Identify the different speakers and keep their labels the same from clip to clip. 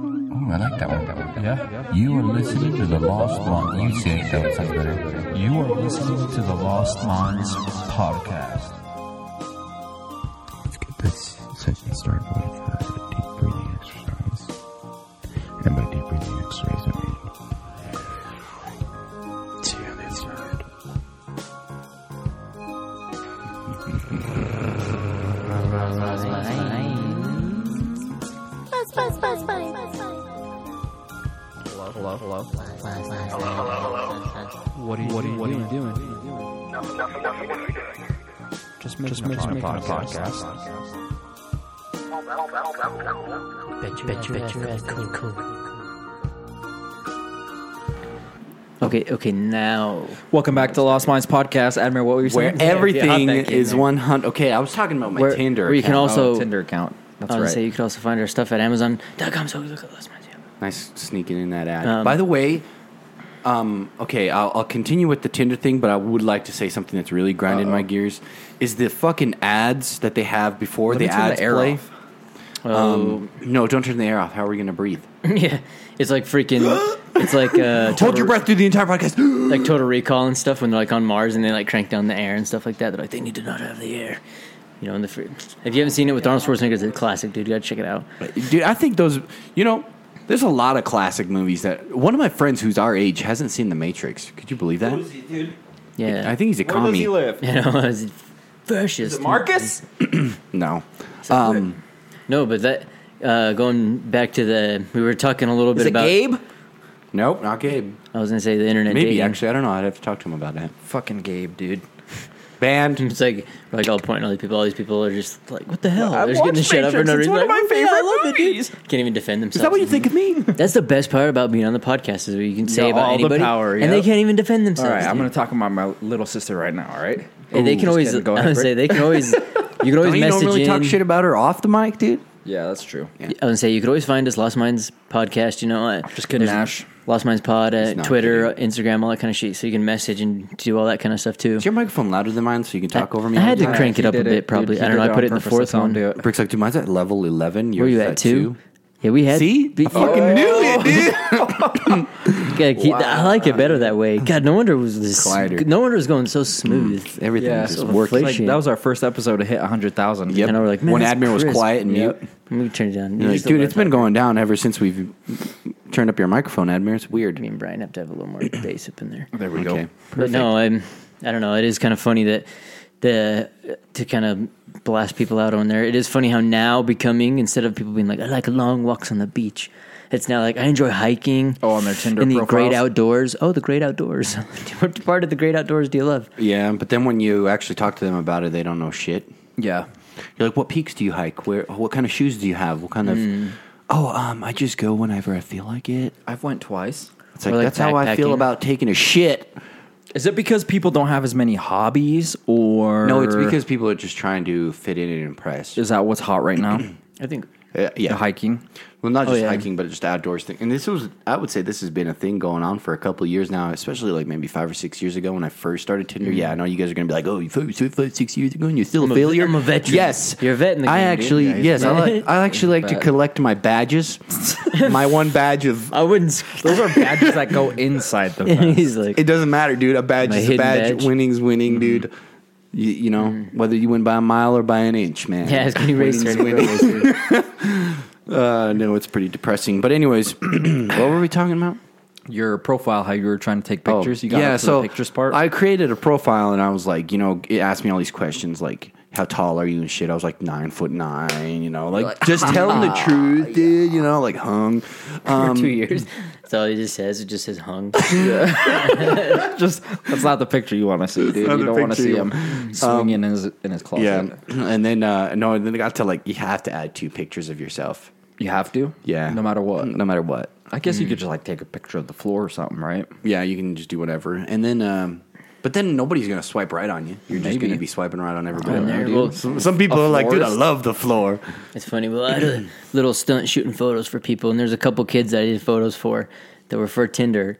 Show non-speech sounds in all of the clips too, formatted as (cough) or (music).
Speaker 1: Mm, I like that one. That one. Yeah. You are listening to the Lost Mon. You say it. That sounds better.
Speaker 2: You are listening to the Lost Minds podcast.
Speaker 3: Let's get this session started with uh, a deep breathing exercise. And by deep breathing exercise, I mean see how they sound.
Speaker 4: Buzz, buzz, buzz, buzz, buzz, buzz.
Speaker 5: What are you, doing? What are you doing? Just make, just make, a podcast.
Speaker 6: Okay, okay, now.
Speaker 5: Welcome back to Lost Minds Podcast, Admiral. What were you
Speaker 7: where
Speaker 5: saying?
Speaker 7: everything
Speaker 6: Yeah, thank you,
Speaker 7: is
Speaker 6: man.
Speaker 7: one hundred. Okay, I was talking about my
Speaker 6: Where-
Speaker 7: Tinder.
Speaker 6: where you can
Speaker 7: account.
Speaker 6: also-
Speaker 2: Oh, Tinder account. That's
Speaker 6: I was
Speaker 2: right.
Speaker 6: gonna say you could also find our stuff at Amazon.com. So look at Lost Minds. yeah.
Speaker 7: Oh, nice sneaking in that ad.
Speaker 6: Um,
Speaker 7: By the way, um, okay, I'll, I'll continue with the Tinder thing, but I would like to say something that's really grinding my gears is the fucking ads that they have before
Speaker 2: Let
Speaker 7: the
Speaker 2: me turn the
Speaker 7: ads
Speaker 2: air
Speaker 7: play.
Speaker 2: off.
Speaker 7: Um, no, don't turn the air off. How are we going to breathe?
Speaker 6: yeah, (laughs) it's like freaking. It's like uh, total,
Speaker 7: (gasps) Hold your breath through the entire podcast.
Speaker 6: like Total Recall and stuff when they're like on Mars and they like crank down the air and stuff like that. They're like they need to not have the air. You know, in the fr- if you haven't seen it with Arnold Schwarzenegger, it's a classic, dude. You gotta check it out.
Speaker 7: Dude, I think those. You know, there's a lot of classic movies that one of my friends who's our age hasn't seen The Matrix. Could you believe that?
Speaker 6: Yeah,
Speaker 7: I think he's a
Speaker 6: (laughs)
Speaker 7: commie.
Speaker 6: you know, it's fascist. Marcus?
Speaker 7: No. Um,
Speaker 6: No, but that uh, going back to the we were talking a little bit about.
Speaker 7: Nope, not Gabe.
Speaker 6: I was gonna say the internet.
Speaker 7: Maybe
Speaker 6: dating.
Speaker 7: actually, I don't know. I'd have to talk to him about that.
Speaker 2: Fucking Gabe, dude.
Speaker 7: Band.
Speaker 6: (laughs) It's like we're like all pointing all these people. All these people are just like, what the hell?
Speaker 7: I've
Speaker 6: They're just getting
Speaker 7: watched
Speaker 6: this shit up for no
Speaker 7: Matrix.
Speaker 6: reason.
Speaker 7: It's one
Speaker 6: Like,
Speaker 7: of my
Speaker 6: "Oh, yeah,
Speaker 7: favorite
Speaker 6: I love it, dude."
Speaker 7: movies.
Speaker 6: Can't even defend themselves.
Speaker 7: Is that what you think of
Speaker 2: (laughs)
Speaker 7: me?
Speaker 6: That's the best part about being on the podcast is what you can say
Speaker 2: Yeah,
Speaker 6: about
Speaker 2: all the
Speaker 6: anybody,
Speaker 2: power,
Speaker 6: and they
Speaker 2: yep.
Speaker 6: can't even defend
Speaker 2: All
Speaker 6: themselves.
Speaker 2: right, I'm
Speaker 6: dude.
Speaker 2: going to talk about my little sister right now. All right.
Speaker 6: And they can
Speaker 2: Ooh,
Speaker 6: always.
Speaker 2: just kidding. Go
Speaker 6: (laughs) I
Speaker 2: ahead,
Speaker 6: would
Speaker 2: Britt.
Speaker 6: say they can
Speaker 7: (laughs)
Speaker 6: always. You can always
Speaker 7: Don't you
Speaker 6: message
Speaker 7: normally
Speaker 6: in.
Speaker 7: talk shit about her off the mic, dude?
Speaker 2: Yeah, that's true.
Speaker 6: I would say you could always find us Lost Minds podcast. You know, uh,
Speaker 2: Just kidding,
Speaker 6: there's
Speaker 2: Ash.
Speaker 6: Lost Minds Pod, uh,
Speaker 7: not
Speaker 6: Twitter, Instagram, all that kind of shit. So you can message and do all that kind of stuff too.
Speaker 7: Is your microphone louder than mine so you can talk
Speaker 6: I-
Speaker 7: over me?
Speaker 6: I
Speaker 7: all
Speaker 6: had
Speaker 7: the
Speaker 6: to
Speaker 7: time?
Speaker 6: crank it
Speaker 2: He
Speaker 6: up a
Speaker 2: did
Speaker 6: bit, probably.
Speaker 2: He
Speaker 6: I don't
Speaker 2: did
Speaker 6: know, I
Speaker 2: on
Speaker 6: put it in the
Speaker 2: purpose.
Speaker 6: fourth
Speaker 2: Let's not
Speaker 6: one.
Speaker 2: do it.
Speaker 7: Brick's like, dude, mine's at level 11.
Speaker 6: Where
Speaker 7: Yours
Speaker 6: you
Speaker 7: is
Speaker 6: at two? Yeah, we had.
Speaker 7: See?
Speaker 6: be- Oh,
Speaker 7: I fucking knew it,
Speaker 6: (laughs)
Speaker 7: dude.
Speaker 6: Yeah, he- I like it better that
Speaker 7: (laughs)
Speaker 6: way. God, no wonder it was this.
Speaker 7: Collider.
Speaker 6: No wonder it was going so smooth.
Speaker 7: Everything
Speaker 2: Yeah,
Speaker 7: just
Speaker 2: so
Speaker 7: worked.
Speaker 6: working.
Speaker 2: Like, that was our first episode to hit 100,000.
Speaker 7: Yep.
Speaker 6: And I were like, man,
Speaker 7: when
Speaker 6: that's
Speaker 7: Admiral was
Speaker 6: crisp.
Speaker 7: quiet and mute.
Speaker 6: Let me turn it down.
Speaker 7: You're
Speaker 6: You
Speaker 7: like,
Speaker 6: still
Speaker 7: dude,
Speaker 6: gotta
Speaker 7: it's been
Speaker 6: talk.
Speaker 7: going down ever since we've turned up your microphone, Admiral. It's
Speaker 6: I
Speaker 7: weird.
Speaker 6: mean, Brian, have to have a
Speaker 7: (clears throat)
Speaker 6: little more bass up in there.
Speaker 2: There we
Speaker 7: Okay.
Speaker 6: But no, I'm. I don't know. It is kind of funny that the to kind of blast people out on there. It is funny how now becoming instead of people being like, I like long walks on the beach. It's now like I enjoy hiking.
Speaker 2: Oh, on their Tinder
Speaker 6: and the great
Speaker 2: profiles?
Speaker 6: outdoors. Oh, the great
Speaker 7: (laughs)
Speaker 6: outdoors. (laughs) what part of the great outdoors do you love?
Speaker 7: Yeah, but then when you actually talk to them about it, they don't know shit.
Speaker 2: Yeah.
Speaker 7: You're like, what peaks do you hike? Where? What kind of shoes do you have? What kind of? Oh, um, I just go whenever I feel like it.
Speaker 2: I've went twice.
Speaker 7: It's like,
Speaker 6: Or like
Speaker 7: that's how I feel
Speaker 6: backpacking.
Speaker 7: about taking a shit.
Speaker 2: Is it because people don't have as many hobbies or
Speaker 7: No, it's because people are just trying to fit in and impress.
Speaker 2: is that what's hot right now?
Speaker 6: (clears throat) I think
Speaker 7: Uh, yeah,
Speaker 2: The hiking.
Speaker 7: Well, not just
Speaker 6: yeah.
Speaker 7: hiking, but just outdoors thing. And this was, I would say, this has been a thing going on for a couple of years now, especially like maybe five or six years ago when I first started Tinder. Yeah, I know you guys are going to be like, "Oh, you five, six- five, six years ago, and you're still Mm-hmm. a
Speaker 6: a-
Speaker 7: failure."
Speaker 6: I'm a veteran.
Speaker 7: Yes,
Speaker 6: You're a vet in the
Speaker 7: I
Speaker 6: game, dude.
Speaker 7: actually,
Speaker 6: Yeah, he's
Speaker 7: yes,
Speaker 6: a
Speaker 7: I,
Speaker 6: vet.
Speaker 7: like, I actually like to
Speaker 2: vet.
Speaker 7: collect my (laughs) badges. my one badge of
Speaker 6: I wouldn't.
Speaker 7: (laughs)
Speaker 2: Those
Speaker 6: (laughs)
Speaker 2: are badges that (laughs) go inside the vest.
Speaker 6: He's like,
Speaker 7: It doesn't matter, dude. A badge
Speaker 6: My
Speaker 7: is a
Speaker 6: hidden
Speaker 7: badge.
Speaker 6: badge.
Speaker 7: Winning's winning,
Speaker 2: Mm-hmm.
Speaker 7: dude. You, you know, whether you win by a mile or by an inch, man.
Speaker 6: (laughs) yeah, it's gonna be
Speaker 7: Winning's
Speaker 6: racist. (laughs)
Speaker 7: winning. (laughs) Uh, no, it's pretty depressing. But anyways, (clears throat) what were we talking about?
Speaker 2: Your profile, how you were trying to take (clears throat)
Speaker 7: Oh,
Speaker 2: pictures. you got
Speaker 7: yeah,
Speaker 2: up to
Speaker 7: so
Speaker 2: the pictures part.
Speaker 7: I created a profile and I was like, you know, it asked me all these questions like, how tall are you and shit? I was like nine foot nine, you know, like,
Speaker 2: (laughs)
Speaker 7: just telling the truth, dude. You know, like hung. Um,
Speaker 6: two years. That's all he just says. It just says hung.
Speaker 2: just that's not the picture you want to see, dude. You
Speaker 7: not the
Speaker 2: don't want to
Speaker 7: picture
Speaker 2: see
Speaker 7: you Um,
Speaker 2: him swinging in his in his closet.
Speaker 7: yeah, (clears throat) and then uh, no, and then it got to like you have to add two pictures of yourself.
Speaker 2: You have to.
Speaker 7: Yeah. Mm.
Speaker 2: No matter what.
Speaker 7: No matter what.
Speaker 2: I guess you could just like take a picture of the floor or something, right?
Speaker 7: Yeah, you can just do whatever. And then um but then nobody's gonna swipe right on you. You're just
Speaker 2: Maybe.
Speaker 7: gonna be swiping right on everybody.
Speaker 6: know,
Speaker 7: (laughs) Dude,
Speaker 6: dude.
Speaker 7: some, some people are like, dude, I
Speaker 2: florist?
Speaker 7: love the floor.
Speaker 6: It's funny. Well, I
Speaker 7: (clears throat)
Speaker 6: did little stunt shooting photos for people, and there's a couple kids that I did photos for that were for Tinder,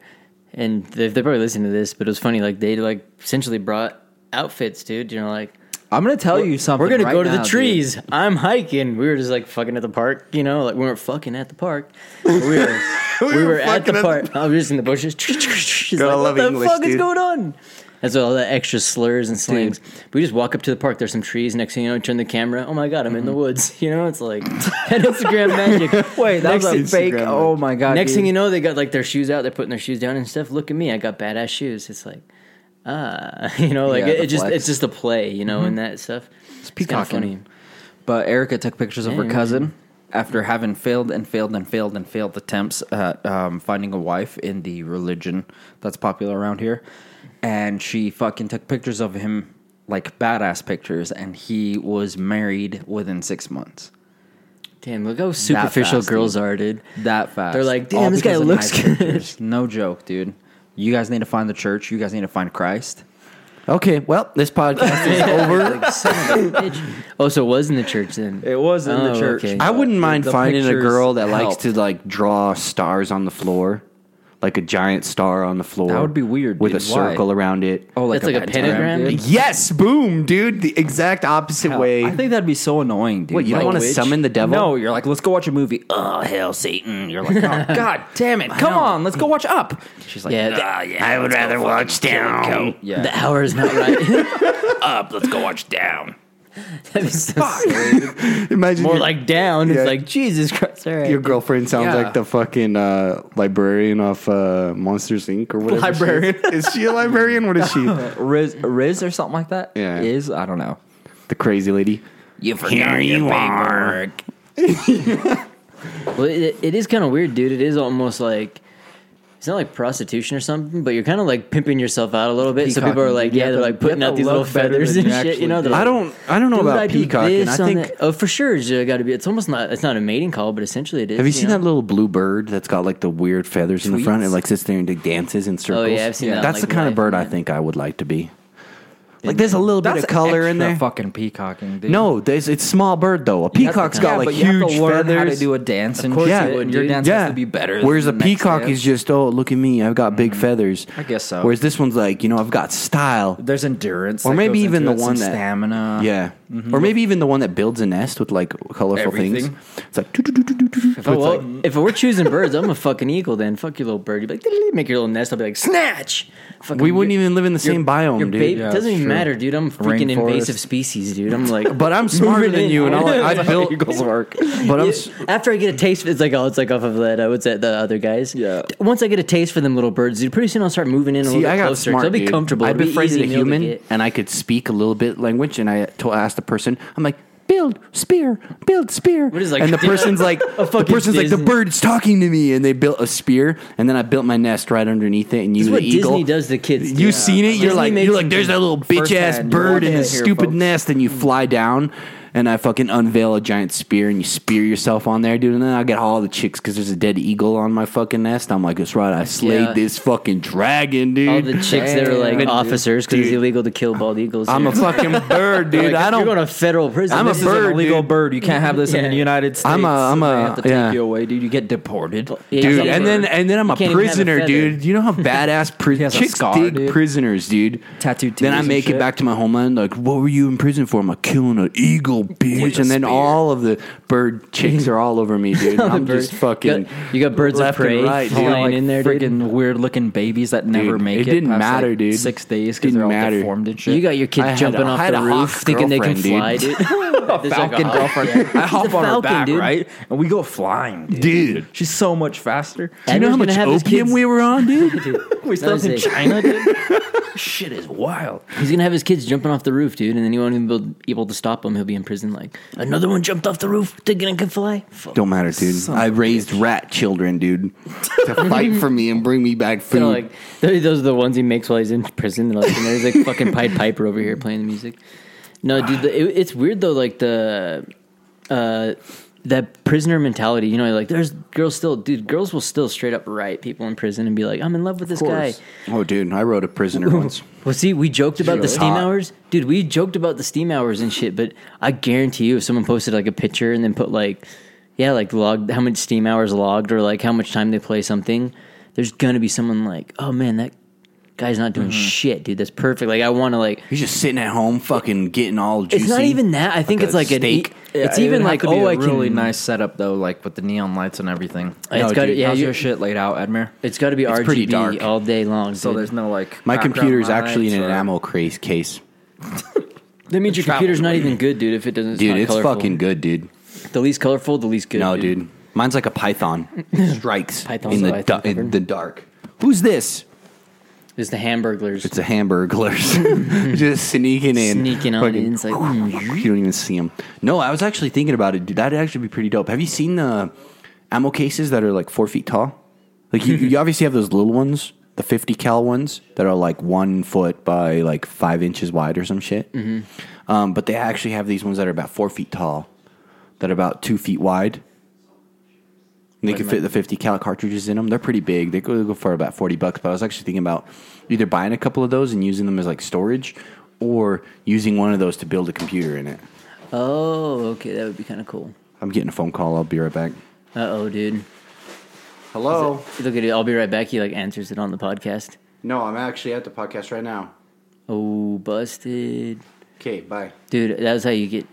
Speaker 6: and they, they probably listened to this. But it was funny. Like they like essentially brought outfits, dude. You know, like
Speaker 2: I'm gonna tell you something.
Speaker 6: We're gonna
Speaker 2: right
Speaker 6: go to
Speaker 2: now,
Speaker 6: the
Speaker 2: dude.
Speaker 6: trees. I'm hiking. We were just like fucking at the park, you know, like we weren't fucking at the park. We
Speaker 2: (laughs)
Speaker 6: were, we were, at the park. I was just in the bushes. She's
Speaker 7: Gotta
Speaker 6: like, what
Speaker 7: love
Speaker 6: the
Speaker 7: English,
Speaker 6: fuck is
Speaker 7: dude.
Speaker 6: going on? And so all the extra slurs and slangs. But we just walk up to the park. There's some trees. Next thing you know, turn the camera. Oh my god, I'm in the
Speaker 2: Mm-hmm.
Speaker 6: woods. (laughs) You know, it's like and Instagram magic.
Speaker 2: (laughs) Wait, that
Speaker 6: Next
Speaker 2: was a
Speaker 6: thing-
Speaker 2: fake.
Speaker 7: Instagram,
Speaker 2: Oh my god.
Speaker 6: Next
Speaker 2: dude.
Speaker 6: thing you know, they got like their shoes out. They're putting their shoes down and stuff. Look at me, I got badass shoes. It's like, ah, (laughs) you know, like
Speaker 2: Yeah,
Speaker 6: it,
Speaker 2: the
Speaker 6: it just
Speaker 2: flex. Mm-hmm.
Speaker 6: it's just a play, you know, and that stuff. It's kinda
Speaker 2: peacocking. But Erica took pictures of her
Speaker 6: Dang.
Speaker 2: cousin after having failed and failed and failed and failed attempts at um, finding a wife in the religion that's popular around here. And she fucking took pictures of him, like badass pictures, and he was married within six months.
Speaker 6: Damn, look how superficial
Speaker 2: fast,
Speaker 6: girls are, dude.
Speaker 2: That fast.
Speaker 6: They're like, "Damn, this guy
Speaker 2: because of
Speaker 6: looks
Speaker 2: nice
Speaker 6: good."
Speaker 2: pictures. No joke, dude. You guys need to find the church. You guys need to find Christ.
Speaker 7: Okay, well, this
Speaker 2: (laughs)
Speaker 7: podcast is over.
Speaker 6: Oh, so it was in the church then.
Speaker 2: It was in the
Speaker 6: Oh,
Speaker 2: church.
Speaker 7: I wouldn't mind
Speaker 2: The
Speaker 7: finding a
Speaker 2: pictures
Speaker 7: girl that likes
Speaker 2: helped.
Speaker 7: to like draw stars on the floor, like a giant star on the floor.
Speaker 2: That would be weird,
Speaker 7: with
Speaker 2: dude.
Speaker 7: a
Speaker 2: Why?
Speaker 7: circle around it.
Speaker 2: Oh,
Speaker 6: That's like a pentagram?
Speaker 2: dude?
Speaker 7: Yes, boom, dude. The exact opposite way.
Speaker 2: I
Speaker 7: (laughs)
Speaker 2: think that'd be so annoying, dude.
Speaker 7: What, you don't
Speaker 2: Like,
Speaker 7: wanna
Speaker 2: witch?
Speaker 7: summon the devil?
Speaker 2: No, you're like, let's go watch a movie. Oh hell, Satan! You're like,
Speaker 7: (laughs)
Speaker 2: oh, god damn it, come on, let's go watch Up. She's like,
Speaker 6: Yeah, the,
Speaker 7: I would rather watch down.
Speaker 2: yeah,
Speaker 6: the hour is not right. (laughs)
Speaker 2: Up, let's go watch Down.
Speaker 6: That'd be
Speaker 2: (laughs)
Speaker 6: so silly.
Speaker 7: Imagine
Speaker 6: More
Speaker 7: your,
Speaker 6: like down.
Speaker 7: Yeah.
Speaker 6: It's like Jesus Christ. All right.
Speaker 7: your girlfriend sounds
Speaker 2: Yeah.
Speaker 7: like the fucking uh, librarian off uh, Monsters Inc. or whatever. she
Speaker 2: Librarian.
Speaker 7: is. Is she a librarian? What is she?
Speaker 2: (laughs) Riz, Riz or something like that.
Speaker 7: Yeah.
Speaker 2: is I don't know.
Speaker 7: The crazy lady.
Speaker 2: You forgot Here you are.
Speaker 6: Well, it, it is kind of weird, dude. It is almost like it's not like prostitution or something, but you're kind of like pimping yourself out a little bit. So people are
Speaker 2: Peacocking.
Speaker 6: like,
Speaker 2: You
Speaker 6: yeah,
Speaker 2: have
Speaker 6: they're
Speaker 2: to-
Speaker 6: like
Speaker 2: you
Speaker 6: putting
Speaker 2: have
Speaker 6: out
Speaker 2: to
Speaker 6: these little
Speaker 2: look better
Speaker 6: feathers
Speaker 2: than
Speaker 6: and
Speaker 2: you
Speaker 6: shit. You
Speaker 2: actually
Speaker 6: know, They're
Speaker 2: do.
Speaker 6: like,
Speaker 7: I don't. I don't know
Speaker 6: "Dude,
Speaker 7: about
Speaker 6: I do
Speaker 7: peacocking.
Speaker 6: this
Speaker 7: I
Speaker 6: on
Speaker 7: think.
Speaker 6: that." oh, for sure, it's got to be. It's almost not. It's not a mating call, but essentially it is.
Speaker 7: Have you seen
Speaker 6: know?
Speaker 7: that little blue bird that's got like the weird feathers in the front? It
Speaker 2: Tweets?
Speaker 7: like sits there and like, dances in
Speaker 2: Oh,
Speaker 7: circles.
Speaker 6: I've seen that on, like,
Speaker 7: That's the kind
Speaker 6: Life
Speaker 7: of bird
Speaker 6: and
Speaker 7: I
Speaker 6: that.
Speaker 7: think I would like to be. Like, there's a little bit of color in there.
Speaker 2: Fucking peacocking, dude.
Speaker 7: No, there's, it's small bird though. A peacock's got like
Speaker 2: but
Speaker 7: huge
Speaker 2: you have to learn
Speaker 7: feathers.
Speaker 2: How to do a dance and
Speaker 7: course
Speaker 2: shit,
Speaker 7: you would,
Speaker 2: and your
Speaker 6: dude.
Speaker 2: dance has to be better.
Speaker 7: Whereas a
Speaker 2: than the next
Speaker 7: peacock
Speaker 2: dance.
Speaker 7: is just, oh, look at me, I've got big feathers.
Speaker 2: I guess so.
Speaker 7: Whereas this one's like, you know, I've got style.
Speaker 2: there's endurance,
Speaker 7: Or
Speaker 2: that
Speaker 7: maybe
Speaker 2: goes
Speaker 7: even
Speaker 2: into
Speaker 7: the
Speaker 2: it, some
Speaker 7: one that-
Speaker 2: stamina.
Speaker 7: yeah.
Speaker 6: Mm-hmm.
Speaker 7: Or maybe even the one that builds a nest with like colorful
Speaker 2: Everything.
Speaker 7: things. It's like, doo-doo-doo-doo-doo-doo.
Speaker 6: Oh, well, if we're choosing birds, I'm a fucking eagle. Then fuck your little bird. You'd be like, "Diddly," make your little nest. I'll be like, snatch. Fucking
Speaker 7: we wouldn't
Speaker 6: your-
Speaker 7: even live in the same biome,
Speaker 6: Your
Speaker 7: dude.
Speaker 6: baby
Speaker 2: Yeah,
Speaker 6: doesn't
Speaker 2: that's
Speaker 6: even
Speaker 2: true.
Speaker 6: matter, dude. I'm a freaking
Speaker 2: Rainforest.
Speaker 6: invasive species, dude. I'm like,
Speaker 7: (laughs)
Speaker 6: (laughs)
Speaker 7: But I'm smarter
Speaker 6: Moving
Speaker 7: than
Speaker 6: in.
Speaker 7: you, and
Speaker 6: (laughs)
Speaker 7: all I, I
Speaker 6: That's
Speaker 7: built. work. But I'm s-
Speaker 6: After I get a taste, it's like oh, it's like off of that. Uh, what's that? The other guys.
Speaker 2: Yeah.
Speaker 6: Once I get a taste for them little birds, dude, pretty soon I'll start moving in a
Speaker 7: See,
Speaker 6: little
Speaker 7: I
Speaker 6: bit
Speaker 7: got
Speaker 6: closer.
Speaker 7: smart.
Speaker 6: so I'll be
Speaker 7: dude.
Speaker 6: comfortable.
Speaker 7: I
Speaker 6: It'll be
Speaker 7: befriended
Speaker 6: easy
Speaker 7: a
Speaker 6: meal to
Speaker 7: human,
Speaker 6: get.
Speaker 7: and I could speak a little bit language. And I to asked the person, I'm like, "Build spear, build spear."
Speaker 6: What is, like, (laughs)
Speaker 7: and the person's like,
Speaker 6: a
Speaker 7: the
Speaker 6: fucking
Speaker 7: person's like, the
Speaker 6: Disney-
Speaker 7: bird's talking to me, and they built a spear, and then I built my nest right underneath it. And you,
Speaker 6: This is
Speaker 7: the
Speaker 6: what
Speaker 7: eagle,
Speaker 6: Disney does to kids.
Speaker 2: uh,
Speaker 7: You
Speaker 6: dude.
Speaker 7: seen it?
Speaker 6: Disney
Speaker 7: You're like,
Speaker 6: makes
Speaker 7: you're like,
Speaker 6: them
Speaker 7: there's that little bitch ass
Speaker 2: hand, you
Speaker 7: bird
Speaker 2: want
Speaker 7: in
Speaker 2: it
Speaker 7: his
Speaker 2: here,
Speaker 7: stupid
Speaker 2: folks.
Speaker 7: nest, and you fly down, and I fucking unveil a giant spear, and you spear yourself on there, dude, and then I get all the chicks because there's a dead eagle on my fucking nest. I'm like, that's right, I slayed
Speaker 6: Yeah.
Speaker 7: this fucking dragon, dude.
Speaker 6: all the chicks that are like
Speaker 7: Damn, dude.
Speaker 6: officers because it's
Speaker 7: Dude.
Speaker 6: illegal to kill bald eagles.
Speaker 7: I'm a
Speaker 6: here. (laughs)
Speaker 7: fucking bird,
Speaker 6: They're
Speaker 7: dude.
Speaker 6: like,
Speaker 7: I
Speaker 6: You're going
Speaker 7: don't.
Speaker 6: to federal prison.
Speaker 7: I'm a
Speaker 6: This is
Speaker 2: This is an
Speaker 7: bird,
Speaker 2: illegal
Speaker 7: dude.
Speaker 2: bird. You can't have this in
Speaker 6: Yeah.
Speaker 2: the United States.
Speaker 7: I'm a- I'm
Speaker 2: They
Speaker 7: a-
Speaker 2: have to take
Speaker 7: yeah.
Speaker 2: you away, dude. You get deported.
Speaker 6: Yeah, he's
Speaker 7: Dude,
Speaker 6: a
Speaker 7: and then
Speaker 6: bird.
Speaker 7: and then I'm
Speaker 6: You
Speaker 7: a
Speaker 6: can't even have a
Speaker 7: prisoner,
Speaker 6: feather.
Speaker 7: dude.
Speaker 6: (laughs)
Speaker 7: You know how badass pri-
Speaker 2: has a
Speaker 7: chicks
Speaker 2: scar,
Speaker 7: dig
Speaker 2: dude.
Speaker 7: prisoners, dude.
Speaker 2: Tattooed
Speaker 7: Then I
Speaker 2: tears and
Speaker 7: make it
Speaker 2: shit.
Speaker 7: back to my homeland. Like, what were you in prison for? I'm like, killing an eagle, bitch. And then all of the bird chicks are all over
Speaker 6: (laughs)
Speaker 7: me, dude. And I'm
Speaker 6: Bird.
Speaker 7: just fucking.
Speaker 6: You got, you got birds
Speaker 7: left
Speaker 6: of
Speaker 7: and
Speaker 6: prey
Speaker 7: right, dude.
Speaker 6: flying
Speaker 2: Like
Speaker 6: in there, dude.
Speaker 2: freaking weird looking babies that never
Speaker 7: Dude,
Speaker 2: make
Speaker 7: it
Speaker 2: it.
Speaker 7: didn't
Speaker 2: past,
Speaker 7: matter,
Speaker 2: like,
Speaker 7: dude.
Speaker 2: Six days because
Speaker 7: Didn't
Speaker 2: they're all
Speaker 7: matter.
Speaker 2: deformed and shit.
Speaker 6: You got your
Speaker 7: I
Speaker 6: kids
Speaker 7: had
Speaker 6: jumping
Speaker 7: a- I
Speaker 6: off
Speaker 7: had
Speaker 6: the
Speaker 7: a
Speaker 6: roof
Speaker 7: hawk
Speaker 6: thinking they can fly,
Speaker 7: girlfriend,
Speaker 6: dude.
Speaker 7: dude.
Speaker 6: There's like a
Speaker 2: Falcon
Speaker 6: hawk.
Speaker 2: (laughs) girlfriend. I hop
Speaker 6: He's a
Speaker 2: on her
Speaker 6: falcon,
Speaker 2: back,
Speaker 6: dude.
Speaker 2: right? And we go flying, dude.
Speaker 7: Dude.
Speaker 2: She's so much faster.
Speaker 7: Do you know how
Speaker 6: Adam's gonna
Speaker 7: much
Speaker 6: have his
Speaker 7: opium
Speaker 6: kids-
Speaker 7: we were on, dude?
Speaker 6: (laughs) That
Speaker 2: We stopped
Speaker 6: was
Speaker 2: in
Speaker 6: it.
Speaker 2: China, dude. shit is wild.
Speaker 6: He's gonna have his kids jumping off the roof, dude, and then he won't even be able to stop him. He'll be in prison. Like another one jumped off the roof, thinking it could fly. Fuck.
Speaker 7: Don't matter, dude.
Speaker 2: Son
Speaker 7: I raised rat children, dude, to fight for me and bring me back food.
Speaker 6: They're like (laughs) they're- those are the ones he makes while he's in prison. They're like, and there's like fucking Pied Piper over here playing the music. No, dude, the, it, it's weird though. Like the uh, that prisoner mentality. You know, like there's girls still, dude. Girls will still straight up write people in prison and be like, "I'm in love with this guy."
Speaker 7: oh, dude, I rode
Speaker 6: (laughs)
Speaker 7: a prisoner once.
Speaker 6: Well, see, we joked about the
Speaker 2: Really?
Speaker 6: steam
Speaker 2: Hot.
Speaker 6: hours, dude. We joked about the steam hours and shit, but I guarantee you, if someone posted like a picture and then put like, yeah, like logged how much steam hours logged or like how much time they play something, there's gonna be someone like, oh man, that guy's not doing shit, dude. That's perfect. Like I want to like
Speaker 7: He's just sitting at home, fucking getting all juicy.
Speaker 6: It's not even that. I think
Speaker 7: Like
Speaker 6: it's
Speaker 7: a
Speaker 6: like an.
Speaker 7: steak.
Speaker 6: E- it's
Speaker 5: it would
Speaker 6: even
Speaker 5: have
Speaker 6: like
Speaker 5: to be
Speaker 6: oh,
Speaker 5: a
Speaker 6: I can.
Speaker 2: mm.
Speaker 5: really nice setup though, like with the neon lights and everything.
Speaker 6: It's
Speaker 5: No,
Speaker 6: gotta-
Speaker 5: dude,
Speaker 6: yeah,
Speaker 5: how's
Speaker 6: you-
Speaker 5: your shit laid out, Edmer?
Speaker 6: (laughs) It's got to be RGB
Speaker 7: pretty dark.
Speaker 6: all day long.
Speaker 5: So
Speaker 6: dude.
Speaker 5: there's no like.
Speaker 7: My
Speaker 5: background
Speaker 7: computer's actually in
Speaker 5: lights
Speaker 7: an
Speaker 5: or-
Speaker 7: ammo case, case.
Speaker 6: that means your computer's not even good, dude. If it doesn't,
Speaker 7: Dude,
Speaker 6: not
Speaker 7: it's
Speaker 6: colorful.
Speaker 7: fucking good, dude.
Speaker 6: the least colorful, the least good.
Speaker 7: no, dude. Mine's like
Speaker 6: (laughs)
Speaker 7: a python. It strikes
Speaker 6: Python's a
Speaker 7: in the
Speaker 6: python
Speaker 7: du- in
Speaker 6: covered.
Speaker 7: the dark. Who's this?
Speaker 6: It's the Hamburglers.
Speaker 7: It's a hamburglers (laughs) just sneaking in,
Speaker 6: Sneaking on
Speaker 7: Fucking-
Speaker 6: in, it's like,
Speaker 7: (laughs) you don't even see them. No, I was actually thinking about it, dude. That'd actually be pretty dope. Have you seen the ammo cases that are like four feet tall? Like
Speaker 6: (laughs)
Speaker 7: you, you obviously have those little ones, the fifty cal ones that are like one foot by like five inches wide or some shit. Mm-hmm. Um, but they actually have these ones that are about four feet tall, that are about two feet wide. And they can fit the 50 cal cartridges in them. They're pretty big. They go, they go for about 40 bucks, but I was actually thinking about either buying a couple of those and using them as like storage or using one of those to build a computer in it.
Speaker 6: oh, okay, that would be kind of cool.
Speaker 7: I'm getting a phone call. I'll be right back.
Speaker 6: Uh oh, dude.
Speaker 7: Hello?
Speaker 6: Look at it. I'll be right back. He like answers it on the podcast.
Speaker 7: No, I'm actually at the podcast right now.
Speaker 6: Oh, busted,
Speaker 7: Okay, bye.
Speaker 6: dude. That was how you get.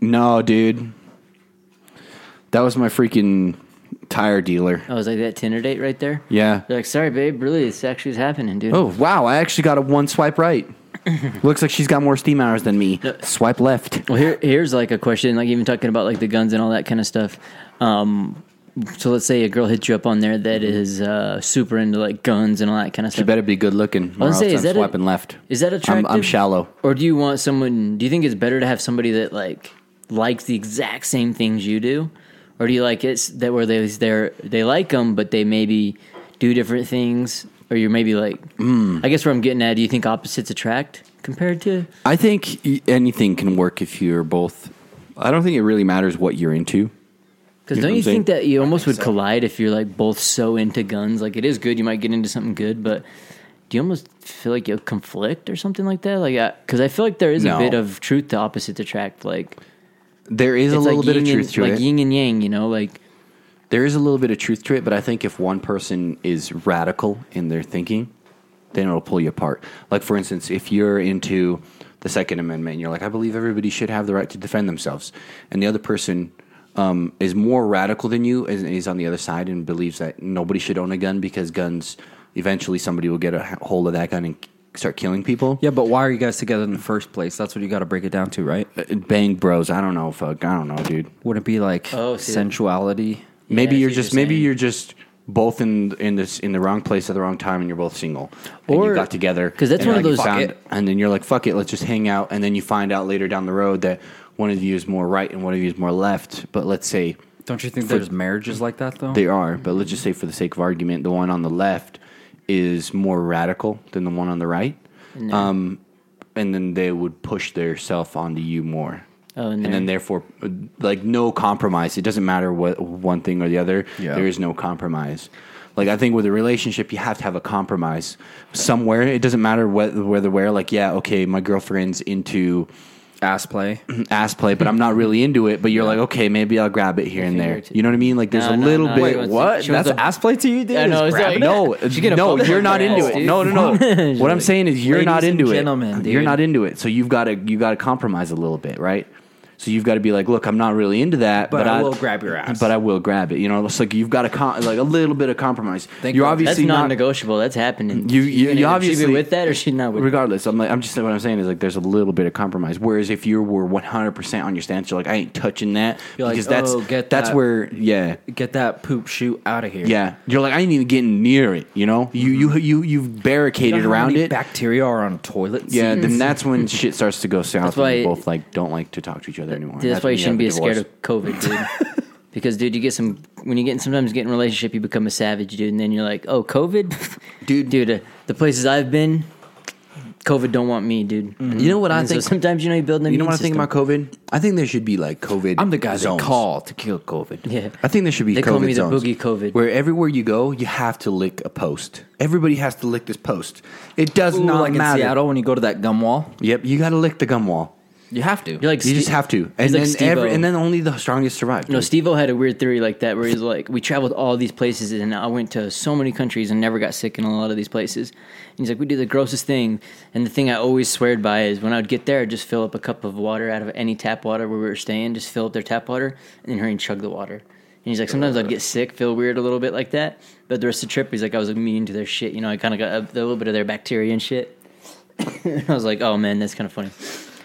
Speaker 7: No, dude. That was my freaking tire dealer.
Speaker 6: I was like that Tinder date right there.
Speaker 7: Yeah.
Speaker 6: They're like, sorry, babe. Really, this actually is happening, dude.
Speaker 7: Oh, wow. I actually got a one swipe
Speaker 6: (laughs)
Speaker 7: right. Looks like she's got more steam hours than me. Swipe left.
Speaker 6: Well, here, here's like a question, like even talking about like the guns and all that kind of stuff. Um, so let's say a girl hits you up on there that is uh, super into like guns and all that kind of
Speaker 7: Mm-hmm. She
Speaker 6: stuff.
Speaker 7: better be good looking.
Speaker 6: I
Speaker 7: Or
Speaker 6: was gonna
Speaker 7: else
Speaker 6: say,
Speaker 7: I'm
Speaker 6: is that a-
Speaker 7: swiping left.
Speaker 6: Is that
Speaker 7: I'm,
Speaker 6: attractive?
Speaker 7: I'm shallow.
Speaker 6: Or do you want someone? Do you think it's better to have somebody that like likes the exact same things you do, or do you like it's that where they they're, they like them but they maybe do different things, or you're maybe like
Speaker 7: Mm.
Speaker 6: I guess where I'm getting at. Do you think opposites attract compared to?
Speaker 7: I think e- anything can work if you're both. I don't think it really matters what you're into.
Speaker 6: Because
Speaker 7: You
Speaker 6: don't
Speaker 7: know what
Speaker 6: you
Speaker 7: I'm saying?
Speaker 6: think that you almost would collide if you're like both so into guns? Like it is good, you might get into something good, but do you almost feel like you'll conflict or something like that? Like, because I feel like there is
Speaker 7: No.
Speaker 6: a bit of truth to opposites attract. Like
Speaker 7: There is a
Speaker 6: it's
Speaker 7: little
Speaker 6: like
Speaker 7: bit
Speaker 6: yin
Speaker 7: of truth
Speaker 6: and,
Speaker 7: to
Speaker 6: like
Speaker 7: it.
Speaker 6: yin and yang. You know, like
Speaker 7: there is a little bit of truth to it, but I think if one person is radical in their thinking, then it'll pull you apart. Like, for instance, if you're into the Second Amendment and you're like, I believe everybody should have the right to defend themselves, and the other person um, is more radical than you and is on the other side and believes that nobody should own a gun because guns, eventually somebody will get a h- hold of that gun and k- start killing people.
Speaker 5: Yeah, but why are you guys together in the first place? That's what you got to break it down to, right?
Speaker 7: Uh, Bang bros, I don't know, fuck, I don't know, dude.
Speaker 5: Would it be like
Speaker 6: Oh, see.
Speaker 5: sensuality?
Speaker 6: I
Speaker 7: Maybe
Speaker 6: see
Speaker 7: you're
Speaker 6: what
Speaker 7: just
Speaker 6: you're
Speaker 7: maybe
Speaker 6: saying.
Speaker 7: you're just both in in this in the wrong place at the wrong time, and you're both single, and you
Speaker 6: Or-
Speaker 7: got together
Speaker 6: 'cause that's
Speaker 7: and
Speaker 6: one of
Speaker 7: like,
Speaker 6: those-
Speaker 7: fuck
Speaker 6: Fuck
Speaker 7: it. and then you're like, fuck it, let's just hang out, and then you find out later down the road that one of you is more right and one of you is more left. But let's say
Speaker 5: Don't you think there's marriages like that though?
Speaker 7: they are, but let's just say for the sake of argument, the one on the left is more radical than the one on the right, um, and then they would push their self onto you more.
Speaker 6: Oh, and
Speaker 7: and then therefore, uh, like no compromise. It doesn't matter what one thing or the other.
Speaker 5: Yeah.
Speaker 7: There is no compromise. Like I think with a relationship, you have to have a compromise somewhere. It doesn't matter what, whether where. Like yeah, okay, my girlfriend's into
Speaker 5: Ass play.
Speaker 7: (clears throat) ass play, but I'm not really into it. But you're like, okay, maybe I'll grab it here and
Speaker 6: finger
Speaker 7: there.
Speaker 6: or two.
Speaker 7: You know what I mean? Like there's
Speaker 6: No,
Speaker 7: a
Speaker 6: no,
Speaker 7: little
Speaker 6: no, she
Speaker 7: bit.
Speaker 6: wants to-
Speaker 7: what?
Speaker 6: she wants
Speaker 7: That's
Speaker 6: to-
Speaker 7: ass play to you, dude?
Speaker 6: I know, it's like-
Speaker 7: (laughs) no,
Speaker 6: She gonna
Speaker 7: no,
Speaker 6: fuck
Speaker 7: you're
Speaker 6: with
Speaker 7: not
Speaker 6: her
Speaker 7: into
Speaker 6: ass,
Speaker 7: it.
Speaker 6: dude.
Speaker 7: No,
Speaker 5: (laughs)
Speaker 7: no, no. what I'm saying is you're
Speaker 5: Ladies
Speaker 7: not
Speaker 5: and
Speaker 7: into it.
Speaker 5: gentlemen,
Speaker 7: You're
Speaker 5: dude.
Speaker 7: not into it. So you've got to you got to compromise a little bit, right? So you've got to be like, look, I'm not really into that, but,
Speaker 5: But I will grab your ass.
Speaker 7: But I will grab it. You know, it's like you've got to com- like a little bit of compromise.
Speaker 5: Thank
Speaker 7: you're
Speaker 5: God.
Speaker 6: that's
Speaker 7: obviously not
Speaker 6: non-negotiable. That's happening.
Speaker 7: You- you-
Speaker 6: Even
Speaker 7: you
Speaker 6: if she
Speaker 7: obviously-
Speaker 6: be with that or she not with.
Speaker 7: regardless i'm like i'm just what i'm saying is like there's a little bit of compromise whereas if you were 100% on your stance you're like i ain't touching that
Speaker 5: You're like,
Speaker 7: because that's
Speaker 5: "Oh, get
Speaker 7: that's
Speaker 5: that."
Speaker 7: where yeah
Speaker 5: Get that poop shoot out of here.
Speaker 7: yeah you're like i ain't even getting near it you know you you you you've
Speaker 5: You
Speaker 7: barricaded
Speaker 5: know how
Speaker 7: around
Speaker 5: many
Speaker 7: it
Speaker 5: Bacteria are on toilets.
Speaker 7: yeah then that's (laughs) when shit starts to go south
Speaker 6: why-
Speaker 7: and you both like don't like to talk to each other anymore
Speaker 6: Dude, that's why you
Speaker 7: when
Speaker 6: shouldn't be
Speaker 7: have
Speaker 6: as
Speaker 7: a
Speaker 6: scared
Speaker 7: divorce.
Speaker 6: of COVID,
Speaker 7: (laughs)
Speaker 6: dude. because dude, you get some when you get sometimes get in a relationship, you become a savage, dude, and then you're like, oh, COVID, (laughs)
Speaker 7: Dude.
Speaker 6: dude. Uh, the places I've been, COVID don't want me, dude.
Speaker 7: Mm-hmm. you know what i
Speaker 6: And so
Speaker 7: think
Speaker 6: sometimes you know you build an
Speaker 7: you know what i think
Speaker 6: immune
Speaker 7: about covid i think there should be like covid
Speaker 5: I'm the guy
Speaker 7: zones.
Speaker 5: they call to kill COVID.
Speaker 6: system.
Speaker 7: I think there should be.
Speaker 6: They
Speaker 7: COVID
Speaker 6: call me the
Speaker 7: zones,
Speaker 6: boogie COVID.
Speaker 7: Where everywhere you go, you have to lick a post. Everybody has to lick this post. It does
Speaker 5: Ooh,
Speaker 7: not
Speaker 5: like in
Speaker 7: matter.
Speaker 5: Seattle when you go to that gum wall.
Speaker 7: Yep, you got to lick the gum wall.
Speaker 5: You have to.
Speaker 6: You're like
Speaker 7: You just
Speaker 6: Ste-
Speaker 7: have to,
Speaker 6: he's
Speaker 7: and
Speaker 6: like
Speaker 7: then every,
Speaker 6: Steve-O.
Speaker 7: and then only the strongest survive.
Speaker 6: No,
Speaker 7: dude.
Speaker 6: Steve-O had a weird theory like that where he's like, we traveled all these places and I went to so many countries and never got sick in a lot of these places. And he's like, we did the grossest thing. And the thing I always sweared by is when I would get there, I'd just fill up a cup of water out of any tap water where we were staying, just fill up their tap water and then hurry and chug the water. And he's like, sometimes I'd get sick, feel weird a little bit like that. But the rest of the trip, he's like, I was immune to their shit. You know, I kind of got a, a little bit of their bacteria and shit. (laughs) I was like, oh man, that's kind of funny.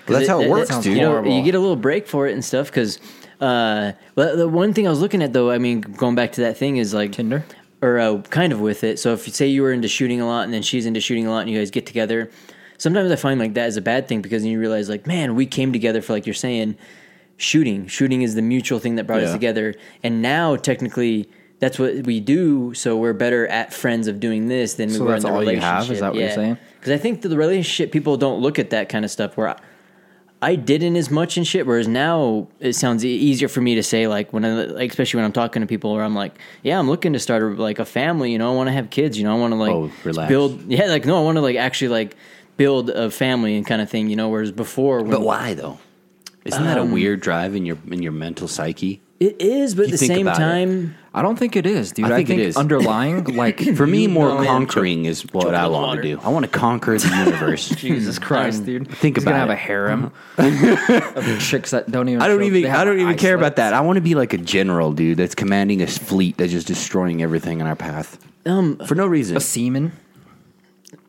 Speaker 6: 'Cause
Speaker 7: Well, that's how it works,
Speaker 6: sounds
Speaker 7: dude.
Speaker 6: You, know,
Speaker 5: Horrible.
Speaker 6: you get a little break for it and stuff because. Uh, well, the one thing I was looking at though, I mean, going back to that thing is like
Speaker 5: Tinder?
Speaker 6: or uh, kind of with it. So if you say you were into shooting a lot, and then she's into shooting a lot, and you guys get together, sometimes I find like that is a bad thing because then you realize like, man, we came together for like you're saying, shooting. Shooting is the mutual thing that brought us
Speaker 7: Yeah.
Speaker 6: together, and now technically. That's what we do, so we're better at friends of doing this than we
Speaker 5: So
Speaker 6: were
Speaker 5: that's
Speaker 6: in the
Speaker 5: all you
Speaker 6: relationship.
Speaker 5: have? Is that what you're saying?
Speaker 6: Because I think that the relationship people don't look at that kind of stuff. Where I, I didn't as much and shit. Whereas now it sounds e- easier for me to say like when I like especially when I'm talking to people where I'm like, yeah, I'm looking to start a, like a family. You know, I want to have kids. You know, I want to like
Speaker 7: Oh, relax.
Speaker 6: build. Yeah, like no, I want to like actually like build a family and kind of thing. You know, whereas before, when,
Speaker 7: But why though? Um, Isn't that a weird drive in your in your mental psyche?
Speaker 6: it is, but at
Speaker 7: You
Speaker 6: the
Speaker 7: think
Speaker 6: same
Speaker 7: about it.
Speaker 6: time,
Speaker 5: I don't think it is, dude.
Speaker 7: I
Speaker 5: I
Speaker 7: think
Speaker 5: think,
Speaker 7: it is.
Speaker 5: underlying,
Speaker 7: (laughs)
Speaker 5: like
Speaker 7: For me, more
Speaker 6: no, man,
Speaker 7: conquering is what I
Speaker 6: on
Speaker 7: want
Speaker 6: water.
Speaker 7: to do. I want to conquer the (laughs) universe.
Speaker 5: Jesus Christ, dude.
Speaker 7: Think
Speaker 5: He's
Speaker 7: about
Speaker 5: gonna have
Speaker 7: it. Uh-huh.
Speaker 5: a harem of chicks that don't even.
Speaker 7: I don't
Speaker 5: show up.
Speaker 7: even.
Speaker 5: They have
Speaker 7: I don't even
Speaker 5: eye
Speaker 7: care about
Speaker 5: slits.
Speaker 7: that. I want to be like a general dude that's commanding a fleet that's just destroying everything in our path
Speaker 6: um,
Speaker 7: for no reason.
Speaker 5: A semen.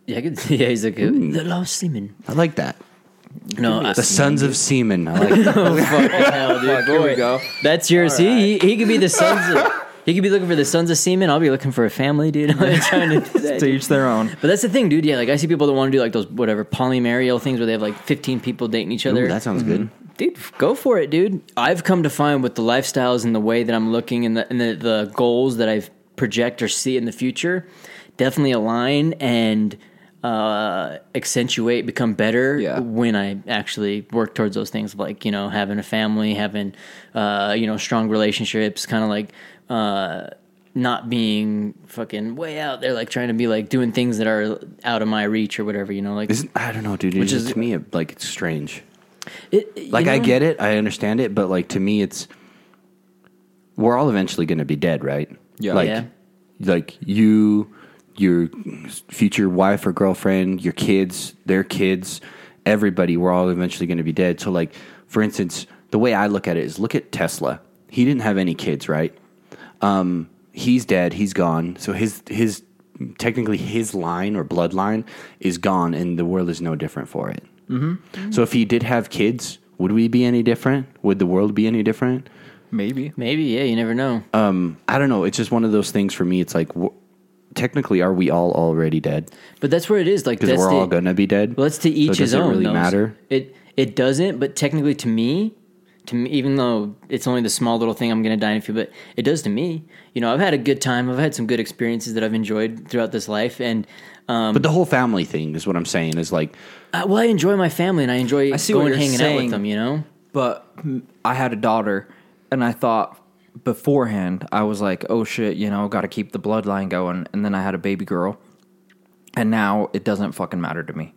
Speaker 6: yeah, I could, (laughs) yeah, he's like
Speaker 7: Hmm.
Speaker 6: the lost seaman.
Speaker 7: I like that.
Speaker 6: No, I- (laughs)
Speaker 7: The sons of seamen. (laughs) I like that. (laughs)
Speaker 6: hell, dude.
Speaker 5: here we go.
Speaker 6: That's your see. He, he could be the sons.
Speaker 7: (laughs)
Speaker 6: Of, he could be looking for the sons of seamen. I'll be looking for a family, dude. (laughs) I'm trying to
Speaker 7: (laughs)
Speaker 6: do that,
Speaker 5: To
Speaker 6: dude.
Speaker 5: each their own.
Speaker 6: But that's the thing, dude. Yeah, like I see people that want to do like those whatever polymarial things where they have like 15 people dating each other.
Speaker 7: Ooh, that sounds good.
Speaker 6: dude, go for it, dude. I've come to find with the lifestyles and the way that I'm looking and the and the, the goals that I project or see in the future definitely align and uh, accentuate, become better
Speaker 5: Yeah.
Speaker 6: when I actually work towards those things, like you know, having a family, having uh, you know, strong relationships, kind of like. Uh, not being fucking way out there, like trying to be like doing things that are out of my reach or whatever, you know. Like,
Speaker 7: Isn't, I don't know, dude. Which
Speaker 6: is-
Speaker 7: is to me it- like it's strange.
Speaker 6: it, you
Speaker 7: Like I
Speaker 6: know?
Speaker 7: get it, I understand it, but like to me, it's we're all eventually going to be dead, right?
Speaker 5: Yeah.
Speaker 7: Like,
Speaker 6: Yeah.
Speaker 7: like you, your future wife or girlfriend, your kids, their kids, everybody. We're all eventually going to be dead. So, like for instance, the way I look at it is, look at Tesla. He didn't have any kids, right? um, he's dead. He's gone. So his his technically his line or bloodline is gone, and the world is no different for it. Mm-hmm. So if he did have kids, would we be any different? Would the world be any different?
Speaker 5: Maybe.
Speaker 6: Maybe, yeah, you never know.
Speaker 7: I don't know. It's just one of those things for me. It's like. Wh- Technically, are we all already dead?
Speaker 6: But that's where it is. Like
Speaker 7: Because
Speaker 6: that's
Speaker 7: we're
Speaker 6: the,
Speaker 7: all gonna be dead.
Speaker 6: Well, that's to each
Speaker 7: so
Speaker 6: his
Speaker 7: does
Speaker 6: own.
Speaker 7: It really
Speaker 6: though.
Speaker 7: matter.
Speaker 6: It it doesn't. But technically, to me, to me, even though it's only the small little thing I'm gonna die in a few, but it does to me. You know, I've had a good time. I've had some good experiences that I've enjoyed throughout this life, and um,
Speaker 7: But the whole family thing is what I'm saying. Is like
Speaker 6: I, uh, well, I enjoy my family and I enjoy
Speaker 5: see what
Speaker 6: going
Speaker 5: you're
Speaker 6: hanging out with
Speaker 5: saying.
Speaker 6: them. You know,
Speaker 5: but mm, I had a daughter, and I thought beforehand I was like, "Oh shit, you know, got to keep the bloodline going." And then I had a baby girl, and now it doesn't fucking matter to me.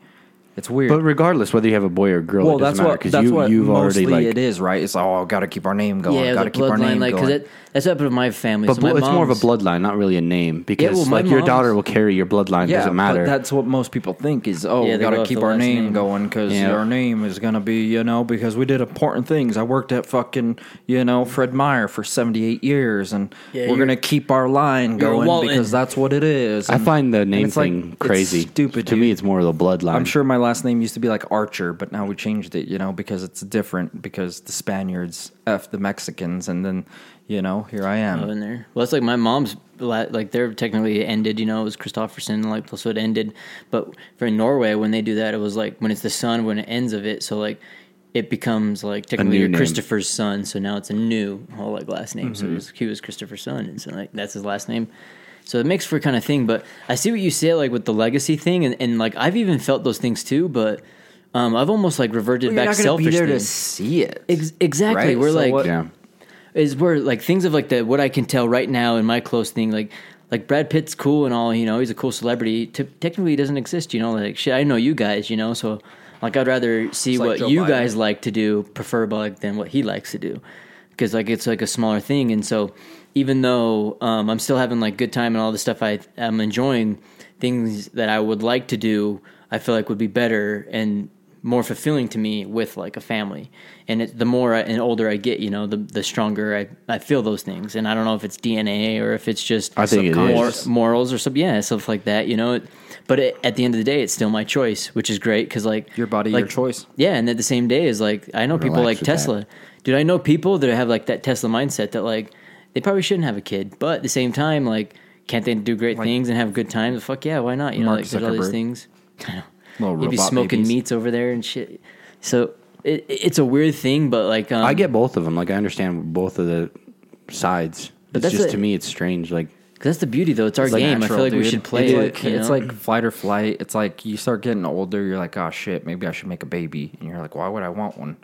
Speaker 5: It's weird.
Speaker 7: But regardless, whether you have a boy or a girl,
Speaker 5: well,
Speaker 7: it doesn't
Speaker 5: that's
Speaker 7: matter
Speaker 5: what
Speaker 7: because
Speaker 5: that's
Speaker 7: you
Speaker 5: what
Speaker 7: you've
Speaker 5: mostly
Speaker 7: already like
Speaker 5: it is, right? It's oh, got to keep our name going.
Speaker 6: yeah,
Speaker 5: got to
Speaker 6: like
Speaker 5: keep our name
Speaker 6: bloodline, like
Speaker 5: going.
Speaker 6: because that's what happened to my family.
Speaker 7: But
Speaker 6: so my
Speaker 7: blo- it's more of a
Speaker 6: mom's-
Speaker 7: bloodline, not really a name, because
Speaker 6: well, my
Speaker 7: like your
Speaker 6: mom's-
Speaker 7: daughter will carry your bloodline.
Speaker 5: yeah,
Speaker 7: doesn't matter.
Speaker 5: But that's what most people think is
Speaker 6: Yeah,
Speaker 5: oh,
Speaker 6: they
Speaker 5: we got
Speaker 6: go
Speaker 5: to
Speaker 6: off
Speaker 5: keep
Speaker 6: the
Speaker 5: our
Speaker 6: last
Speaker 5: name,
Speaker 6: name.
Speaker 5: going because
Speaker 7: Yeah.
Speaker 5: our name is gonna be you know because we did important things. I worked at fucking you know Fred Meyer for seventy eight years, and
Speaker 6: Yeah,
Speaker 5: we're
Speaker 6: you're-
Speaker 5: gonna keep our line
Speaker 6: you're a
Speaker 5: going
Speaker 6: Walton.
Speaker 5: because that's what it is.
Speaker 7: I
Speaker 5: And-
Speaker 7: find the
Speaker 5: and
Speaker 7: name
Speaker 5: it's like-
Speaker 7: thing
Speaker 5: it's
Speaker 7: crazy.
Speaker 5: stupid
Speaker 7: to
Speaker 5: dude.
Speaker 7: me. It's more of the bloodline.
Speaker 5: I'm sure my last name used to be like Archer, but now we changed it, you know, because it's different. Because the Spaniards f the Mexicans, and then, you know, here I am.
Speaker 6: in there. Well, it's like my mom's la- like they're technically ended. You know, it was Christofferson like so it ended. But for in Norway, when they do that, it was like when it's the son when it ends of it. So like it becomes like technically
Speaker 7: new
Speaker 6: you're
Speaker 7: name. Mm-hmm.
Speaker 6: Christopher's son. So now it's a new whole like last name. So it was, he was Christopher's son, and so like that's his last name. So it makes for kind of thing. But I see what you say like with the legacy thing, and, and like I've even felt those things too. But um, I've almost like reverted back selfish things.
Speaker 5: see it.
Speaker 6: Ex- exactly.
Speaker 5: Right?
Speaker 6: We're
Speaker 5: So
Speaker 6: like
Speaker 5: what-
Speaker 7: Yeah,
Speaker 6: is where like things of like the what I can tell right now in my close thing like like Brad Pitt's cool and all you know he's a cool celebrity T- technically he doesn't exist you know like shit I know you guys you know so Like I'd rather see
Speaker 2: It's like
Speaker 6: what
Speaker 2: Joe
Speaker 6: you
Speaker 2: Biden.
Speaker 6: guys like to do, prefer like than what he likes to do, because like it's like a smaller thing. And so even though um, I'm still having like good time and all the stuff I am enjoying, things that I would like to do, I feel like would be better and more fulfilling to me with like a family. And it, the more I, and older I get, you know, the the stronger I, I feel those things. And I don't know if it's DNA or if it's just
Speaker 7: I think it
Speaker 6: mor-
Speaker 7: is.
Speaker 6: morals or something, yeah, stuff like that, you know. It, but it, at the end of the day, it's still my choice, which is great because like
Speaker 2: Your body,
Speaker 6: like,
Speaker 2: your choice.
Speaker 6: yeah. And at the same day is like I know people
Speaker 7: Relax
Speaker 6: like
Speaker 7: with that.
Speaker 6: Tesla. Dude, I know people that have like that Tesla mindset that like they probably shouldn't have a kid, but at the same time, like can't they do great things and have good times? Fuck yeah, why not? You know,
Speaker 2: Mark
Speaker 6: like there's all these
Speaker 2: Zuckerberg.
Speaker 6: things. (laughs) I know
Speaker 2: Little
Speaker 6: you'd be
Speaker 2: robot
Speaker 6: smoking
Speaker 2: babies.
Speaker 6: meats over there and shit. So it, it's a weird thing, but like um,
Speaker 7: I get both of them. Like I understand both of the sides.
Speaker 6: But
Speaker 7: it's
Speaker 6: that's
Speaker 7: just
Speaker 6: a-
Speaker 7: to me, it's strange. Like
Speaker 6: 'cause that's the beauty though. It's our
Speaker 2: like
Speaker 6: game. I
Speaker 2: natural,
Speaker 6: feel like we
Speaker 2: dude.
Speaker 6: should play
Speaker 2: it's
Speaker 6: it.
Speaker 2: Like,
Speaker 6: you
Speaker 2: It's
Speaker 6: know?
Speaker 2: like flight or flight. It's like you start getting older, you're like, oh shit, maybe I should make a baby, and you're like, why would I want one?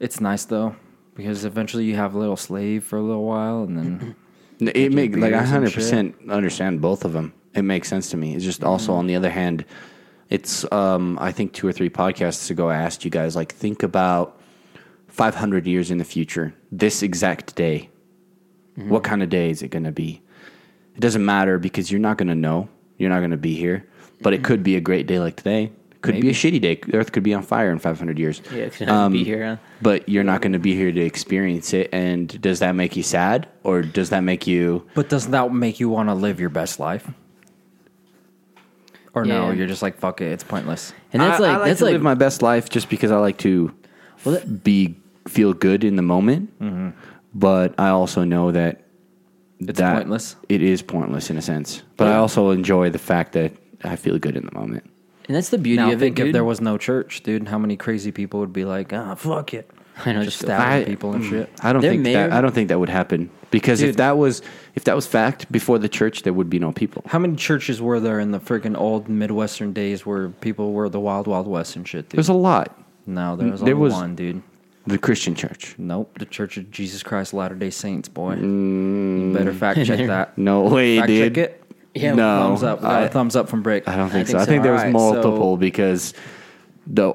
Speaker 2: It's nice though because eventually you have a little slave for a little while,
Speaker 6: (clears throat)
Speaker 2: and then
Speaker 7: N- It make like
Speaker 2: beers
Speaker 7: I
Speaker 2: and
Speaker 7: hundred percent understand both of them. It makes sense to me. It's just also
Speaker 6: Mm-hmm.
Speaker 7: on the other hand, it's um I think two or three podcasts ago I asked you guys like think about five hundred years in the future, this exact day.
Speaker 6: Mm-hmm.
Speaker 7: What kind of day is it going to be? It doesn't matter because you're not going to know. You're not going to be here. But it could be a great day like today. Could be a shitty day. The Earth could be on fire in 500 years. Um,
Speaker 6: Yeah, it's gonna be here, huh?
Speaker 7: But you're not going to be here to experience it. And does that make you sad, or does that make you?
Speaker 2: but doesn't that make you want to live your best life? Or no,
Speaker 6: Yeah.
Speaker 2: you're just like fuck it, it's pointless.
Speaker 6: and that's
Speaker 7: I- I
Speaker 6: like that's
Speaker 7: to
Speaker 6: like
Speaker 7: live my best life just because I like to be feel good in the moment. But I also know that
Speaker 2: It's
Speaker 7: that
Speaker 2: pointless.
Speaker 7: It is pointless in a sense. But I also enjoy the fact that I feel good in the moment.
Speaker 6: and that's the beauty
Speaker 2: Now
Speaker 6: of
Speaker 2: think
Speaker 6: it.
Speaker 2: if
Speaker 6: dude.
Speaker 2: there was no church, dude, how many crazy people would be like, ah, fuck it,
Speaker 6: I know
Speaker 2: just mm.
Speaker 6: just
Speaker 2: stabbing
Speaker 7: I- Mm.
Speaker 2: people and shit.
Speaker 7: I don't
Speaker 6: There
Speaker 7: think
Speaker 6: may
Speaker 7: that
Speaker 6: or-
Speaker 7: I don't think that would happen because if
Speaker 2: Dude.
Speaker 7: that was if that was fact before the church, there would be no people.
Speaker 2: How many churches were there in the freaking old Midwestern days where people were the wild, wild west and shit, dude?
Speaker 7: There's a lot.
Speaker 2: no, there was
Speaker 7: there
Speaker 2: only
Speaker 7: was-
Speaker 2: one, dude.
Speaker 7: The Christian church.
Speaker 2: Nope, the Church of Jesus Christ Latter Day Saints, boy. You better fact
Speaker 7: (laughs)
Speaker 2: check that.
Speaker 7: Mm. No way,
Speaker 2: fact
Speaker 7: dude.
Speaker 2: check it.
Speaker 6: Yeah,
Speaker 7: no,
Speaker 2: thumbs up. We got a
Speaker 7: I,
Speaker 2: thumbs up from Brick.
Speaker 7: I don't think
Speaker 6: I
Speaker 7: so.
Speaker 6: think
Speaker 7: I
Speaker 6: so.
Speaker 7: think there was
Speaker 2: Alright,
Speaker 7: multiple because the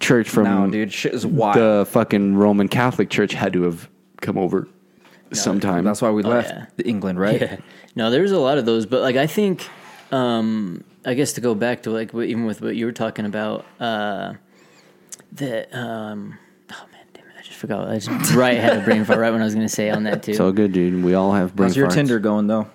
Speaker 7: church from
Speaker 2: No, dude, shit is wild.
Speaker 7: the fucking Roman Catholic Church had to have come over sometime.
Speaker 2: That's why we left
Speaker 6: Oh, yeah.
Speaker 2: England,
Speaker 6: (laughs)
Speaker 2: right?
Speaker 6: Yeah. No, there's a lot of those, but like I think, um, I guess to go back to like what, even with what you were talking about, uh, that um, oh man, damn it, I just forgot. I just right had a brain fart right when I was going to say on that too.
Speaker 7: it's all good, dude. We all have brain
Speaker 2: How's your
Speaker 7: farts.
Speaker 2: Tinder going though?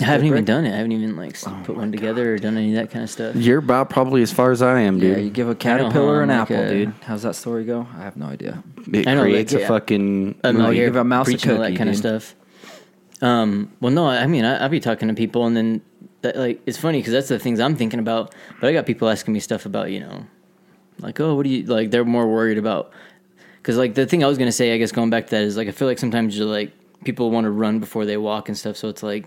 Speaker 6: I haven't even
Speaker 2: break.
Speaker 6: done it. I haven't even like s- put one together or done any of that kind of stuff.
Speaker 7: You're about probably as far as I am,
Speaker 2: Yeah,
Speaker 7: dude.
Speaker 2: you give a caterpillar an
Speaker 6: like
Speaker 2: apple,
Speaker 6: a-
Speaker 2: dude. How's that story go? I have no idea.
Speaker 7: it
Speaker 6: I know, like,
Speaker 7: creates a
Speaker 6: yeah.
Speaker 7: fucking.
Speaker 6: I'm
Speaker 2: No,
Speaker 6: out
Speaker 2: you
Speaker 6: here
Speaker 2: give a mouse a
Speaker 6: preaching all
Speaker 2: cookie,
Speaker 6: that kind
Speaker 2: dude.
Speaker 6: of stuff. Um, well, no, I I mean, I, I'll be talking to people, and then that, like it's funny because that's the things I'm thinking about. But I got people asking me stuff about you know, like oh, what do you like? They're more worried about because like the thing I was gonna say, I guess going back to that is like I feel like sometimes you're like people want to run before they walk and stuff, so it's like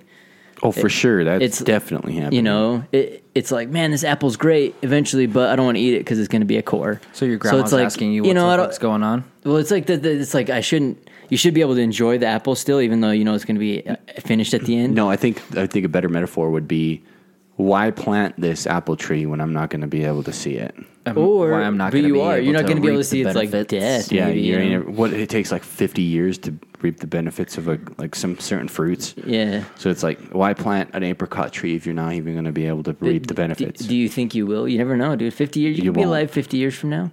Speaker 7: oh, for sure. That's
Speaker 6: it's-
Speaker 7: definitely happening.
Speaker 6: you know, it, it's like, man, this apple's great eventually, but I don't want to eat it because it's going to be a core.
Speaker 2: So your grandma's
Speaker 6: it's like,
Speaker 2: asking you, what
Speaker 6: know, I
Speaker 2: the
Speaker 6: don't-
Speaker 2: fuck's going on?
Speaker 6: Well, it's like the, the, it's like I shouldn't. You should be able to enjoy the apple still, even though you know it's going to be uh, finished at the end.
Speaker 7: No, I think I think a better metaphor would be why plant this apple tree when I'm not going to be able to see it?
Speaker 6: or
Speaker 2: Um, why I'm not
Speaker 6: but
Speaker 2: gonna
Speaker 6: you
Speaker 2: be
Speaker 6: are.
Speaker 2: able
Speaker 6: You're not
Speaker 2: to
Speaker 6: going to be able to
Speaker 2: reap the
Speaker 6: see it's like
Speaker 2: benefits.
Speaker 6: death.
Speaker 7: Yeah,
Speaker 6: maybe,
Speaker 7: you
Speaker 6: you know?
Speaker 7: ain't- what it takes like 50 years to reap the benefits of a, like some certain fruits.
Speaker 6: yeah.
Speaker 7: So it's like why plant an apricot tree if you're not even going to be able to reap the
Speaker 6: Do-
Speaker 7: benefits?
Speaker 6: Do, you think you will? You never know, dude. Fifty years, you,
Speaker 7: You
Speaker 6: could be
Speaker 7: won't.
Speaker 6: alive fifty years from now,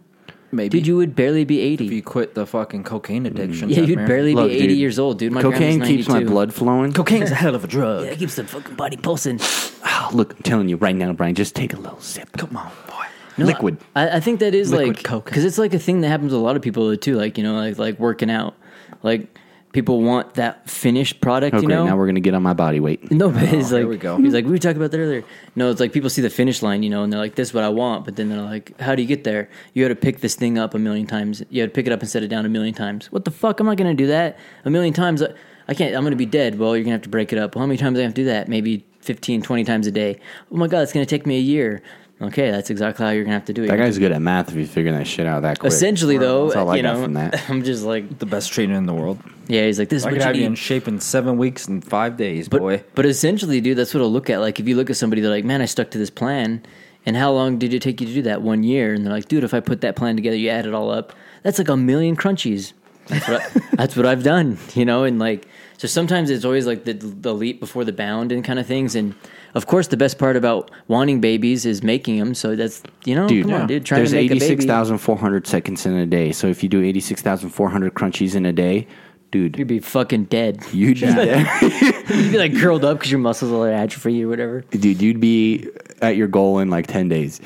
Speaker 2: Maybe
Speaker 6: dude. You would barely be eighty.
Speaker 2: if you quit the fucking cocaine addiction.
Speaker 6: yeah,
Speaker 2: that
Speaker 6: you'd
Speaker 2: Mary-
Speaker 6: barely
Speaker 7: Look,
Speaker 6: be eighty
Speaker 7: dude,
Speaker 6: years old, dude. My
Speaker 7: Cocaine
Speaker 6: grandma's
Speaker 7: keeps my
Speaker 6: 92.
Speaker 7: blood flowing.
Speaker 2: (laughs) Cocaine's a hell of a drug.
Speaker 6: Yeah, it keeps the fucking body pulsing.
Speaker 7: Ah, look, I'm telling you right now, Brian, just take a little sip.
Speaker 2: Come on, boy.
Speaker 6: No,
Speaker 7: Liquid.
Speaker 6: I, I think that is
Speaker 2: Liquid
Speaker 6: like
Speaker 2: coke.
Speaker 6: because it's like a thing that happens to a lot of people too. Like you know, like like working out, like people want that finished product.
Speaker 7: Oh,
Speaker 6: you
Speaker 7: great.
Speaker 6: know,
Speaker 7: Now we're going to get on my body
Speaker 6: (laughs)
Speaker 7: weight.
Speaker 6: no, but it's
Speaker 2: here
Speaker 6: like
Speaker 2: we go.
Speaker 6: he's like we talked about that earlier. No, it's like people see the finish line, you know, and they're like, "This is what I want," but then they're like, "How do you get there? You had to pick this thing up a million times. You had to pick it up and set it down a million times. What the fuck? I'm not gonna do that a million times. I, I can't. I'm gonna be dead. Well, you're gonna have to break it up. Well, how many times do I have to do that? Maybe 15, 20 times a day. Oh my god, it's gonna take me a year. Okay, that's exactly how you're gonna have to do it.
Speaker 7: That
Speaker 6: You're
Speaker 7: guy's good at math if he's figuring that shit out that quick.
Speaker 6: Essentially, though,
Speaker 7: That's all I
Speaker 6: you
Speaker 7: got
Speaker 6: know, (laughs)
Speaker 7: from that.
Speaker 6: I'm just like,
Speaker 2: (laughs) the best trainer in the world.
Speaker 6: yeah, he's like, this is
Speaker 2: I
Speaker 6: what
Speaker 2: could
Speaker 6: you
Speaker 2: have you
Speaker 6: need.
Speaker 2: in shape in seven weeks and five days,
Speaker 6: but,
Speaker 2: boy.
Speaker 6: but essentially, dude, that's what I'll look at. Like, if you look at somebody, they're like, man, I stuck to this plan. And how long did it take you to do that? One year. And they're like, dude, if I put that plan together, you add it all up, that's like a million crunchies. That's what,
Speaker 7: (laughs)
Speaker 6: I, that's what I've done, you know? And like, so sometimes it's always like the, the leap before the bound and kind of things. And of course, the best part about wanting babies is making them. So that's, you know,
Speaker 7: Dude,
Speaker 6: come on, dude, trying
Speaker 7: there's
Speaker 6: to make a baby.
Speaker 7: 86,400 seconds in a day. So if you do 86,400 crunchies in a day,
Speaker 6: You'd
Speaker 7: dude,
Speaker 6: be fucking dead. (laughs)
Speaker 7: you'd be there.
Speaker 6: You'd be like curled up because your muscles are like atrophy or whatever.
Speaker 7: dude, you'd be at your goal in like 10 days.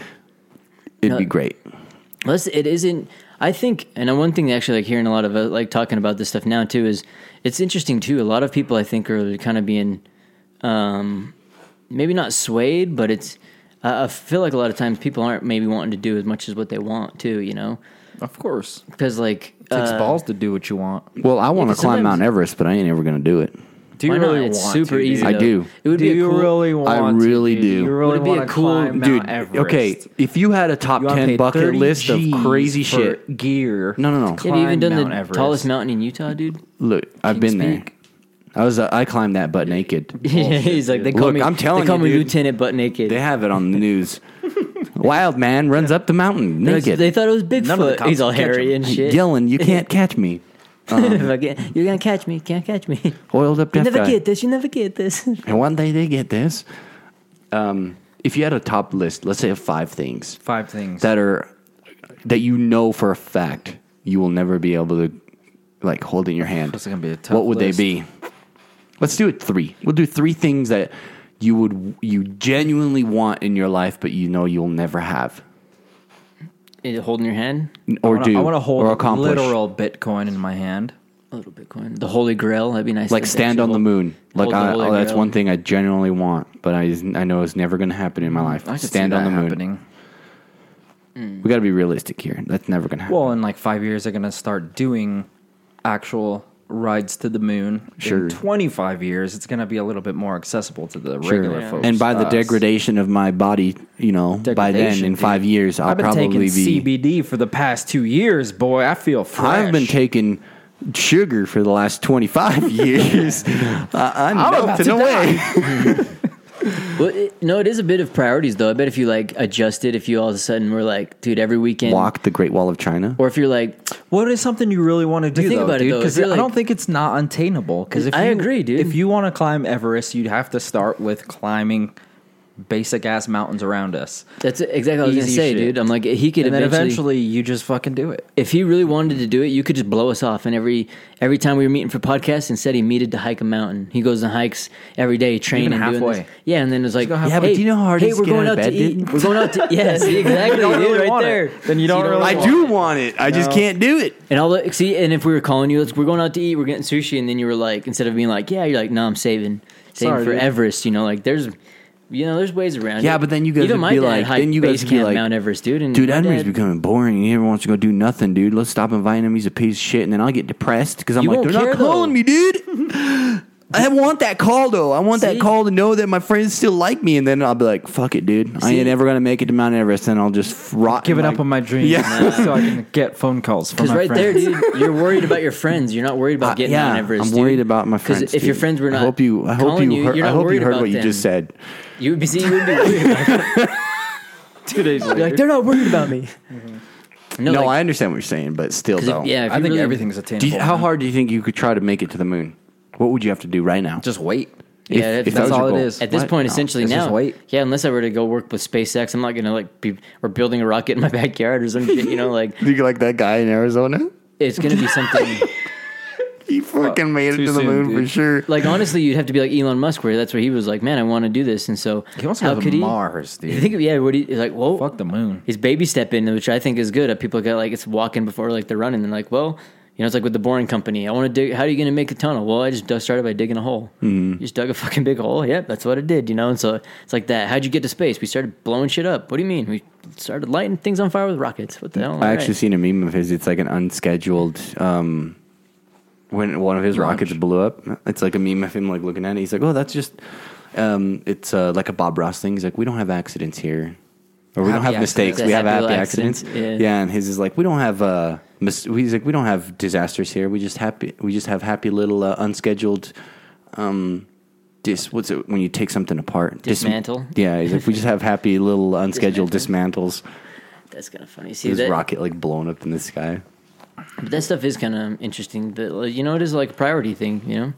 Speaker 7: It'd be great.
Speaker 6: Plus, it isn't. I think, and one thing actually, like hearing a lot of uh, like talking about this stuff now too is it's interesting too. A lot of people I think are kind of being, um, maybe not swayed, but it's. I I feel like a lot of times people aren't maybe wanting to do as much as what they want to, you know,
Speaker 5: Of course. It
Speaker 6: because like
Speaker 5: takes
Speaker 6: uh,
Speaker 5: balls to do what you want.
Speaker 7: Well, I want to
Speaker 6: 'cause
Speaker 7: climb
Speaker 6: sometimes-
Speaker 7: Mount Everest, but I ain't ever going to do it.
Speaker 5: Do you
Speaker 6: why not?
Speaker 5: really
Speaker 6: It's
Speaker 5: want
Speaker 6: super
Speaker 5: to, dude?
Speaker 6: easy.
Speaker 7: I
Speaker 6: though.
Speaker 7: do.
Speaker 6: It would
Speaker 5: Do
Speaker 6: be a
Speaker 5: you
Speaker 6: cool,
Speaker 5: really want?
Speaker 7: I
Speaker 5: to,
Speaker 7: really
Speaker 5: dude?
Speaker 7: do.
Speaker 5: You really
Speaker 6: Would it be
Speaker 5: want
Speaker 6: a
Speaker 5: to
Speaker 6: cool-
Speaker 5: climb Mount
Speaker 7: Dude,
Speaker 5: Everest.
Speaker 7: okay, if you had a top
Speaker 5: You wanna
Speaker 7: 10
Speaker 5: pay
Speaker 7: bucket
Speaker 5: 30
Speaker 7: list
Speaker 5: Gs
Speaker 7: of crazy
Speaker 5: for
Speaker 7: shit,
Speaker 5: gear.
Speaker 7: No, no, no.
Speaker 5: to
Speaker 6: Have you even
Speaker 5: climb
Speaker 6: done the
Speaker 5: Mount Everest. Oh,
Speaker 6: tallest mountain in Utah,
Speaker 5: (laughs)
Speaker 6: dude?
Speaker 7: look, I've
Speaker 6: Kings
Speaker 7: been there.
Speaker 6: Peak.
Speaker 7: I was uh, I climbed that butt naked.
Speaker 6: (laughs) Yeah, he's like they call
Speaker 7: Look,
Speaker 6: me.
Speaker 7: I'm telling
Speaker 6: they call
Speaker 7: you,
Speaker 6: me
Speaker 7: dude.
Speaker 6: Lieutenant Butt Naked.
Speaker 7: They have it on the news. Wild man runs up the mountain
Speaker 6: They-
Speaker 7: naked.
Speaker 6: They thought it was
Speaker 5: None of the
Speaker 6: Bigfoot.
Speaker 5: cops
Speaker 6: He's all
Speaker 5: can catch
Speaker 6: hairy
Speaker 5: him.
Speaker 6: and shit.
Speaker 7: Yelling, you
Speaker 6: (laughs)
Speaker 7: can't catch me.
Speaker 6: Fucking, You're gonna catch me. Can't catch
Speaker 7: (laughs)
Speaker 6: me.
Speaker 7: Oiled up
Speaker 6: You
Speaker 7: death
Speaker 6: never
Speaker 7: guy.
Speaker 6: get this. You never get (laughs) this.
Speaker 7: And one day they get this. Um, if you had a top list, let's say of five things
Speaker 5: Five things.
Speaker 7: that are that you know for a fact you will never be able to like hold in your hand.
Speaker 5: That's gonna be a tough
Speaker 7: what would
Speaker 5: list.
Speaker 7: they be? Let's do it three. We'll do three things that you would you genuinely want in your life, but you know you'll never have
Speaker 6: holding your hand,
Speaker 7: or
Speaker 5: I wanna,
Speaker 7: do
Speaker 5: I want to hold
Speaker 7: or accomplish.
Speaker 5: literal Bitcoin in my hand.
Speaker 6: a little Bitcoin, the Holy Grail. That'd be nice.
Speaker 7: like stand on the moon. Like
Speaker 6: hold the
Speaker 7: I,
Speaker 6: Holy
Speaker 7: oh, that's
Speaker 6: Grail.
Speaker 7: one thing I genuinely want, but I I know it's never going to happen in my life.
Speaker 5: Mm, I could
Speaker 7: stand
Speaker 5: see
Speaker 7: on
Speaker 5: that
Speaker 7: the moon.
Speaker 5: happening.
Speaker 7: We got to be realistic here. That's never going to happen.
Speaker 5: Well, in like five years, they're gonna start doing actual rides to the moon.
Speaker 7: Sure.
Speaker 5: In Twenty-five years, it's gonna be a little bit more accessible to the
Speaker 7: Sure.
Speaker 5: regular folks. uh,
Speaker 7: and by the
Speaker 5: us.
Speaker 7: degradation of my body, you know, by then
Speaker 5: Degradation,
Speaker 7: in
Speaker 5: dude.
Speaker 7: five years, I'll
Speaker 5: I've been
Speaker 7: probably
Speaker 5: taking
Speaker 7: be.
Speaker 5: CBD for the past two years, boy. I feel fresh.
Speaker 7: I've been taking sugar for the last twenty
Speaker 5: (laughs)
Speaker 7: five years. I, I'm,
Speaker 5: I'm about
Speaker 7: melting
Speaker 5: to
Speaker 7: away.
Speaker 6: Well, it, no, it is a bit of priorities though. I bet if you like adjusted, if you all of a sudden were like, dude, every weekend,
Speaker 7: Walk the Great Wall of China.
Speaker 6: or if you're like,
Speaker 5: What is something you really want to do?
Speaker 6: thing
Speaker 5: though,
Speaker 6: about it,
Speaker 5: dude?
Speaker 6: though, is
Speaker 5: because
Speaker 6: you're
Speaker 5: I don't
Speaker 6: like-
Speaker 5: think it's not untainable. Because if
Speaker 6: I
Speaker 5: you,
Speaker 6: agree, dude.
Speaker 5: if you want to climb Everest, you'd have to start with climbing basic ass mountains around us.
Speaker 6: that's exactly what I was gonna
Speaker 5: Easy
Speaker 6: say,
Speaker 5: shit.
Speaker 6: dude. I'm like, he could
Speaker 5: And then
Speaker 6: eventually,
Speaker 5: eventually, you just fucking do it.
Speaker 6: if he really wanted to do it, you could just blow us off. And every every time we were meeting for podcasts, instead he needed to hike a mountain. He goes and hikes every day, training,
Speaker 5: Even
Speaker 6: doing this.
Speaker 5: halfway.
Speaker 6: Yeah, and then it's like,
Speaker 5: go halfway.
Speaker 6: hey,
Speaker 7: Yeah, but do you know how hard it
Speaker 6: hey,
Speaker 7: is to
Speaker 6: we're
Speaker 7: get
Speaker 6: going
Speaker 7: out of
Speaker 6: out to
Speaker 7: bed,
Speaker 6: eat.
Speaker 7: dude?
Speaker 6: We're going out
Speaker 7: (laughs)
Speaker 6: to yeah, see, exactly,
Speaker 5: You don't
Speaker 6: dude,
Speaker 5: really
Speaker 6: right
Speaker 5: want
Speaker 6: there.
Speaker 5: it. Then you don't really
Speaker 7: I
Speaker 5: want
Speaker 7: do want it. I just can't do it.
Speaker 6: And all the see, and if we were calling you, like, we're going out to eat, we're getting sushi, and then you were like, instead of being like, yeah, you're like, no, I'm saving, saving
Speaker 5: Sorry,
Speaker 6: for
Speaker 5: dude.
Speaker 6: Everest, you know, like there's, you know, there's ways around.
Speaker 7: Yeah,
Speaker 6: it.
Speaker 7: but then you guys
Speaker 6: Even
Speaker 7: would
Speaker 6: my
Speaker 7: be
Speaker 6: dad
Speaker 7: like-
Speaker 6: hiked
Speaker 7: then you
Speaker 6: base
Speaker 7: guys would be
Speaker 6: camp
Speaker 7: like,
Speaker 6: Mount Everest, dude. And
Speaker 7: Dude,
Speaker 6: Mm-hmm. my
Speaker 7: Henry's
Speaker 6: dad-
Speaker 7: becoming boring. He never wants to go do nothing, dude. Let's stop inviting him. He's a piece of shit. And then I'll get depressed because I'm
Speaker 6: You
Speaker 7: like,
Speaker 6: won't
Speaker 7: they're
Speaker 6: care,
Speaker 7: not calling
Speaker 6: though. (laughs)
Speaker 7: me, dude. I want that call, though. I want that
Speaker 6: See?
Speaker 7: call to know that my friends still like me. And then I'll be like, fuck it, dude. I ain't
Speaker 6: See?
Speaker 7: ever going to make it to Mount Everest. And I'll just rot.
Speaker 5: Giving up on my dreams
Speaker 7: Yeah.
Speaker 5: so (laughs) I can get phone calls from
Speaker 6: Because
Speaker 5: my
Speaker 6: right
Speaker 5: friends. (laughs)
Speaker 6: there, dude, you're worried about your friends. You're not worried about getting
Speaker 7: Uh, yeah,
Speaker 6: Mount Everest.
Speaker 7: I'm
Speaker 6: dude.
Speaker 7: worried about my friends.
Speaker 6: 'Cause if your
Speaker 7: dude.
Speaker 6: friends were not,
Speaker 7: I hope you, I hope
Speaker 6: calling
Speaker 7: you, heard,
Speaker 6: you're
Speaker 7: I
Speaker 6: not
Speaker 7: hope you
Speaker 6: worried
Speaker 7: heard
Speaker 6: about
Speaker 7: what you
Speaker 6: them.
Speaker 7: just said.
Speaker 6: You would be seeing. You would be worried about them.
Speaker 5: two days later.
Speaker 6: You're like they're not worried about me.
Speaker 7: No,
Speaker 6: Mm-hmm. like,
Speaker 7: I understand what you're saying, but still,
Speaker 6: 'cause if-
Speaker 7: though.
Speaker 6: yeah, if
Speaker 5: I
Speaker 6: you
Speaker 5: think
Speaker 6: really-
Speaker 5: everything's
Speaker 7: Do
Speaker 5: attainable.
Speaker 7: you, how
Speaker 5: man.
Speaker 7: hard do you think you could try to make it to the moon? What would you have to do right now?
Speaker 5: Just wait.
Speaker 6: Yeah,
Speaker 7: If-
Speaker 6: if
Speaker 7: if that
Speaker 6: that's
Speaker 7: was your
Speaker 5: all it
Speaker 7: goal.
Speaker 5: is.
Speaker 6: At this
Speaker 7: What? Oh.
Speaker 6: point,
Speaker 7: No,
Speaker 6: essentially
Speaker 5: it's just
Speaker 6: now,
Speaker 5: wait.
Speaker 6: yeah. Unless I were to go work with SpaceX, I'm not gonna like be or building a rocket in my (laughs) backyard or some shit. You know, like
Speaker 7: Do (laughs) you like that guy in Arizona?
Speaker 6: it's gonna be something.
Speaker 7: (laughs) He fucking made it
Speaker 5: too
Speaker 7: to the
Speaker 5: soon,
Speaker 7: moon for
Speaker 5: dude.
Speaker 7: sure.
Speaker 6: like honestly, you'd have to be like Elon Musk, where that's where he was like, man, I want to do this, and so
Speaker 5: He wants to
Speaker 6: how
Speaker 5: go to
Speaker 6: could he?
Speaker 5: Mars, dude.
Speaker 6: You think yeah? What he he's like? Well,
Speaker 5: Fuck the moon.
Speaker 6: He's baby stepping, which I think is good. Uh, People get like it's walking before like they're running. They're like, well, you know, it's like with the boring company. I want to dig. How are you going to make a tunnel? Well, I just dug- started by digging a hole.
Speaker 7: Hmm.
Speaker 6: Mm-hmm. Just dug a fucking big hole. Yep, that's what it did. You know, and so it's like that. How'd you get to space? We started blowing shit up. What do you mean? We started lighting things on fire with rockets. What the hell?
Speaker 7: I actually
Speaker 6: Right.
Speaker 7: seen a meme of his. It's like an unscheduled. Um, when one of his rockets blew up, it's like a meme of him like looking at it. He's like, "Oh, that's just." Um, it's uh, like a Bob Ross thing. He's like, "We don't have accidents here, or we don't
Speaker 5: Happy
Speaker 7: have mistakes.
Speaker 6: accidents.
Speaker 7: We have
Speaker 6: Happy
Speaker 7: happy accidents."
Speaker 6: accidents,
Speaker 7: Yeah.
Speaker 6: yeah.
Speaker 7: and his is like, "We don't have uh, mis- he's like, we don't have disasters here. We just happy. We just have happy little uh, unscheduled." Um, dis what's it when you take something apart? Dis-
Speaker 6: Dismantle?
Speaker 7: yeah, if we just have happy
Speaker 6: (laughs)
Speaker 7: little unscheduled dismantles.
Speaker 6: That's kind of funny. See
Speaker 7: This
Speaker 6: that,
Speaker 7: rocket like blown up in the sky.
Speaker 6: but that stuff is kind of interesting. But like, you know, it is like a priority thing. You know,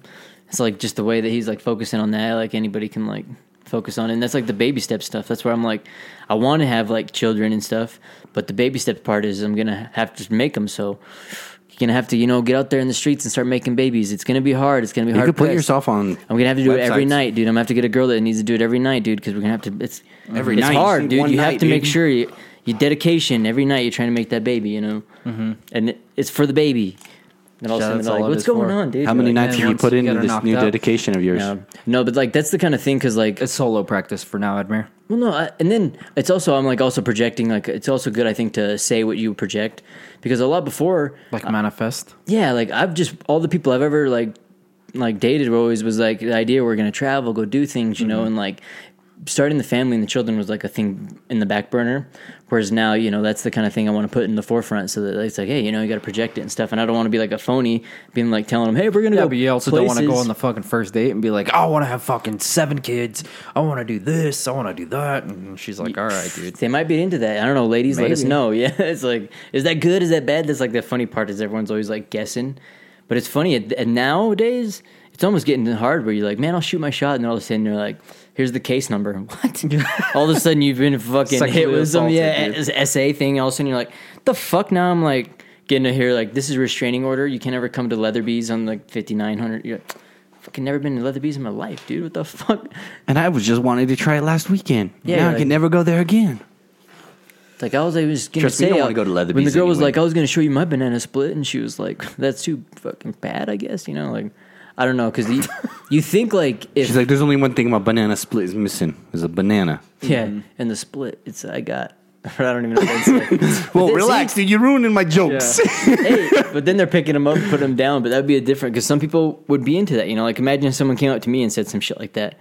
Speaker 6: it's like just the way that he's like focusing on that. Like anybody can like focus on it. And that's like the baby step stuff. That's where I'm like, I want to have like children and stuff. But the baby step part is I'm gonna have to make them. So you're gonna have to you know get out there in the streets and start making babies. It's gonna be hard. It's gonna be
Speaker 7: You
Speaker 6: hard.
Speaker 7: could put
Speaker 6: pressed.
Speaker 7: yourself on.
Speaker 6: I'm gonna have to do it every
Speaker 7: websites.
Speaker 6: night, dude. I'm gonna have to get a girl that needs to do it every night, dude, because we're gonna have to. It's
Speaker 7: Every
Speaker 6: it's
Speaker 7: night, you
Speaker 6: hard,
Speaker 7: just need
Speaker 6: dude.
Speaker 7: one
Speaker 6: You
Speaker 7: night,
Speaker 6: have to make
Speaker 7: dude.
Speaker 6: sure you, your dedication every night. You're trying to make that baby, you know,
Speaker 7: Mm-hmm.
Speaker 6: and it, it's for the baby. And all of a
Speaker 5: Yeah,
Speaker 6: sudden,
Speaker 5: that's
Speaker 6: they're
Speaker 5: all
Speaker 6: like,
Speaker 5: it
Speaker 6: "What's
Speaker 5: is
Speaker 6: going
Speaker 5: for.
Speaker 6: on, dude?"
Speaker 7: How
Speaker 6: You're
Speaker 7: many
Speaker 6: like,
Speaker 7: nights
Speaker 5: man,
Speaker 7: can you
Speaker 5: once
Speaker 7: put
Speaker 5: you
Speaker 7: into
Speaker 5: get her
Speaker 7: this
Speaker 5: knocked
Speaker 7: new
Speaker 5: out.
Speaker 7: dedication of yours?
Speaker 6: "Yeah." No, but like that's the kind of thing because like
Speaker 5: It's solo practice for now, Edmir.
Speaker 6: Well, no, I, and then it's also I'm like also projecting. Like it's also good, I think, to say what you project because a lot before,
Speaker 5: Like manifest.
Speaker 6: yeah, like I've just all the people I've ever like like dated were always was like the idea we're gonna travel, go do things, you
Speaker 5: Mm-hmm.
Speaker 6: know, and like starting the family and the children was like a thing in the back burner. Whereas now, you know, that's the kind of thing I want to put in the forefront so that it's like, hey, you know, you got to project it and stuff. And I don't want to be like a phony, being like telling them, hey, we're gonna
Speaker 5: Yeah,
Speaker 6: go.
Speaker 5: but you also don't want to go
Speaker 6: places.
Speaker 5: on the fucking first date and be like, "Oh, I want to have fucking seven kids. I want to do this. I want to do that. And she's like, all right, dude.
Speaker 6: They might be into that. I don't know, ladies. Let us
Speaker 5: Maybe.
Speaker 6: know. (laughs) Yeah, it's like, is that good? Is that bad? That's like the funny part is everyone's always like guessing, but it's funny. And- And nowadays, it's almost getting hard where you're like, man, I'll shoot my shot, and all of a sudden they're like, here's the case number. (laughs)
Speaker 5: (laughs)
Speaker 6: What? all of a sudden you've been fucking hit
Speaker 5: Sexually
Speaker 6: with some
Speaker 5: assaulted,
Speaker 6: yeah
Speaker 5: dude.
Speaker 6: S- SA thing. All of a sudden you're like, the fuck? Now I'm like getting to hear like this is restraining order. You can never come to Leatherbees on like 5900. You're like, fucking never been to Leatherbees in my life, dude. What the fuck?
Speaker 7: And I was just wanting to try it last weekend.
Speaker 6: Yeah,
Speaker 7: Yeah, now I
Speaker 6: like-
Speaker 7: can never go there again.
Speaker 6: It's Like I was, I was gonna
Speaker 7: Trust me,
Speaker 6: say,
Speaker 7: you don't
Speaker 6: uh,
Speaker 7: wanna go to Leatherby's
Speaker 6: when the girl was
Speaker 7: anyway.
Speaker 6: like, "I was gonna show you my banana split," and she was like, (laughs) "That's too fucking bad," I guess you know, like I don't know, because
Speaker 7: (laughs)
Speaker 6: you, you think like if
Speaker 7: She's like, there's only one thing my banana split is missing. Is a banana.
Speaker 6: yeah,
Speaker 7: "Mm-hmm."
Speaker 6: and the split, it's I got, (laughs) I don't even know what that's like.
Speaker 7: (laughs) Well,
Speaker 6: then-
Speaker 7: relax, dude. You're ruining my jokes. (laughs)
Speaker 6: hey, but then they're picking them up and putting them down, but that'd be a different because some people would be into that, you know, like imagine if someone came up to me and said some shit like that,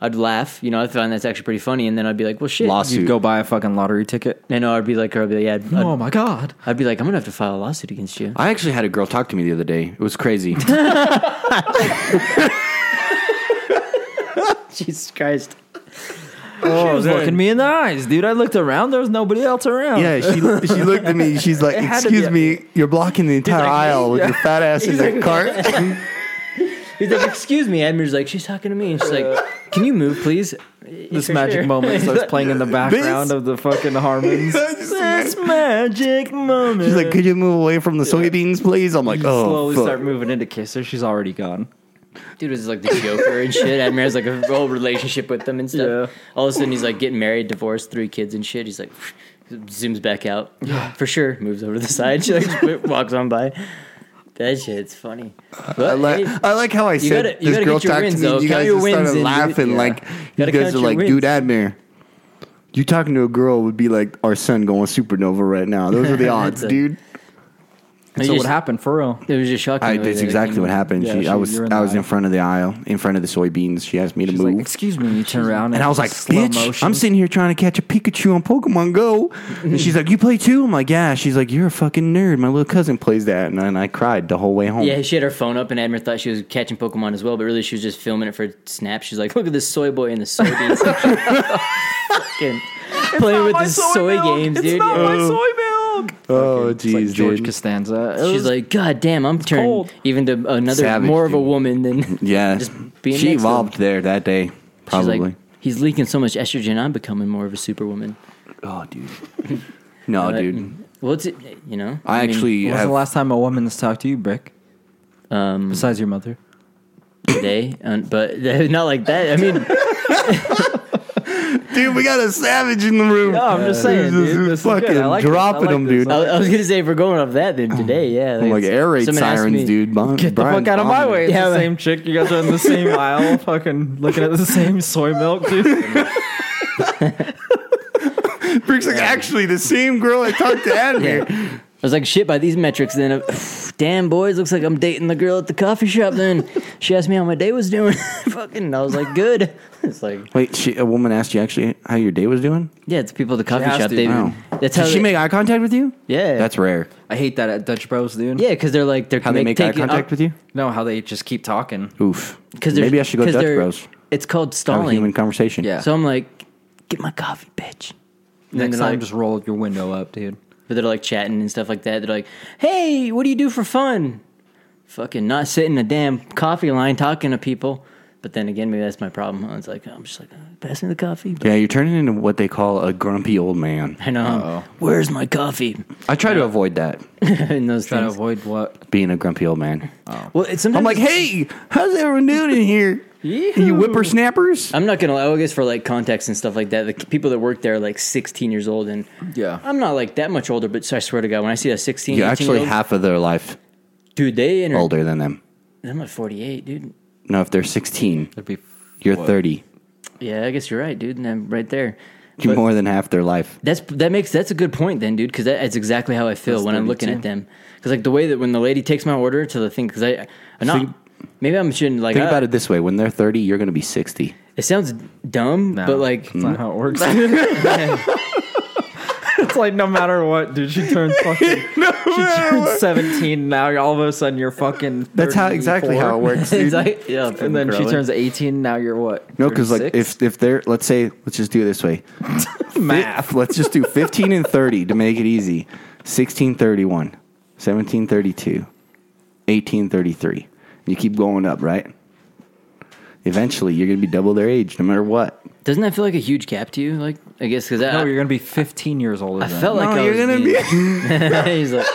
Speaker 6: I'd laugh, you know, I'd find that's actually pretty funny, and then I'd be like, well, shit,
Speaker 7: Lawsuit.
Speaker 5: You'd go buy a fucking lottery ticket.
Speaker 6: I know, I'd be like, or I'd be like, yeah,
Speaker 7: (laughs)
Speaker 6: I'd,
Speaker 5: Oh my God.
Speaker 6: I'd be like, I'm gonna have to file a lawsuit against you.
Speaker 7: I actually had a girl talk to me the other day. It was crazy.
Speaker 6: Jesus Christ.
Speaker 5: she was looking me in the eyes, dude. I looked around. There was nobody else around.
Speaker 7: (laughs) yeah, she she looked at me. She's like,
Speaker 5: had to be
Speaker 7: "Excuse
Speaker 5: a-
Speaker 7: me, you're blocking the entire aisle
Speaker 5: (laughs)
Speaker 7: with your fat ass in that cart."
Speaker 6: He's like, excuse me. Admir's like, she's talking to me. And she's like, can you move, please?
Speaker 5: This magic moment (laughs) starts playing in the background of the fucking (laughs) harmonies.
Speaker 6: This magic moment.
Speaker 7: She's like, "Could you move away from the soybeans, please?" I'm like, "Oh,
Speaker 5: Slowly
Speaker 7: fuck."
Speaker 5: start moving into kiss her. She's already gone.
Speaker 6: Dude is like the Joker and shit. Admir has like a whole relationship with them and stuff.
Speaker 5: Yeah.
Speaker 6: All of a sudden, he's like getting married, divorced, three kids and shit. He's like, zooms back out. Yeah. For sure. Moves over to the side. (laughs) She like walks on by. That shit's funny. But,
Speaker 7: I like
Speaker 6: hey,
Speaker 7: I like how I said
Speaker 6: gotta- you
Speaker 7: this
Speaker 6: gotta
Speaker 7: girl
Speaker 6: get your
Speaker 7: talked
Speaker 6: wins,
Speaker 7: to me.
Speaker 6: though.
Speaker 7: and You
Speaker 6: Count
Speaker 7: guys
Speaker 6: your
Speaker 7: just
Speaker 6: wins
Speaker 7: started
Speaker 6: and do-
Speaker 7: laughing
Speaker 6: yeah.
Speaker 7: like you
Speaker 6: Gotta
Speaker 7: guys
Speaker 6: count
Speaker 7: are
Speaker 6: your
Speaker 7: like,
Speaker 6: wins.
Speaker 7: dude, Admir. You talking to a girl would be like our son going supernova right now. Those
Speaker 6: (laughs)
Speaker 7: are the odds,
Speaker 6: That's a-
Speaker 7: dude.
Speaker 5: And so
Speaker 6: you
Speaker 5: what
Speaker 6: just-
Speaker 5: happened for real?
Speaker 6: it was just shocking.
Speaker 7: I,
Speaker 6: the way
Speaker 7: that's
Speaker 6: that it
Speaker 7: exactly
Speaker 6: came
Speaker 7: what
Speaker 6: out.
Speaker 7: happened.
Speaker 5: Yeah,
Speaker 7: she,
Speaker 5: she-
Speaker 7: I was
Speaker 5: you're in
Speaker 7: I
Speaker 5: the
Speaker 7: was in
Speaker 5: aisle.
Speaker 7: front of the aisle, in front of the soybeans. She asked me to
Speaker 5: She's
Speaker 7: move,
Speaker 5: like, excuse me. And you turn around,
Speaker 7: and I was like,
Speaker 5: slow
Speaker 7: "Bitch,
Speaker 5: motion.
Speaker 7: I'm sitting here trying to catch a Pikachu on Pokemon
Speaker 6: (laughs)
Speaker 7: Go." and she's like, "You play too?" I'm like, "Yeah." She's like, "You're a fucking nerd. My little cousin plays that," and, and I cried the whole way home.
Speaker 6: Yeah, she had her phone up, and Admir thought she was catching Pokemon as well, but really she was just filming it for Snap. She's like, "Look at this soy boy and the soybeans, Fucking playing with the soy, games, dude." Yeah.
Speaker 5: soy milk.
Speaker 7: oh jeez,
Speaker 5: It's like George
Speaker 7: dude.
Speaker 5: Costanza. It
Speaker 6: She's
Speaker 5: was-
Speaker 6: like, "God damn, I'm turned
Speaker 5: cold.
Speaker 6: even to another
Speaker 7: Savage,
Speaker 6: more of a
Speaker 7: dude.
Speaker 6: woman
Speaker 7: (laughs)
Speaker 6: than (laughs)
Speaker 7: Yeah,
Speaker 6: Just being
Speaker 7: she
Speaker 6: next to him.
Speaker 7: evolved there that day.
Speaker 6: She's
Speaker 7: Probably.
Speaker 6: like, He's leaking so much estrogen. I'm becoming more of a superwoman.
Speaker 7: oh, dude. (laughs) no,
Speaker 6: Like,
Speaker 7: dude.
Speaker 6: What's it? You know,
Speaker 7: I,
Speaker 6: mean,
Speaker 7: actually
Speaker 5: when was
Speaker 7: have.
Speaker 5: the last time a woman has talked to you, Brick?
Speaker 6: um,
Speaker 5: Besides your mother.
Speaker 6: today, um, but (laughs) not like that. I mean,
Speaker 7: dude, we got a savage in the room.
Speaker 5: I'm just saying,
Speaker 7: He's just-
Speaker 5: dude,
Speaker 7: he's
Speaker 5: this is good.
Speaker 7: fucking
Speaker 5: I like this. I
Speaker 7: dropping
Speaker 5: like
Speaker 7: them,
Speaker 5: this.
Speaker 7: dude.
Speaker 6: I, I was gonna say if we're going off that,
Speaker 7: (sighs)
Speaker 6: then today, yeah,
Speaker 7: I'm like air raid
Speaker 6: someone asked
Speaker 7: sirens,
Speaker 6: me-
Speaker 7: dude. Bon-
Speaker 5: Get the
Speaker 7: Brian
Speaker 5: fuck out of my
Speaker 7: bombed
Speaker 5: way. It's
Speaker 6: Yeah,
Speaker 5: the
Speaker 6: man.
Speaker 5: same chick. You guys are in the (laughs) same aisle, fucking looking (laughs) at the same soy milk, dude.
Speaker 7: it. Brick's like, actually, the same girl I talked
Speaker 5: (laughs)
Speaker 7: to Admir.
Speaker 6: I was like, shit, by these metrics, then, uh, (sighs) damn, boys, looks like I'm dating the girl at the coffee shop. Then she asked me how my day was doing. (laughs) Fucking, and I was like, good. It's like,
Speaker 7: Wait, she, a woman asked you actually how your day was doing?
Speaker 6: yeah, it's people at the coffee
Speaker 5: asked
Speaker 6: shop.
Speaker 5: you.
Speaker 6: They,
Speaker 7: Wow.
Speaker 6: That's how
Speaker 7: Oh. Did she
Speaker 6: they-
Speaker 7: make eye contact with you?
Speaker 6: Yeah.
Speaker 7: That's rare.
Speaker 5: I hate that at Dutch Bros, dude.
Speaker 6: yeah, because they're like, they're
Speaker 7: How they make eye contact with you?
Speaker 5: No, how they just keep talking.
Speaker 7: Oof.
Speaker 6: 'Cause there's-
Speaker 7: Maybe I should go
Speaker 6: 'cause
Speaker 7: Dutch
Speaker 6: they're-
Speaker 7: Bros.
Speaker 6: it's called
Speaker 7: Have a
Speaker 6: stalling.
Speaker 7: human conversation.
Speaker 5: Yeah.
Speaker 6: So I'm like, get my coffee, bitch. And then
Speaker 5: Next
Speaker 6: they're
Speaker 5: time,
Speaker 6: like-
Speaker 5: just roll your window up, dude.
Speaker 6: but they're like chatting and stuff like that. They're like, "Hey, what do you do for fun?" Fucking not sitting in a damn coffee line talking to people. But then again, maybe that's my problem. I was like, I'm just like, "Uh, pass me the coffee. But (laughs)
Speaker 7: Yeah, you're turning into what they call a grumpy old man.
Speaker 6: I know, I'm, um, where's my coffee? (laughs)
Speaker 7: I try to avoid that,
Speaker 6: in those
Speaker 5: Try to
Speaker 6: things.
Speaker 5: avoid what?
Speaker 7: being a grumpy old man.
Speaker 6: Well, it's sometimes
Speaker 7: I'm like,
Speaker 6: it's-
Speaker 7: hey, how's everyone doing in here? you whippersnappers?
Speaker 6: I'm not gonna lie. I guess for like context and stuff like that, the people that work there are like 16 years old, and
Speaker 5: Yeah.
Speaker 6: I'm not like that much older. But so I swear to God, when I see a 16,
Speaker 7: You're
Speaker 6: 18
Speaker 7: actually
Speaker 6: year old,
Speaker 7: half of their life
Speaker 6: dude, they enter.
Speaker 7: older than them.
Speaker 6: I'm at 48, dude.
Speaker 7: No, if they're 16,
Speaker 5: That'd be
Speaker 7: you're
Speaker 5: what?
Speaker 7: 30.
Speaker 6: Yeah, I guess you're right, dude. And I'm right there.
Speaker 7: You're
Speaker 6: But-
Speaker 7: more than half their life.
Speaker 6: That's that makes that's a good point then, dude. Because that, that's exactly how I feel
Speaker 5: That's
Speaker 6: when I'm looking
Speaker 5: 32.
Speaker 6: at them. Because like the way that when the lady takes my order to the thing, because I I'm not
Speaker 7: Think-
Speaker 6: maybe I'm shouldn't like
Speaker 7: Think
Speaker 6: uh,
Speaker 7: about it this way when they're 30, you're going to be 60.
Speaker 6: It sounds dumb,
Speaker 5: No,
Speaker 6: but like
Speaker 5: that's not how it works. (laughs) it's like no matter what, dude. She (laughs) turns fucking. she turns seventeen now. All of a sudden, you're fucking.
Speaker 7: That's how
Speaker 6: (laughs)
Speaker 7: exactly how it
Speaker 5: 34.
Speaker 7: works.
Speaker 6: it's (laughs) like yeah,
Speaker 5: And then she
Speaker 7: Growing.
Speaker 5: turns eighteen. Now you're what?
Speaker 7: No, because like
Speaker 5: 36?
Speaker 7: if if they're let's say let's just do it this way,
Speaker 5: math. (laughs)
Speaker 7: Fi- let's just do fifteen and thirty to make it easy. 1631, 1732, 1833. You keep going up, right? Eventually, you're gonna be double their age, no matter what.
Speaker 6: doesn't that feel like a huge cap to you? Like I guess because I,
Speaker 5: No, you're gonna be 15 years older.
Speaker 6: I
Speaker 5: than
Speaker 6: felt like
Speaker 7: No,
Speaker 6: I
Speaker 7: you're
Speaker 6: was
Speaker 7: gonna
Speaker 6: being- (laughs) He's like,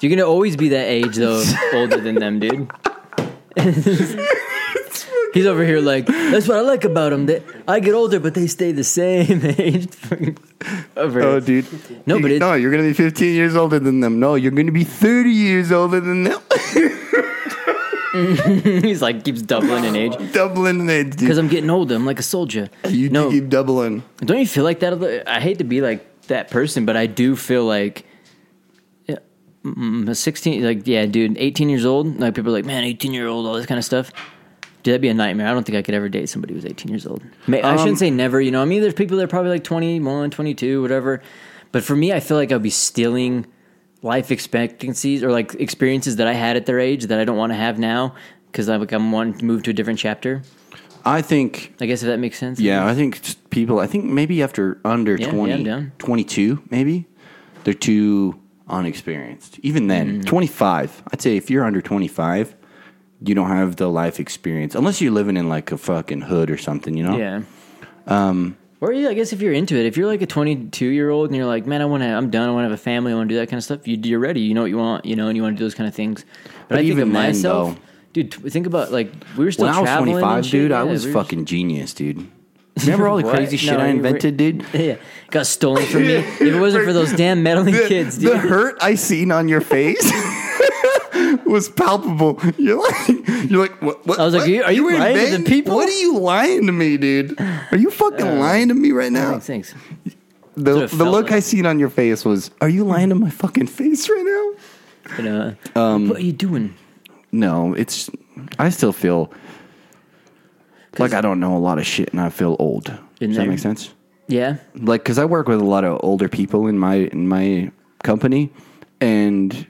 Speaker 6: you're gonna always be that age though, (laughs) older than them,
Speaker 7: (laughs)
Speaker 6: dude. He's over here like that's what I like about them. That I get older, but they stay the same (laughs) age. over
Speaker 7: Oh,
Speaker 6: here.
Speaker 7: dude.
Speaker 6: No,
Speaker 7: You-
Speaker 6: but it's-
Speaker 7: no, you're gonna be 15 years older than them. No, you're gonna be 30 years older than them.
Speaker 6: (laughs)
Speaker 7: (laughs)
Speaker 6: He's like keeps doubling in age
Speaker 7: Doubling in age,
Speaker 6: because
Speaker 7: dude.
Speaker 6: I'm getting older. I'm like a soldier.
Speaker 7: You
Speaker 6: no,
Speaker 7: keep doubling.
Speaker 6: don't you feel like that? a li- I hate to be like that person, but I do feel like. yeah, mm, 16 like yeah dude 18 years old like people are like man 18 year old all this kind of stuff dude that'd be a nightmare i don't think i could ever date somebody who's 18 years old Um, May, i shouldn't say never you know i mean there's people that are probably like 21 22 whatever but for me i feel like i'd be stealing life expectancies or like experiences that i had at their age that i don't want to have now because i'm like i'm wanting to move to a different chapter
Speaker 7: I think
Speaker 6: i guess if that makes sense
Speaker 7: Yeah, I think just people. I think maybe after under
Speaker 6: Yeah, yeah, I'm
Speaker 7: twenty, twenty-two, 20,
Speaker 6: down.
Speaker 7: 22 maybe they're too unexperienced. Even
Speaker 6: Mm.
Speaker 7: then, twenty five. I'd say if you're under twenty five, you don't have the life experience unless you're living in like a fucking hood or something. You know.
Speaker 6: Yeah. Um, or yeah, I guess if you're into it, if you're like a 22 year old and you're like, man, I want to, I'm done, I want to have a family, I want to do that kind of stuff. You, you're ready, you know what you want, you know, and you want to do those kind of things. But, I think
Speaker 7: even
Speaker 6: of
Speaker 7: then,
Speaker 6: myself,
Speaker 7: though-
Speaker 6: dude. t- Think about like we were still
Speaker 7: When I was
Speaker 6: traveling.
Speaker 7: twenty
Speaker 6: and
Speaker 7: five,
Speaker 6: shit,
Speaker 7: dude, I
Speaker 6: yeah,
Speaker 7: was
Speaker 6: we were-
Speaker 7: fucking genius,
Speaker 6: (laughs)
Speaker 7: dude. (laughs) Remember all the
Speaker 6: What?
Speaker 7: crazy shit
Speaker 6: No,
Speaker 7: I
Speaker 6: you were-
Speaker 7: invented, dude?
Speaker 6: (laughs) Yeah, got stolen from
Speaker 7: (laughs)
Speaker 6: me. If it wasn't for those damn meddling kids, dude.
Speaker 7: The hurt I seen on your (laughs) face was palpable. You're like, you're like, what? what
Speaker 6: I was like,
Speaker 7: what?
Speaker 6: are you- are you lying to the
Speaker 7: invading-
Speaker 6: people?
Speaker 7: What are you lying to me, dude? Are you fucking lying to me right now?
Speaker 6: Thanks, thanks.
Speaker 7: The,
Speaker 6: what it
Speaker 7: the
Speaker 6: felt
Speaker 7: look
Speaker 6: like.
Speaker 7: I seen on your face was, are you lying to my fucking face right now?
Speaker 6: But, uh,
Speaker 7: Um,
Speaker 6: what are you doing?
Speaker 7: No, it's. I still feel like I don't know a lot of shit, and I feel old.
Speaker 6: Been
Speaker 7: Does that
Speaker 6: there.
Speaker 7: make sense?
Speaker 6: Yeah,
Speaker 7: like because I work with a lot of older people in my in my company, and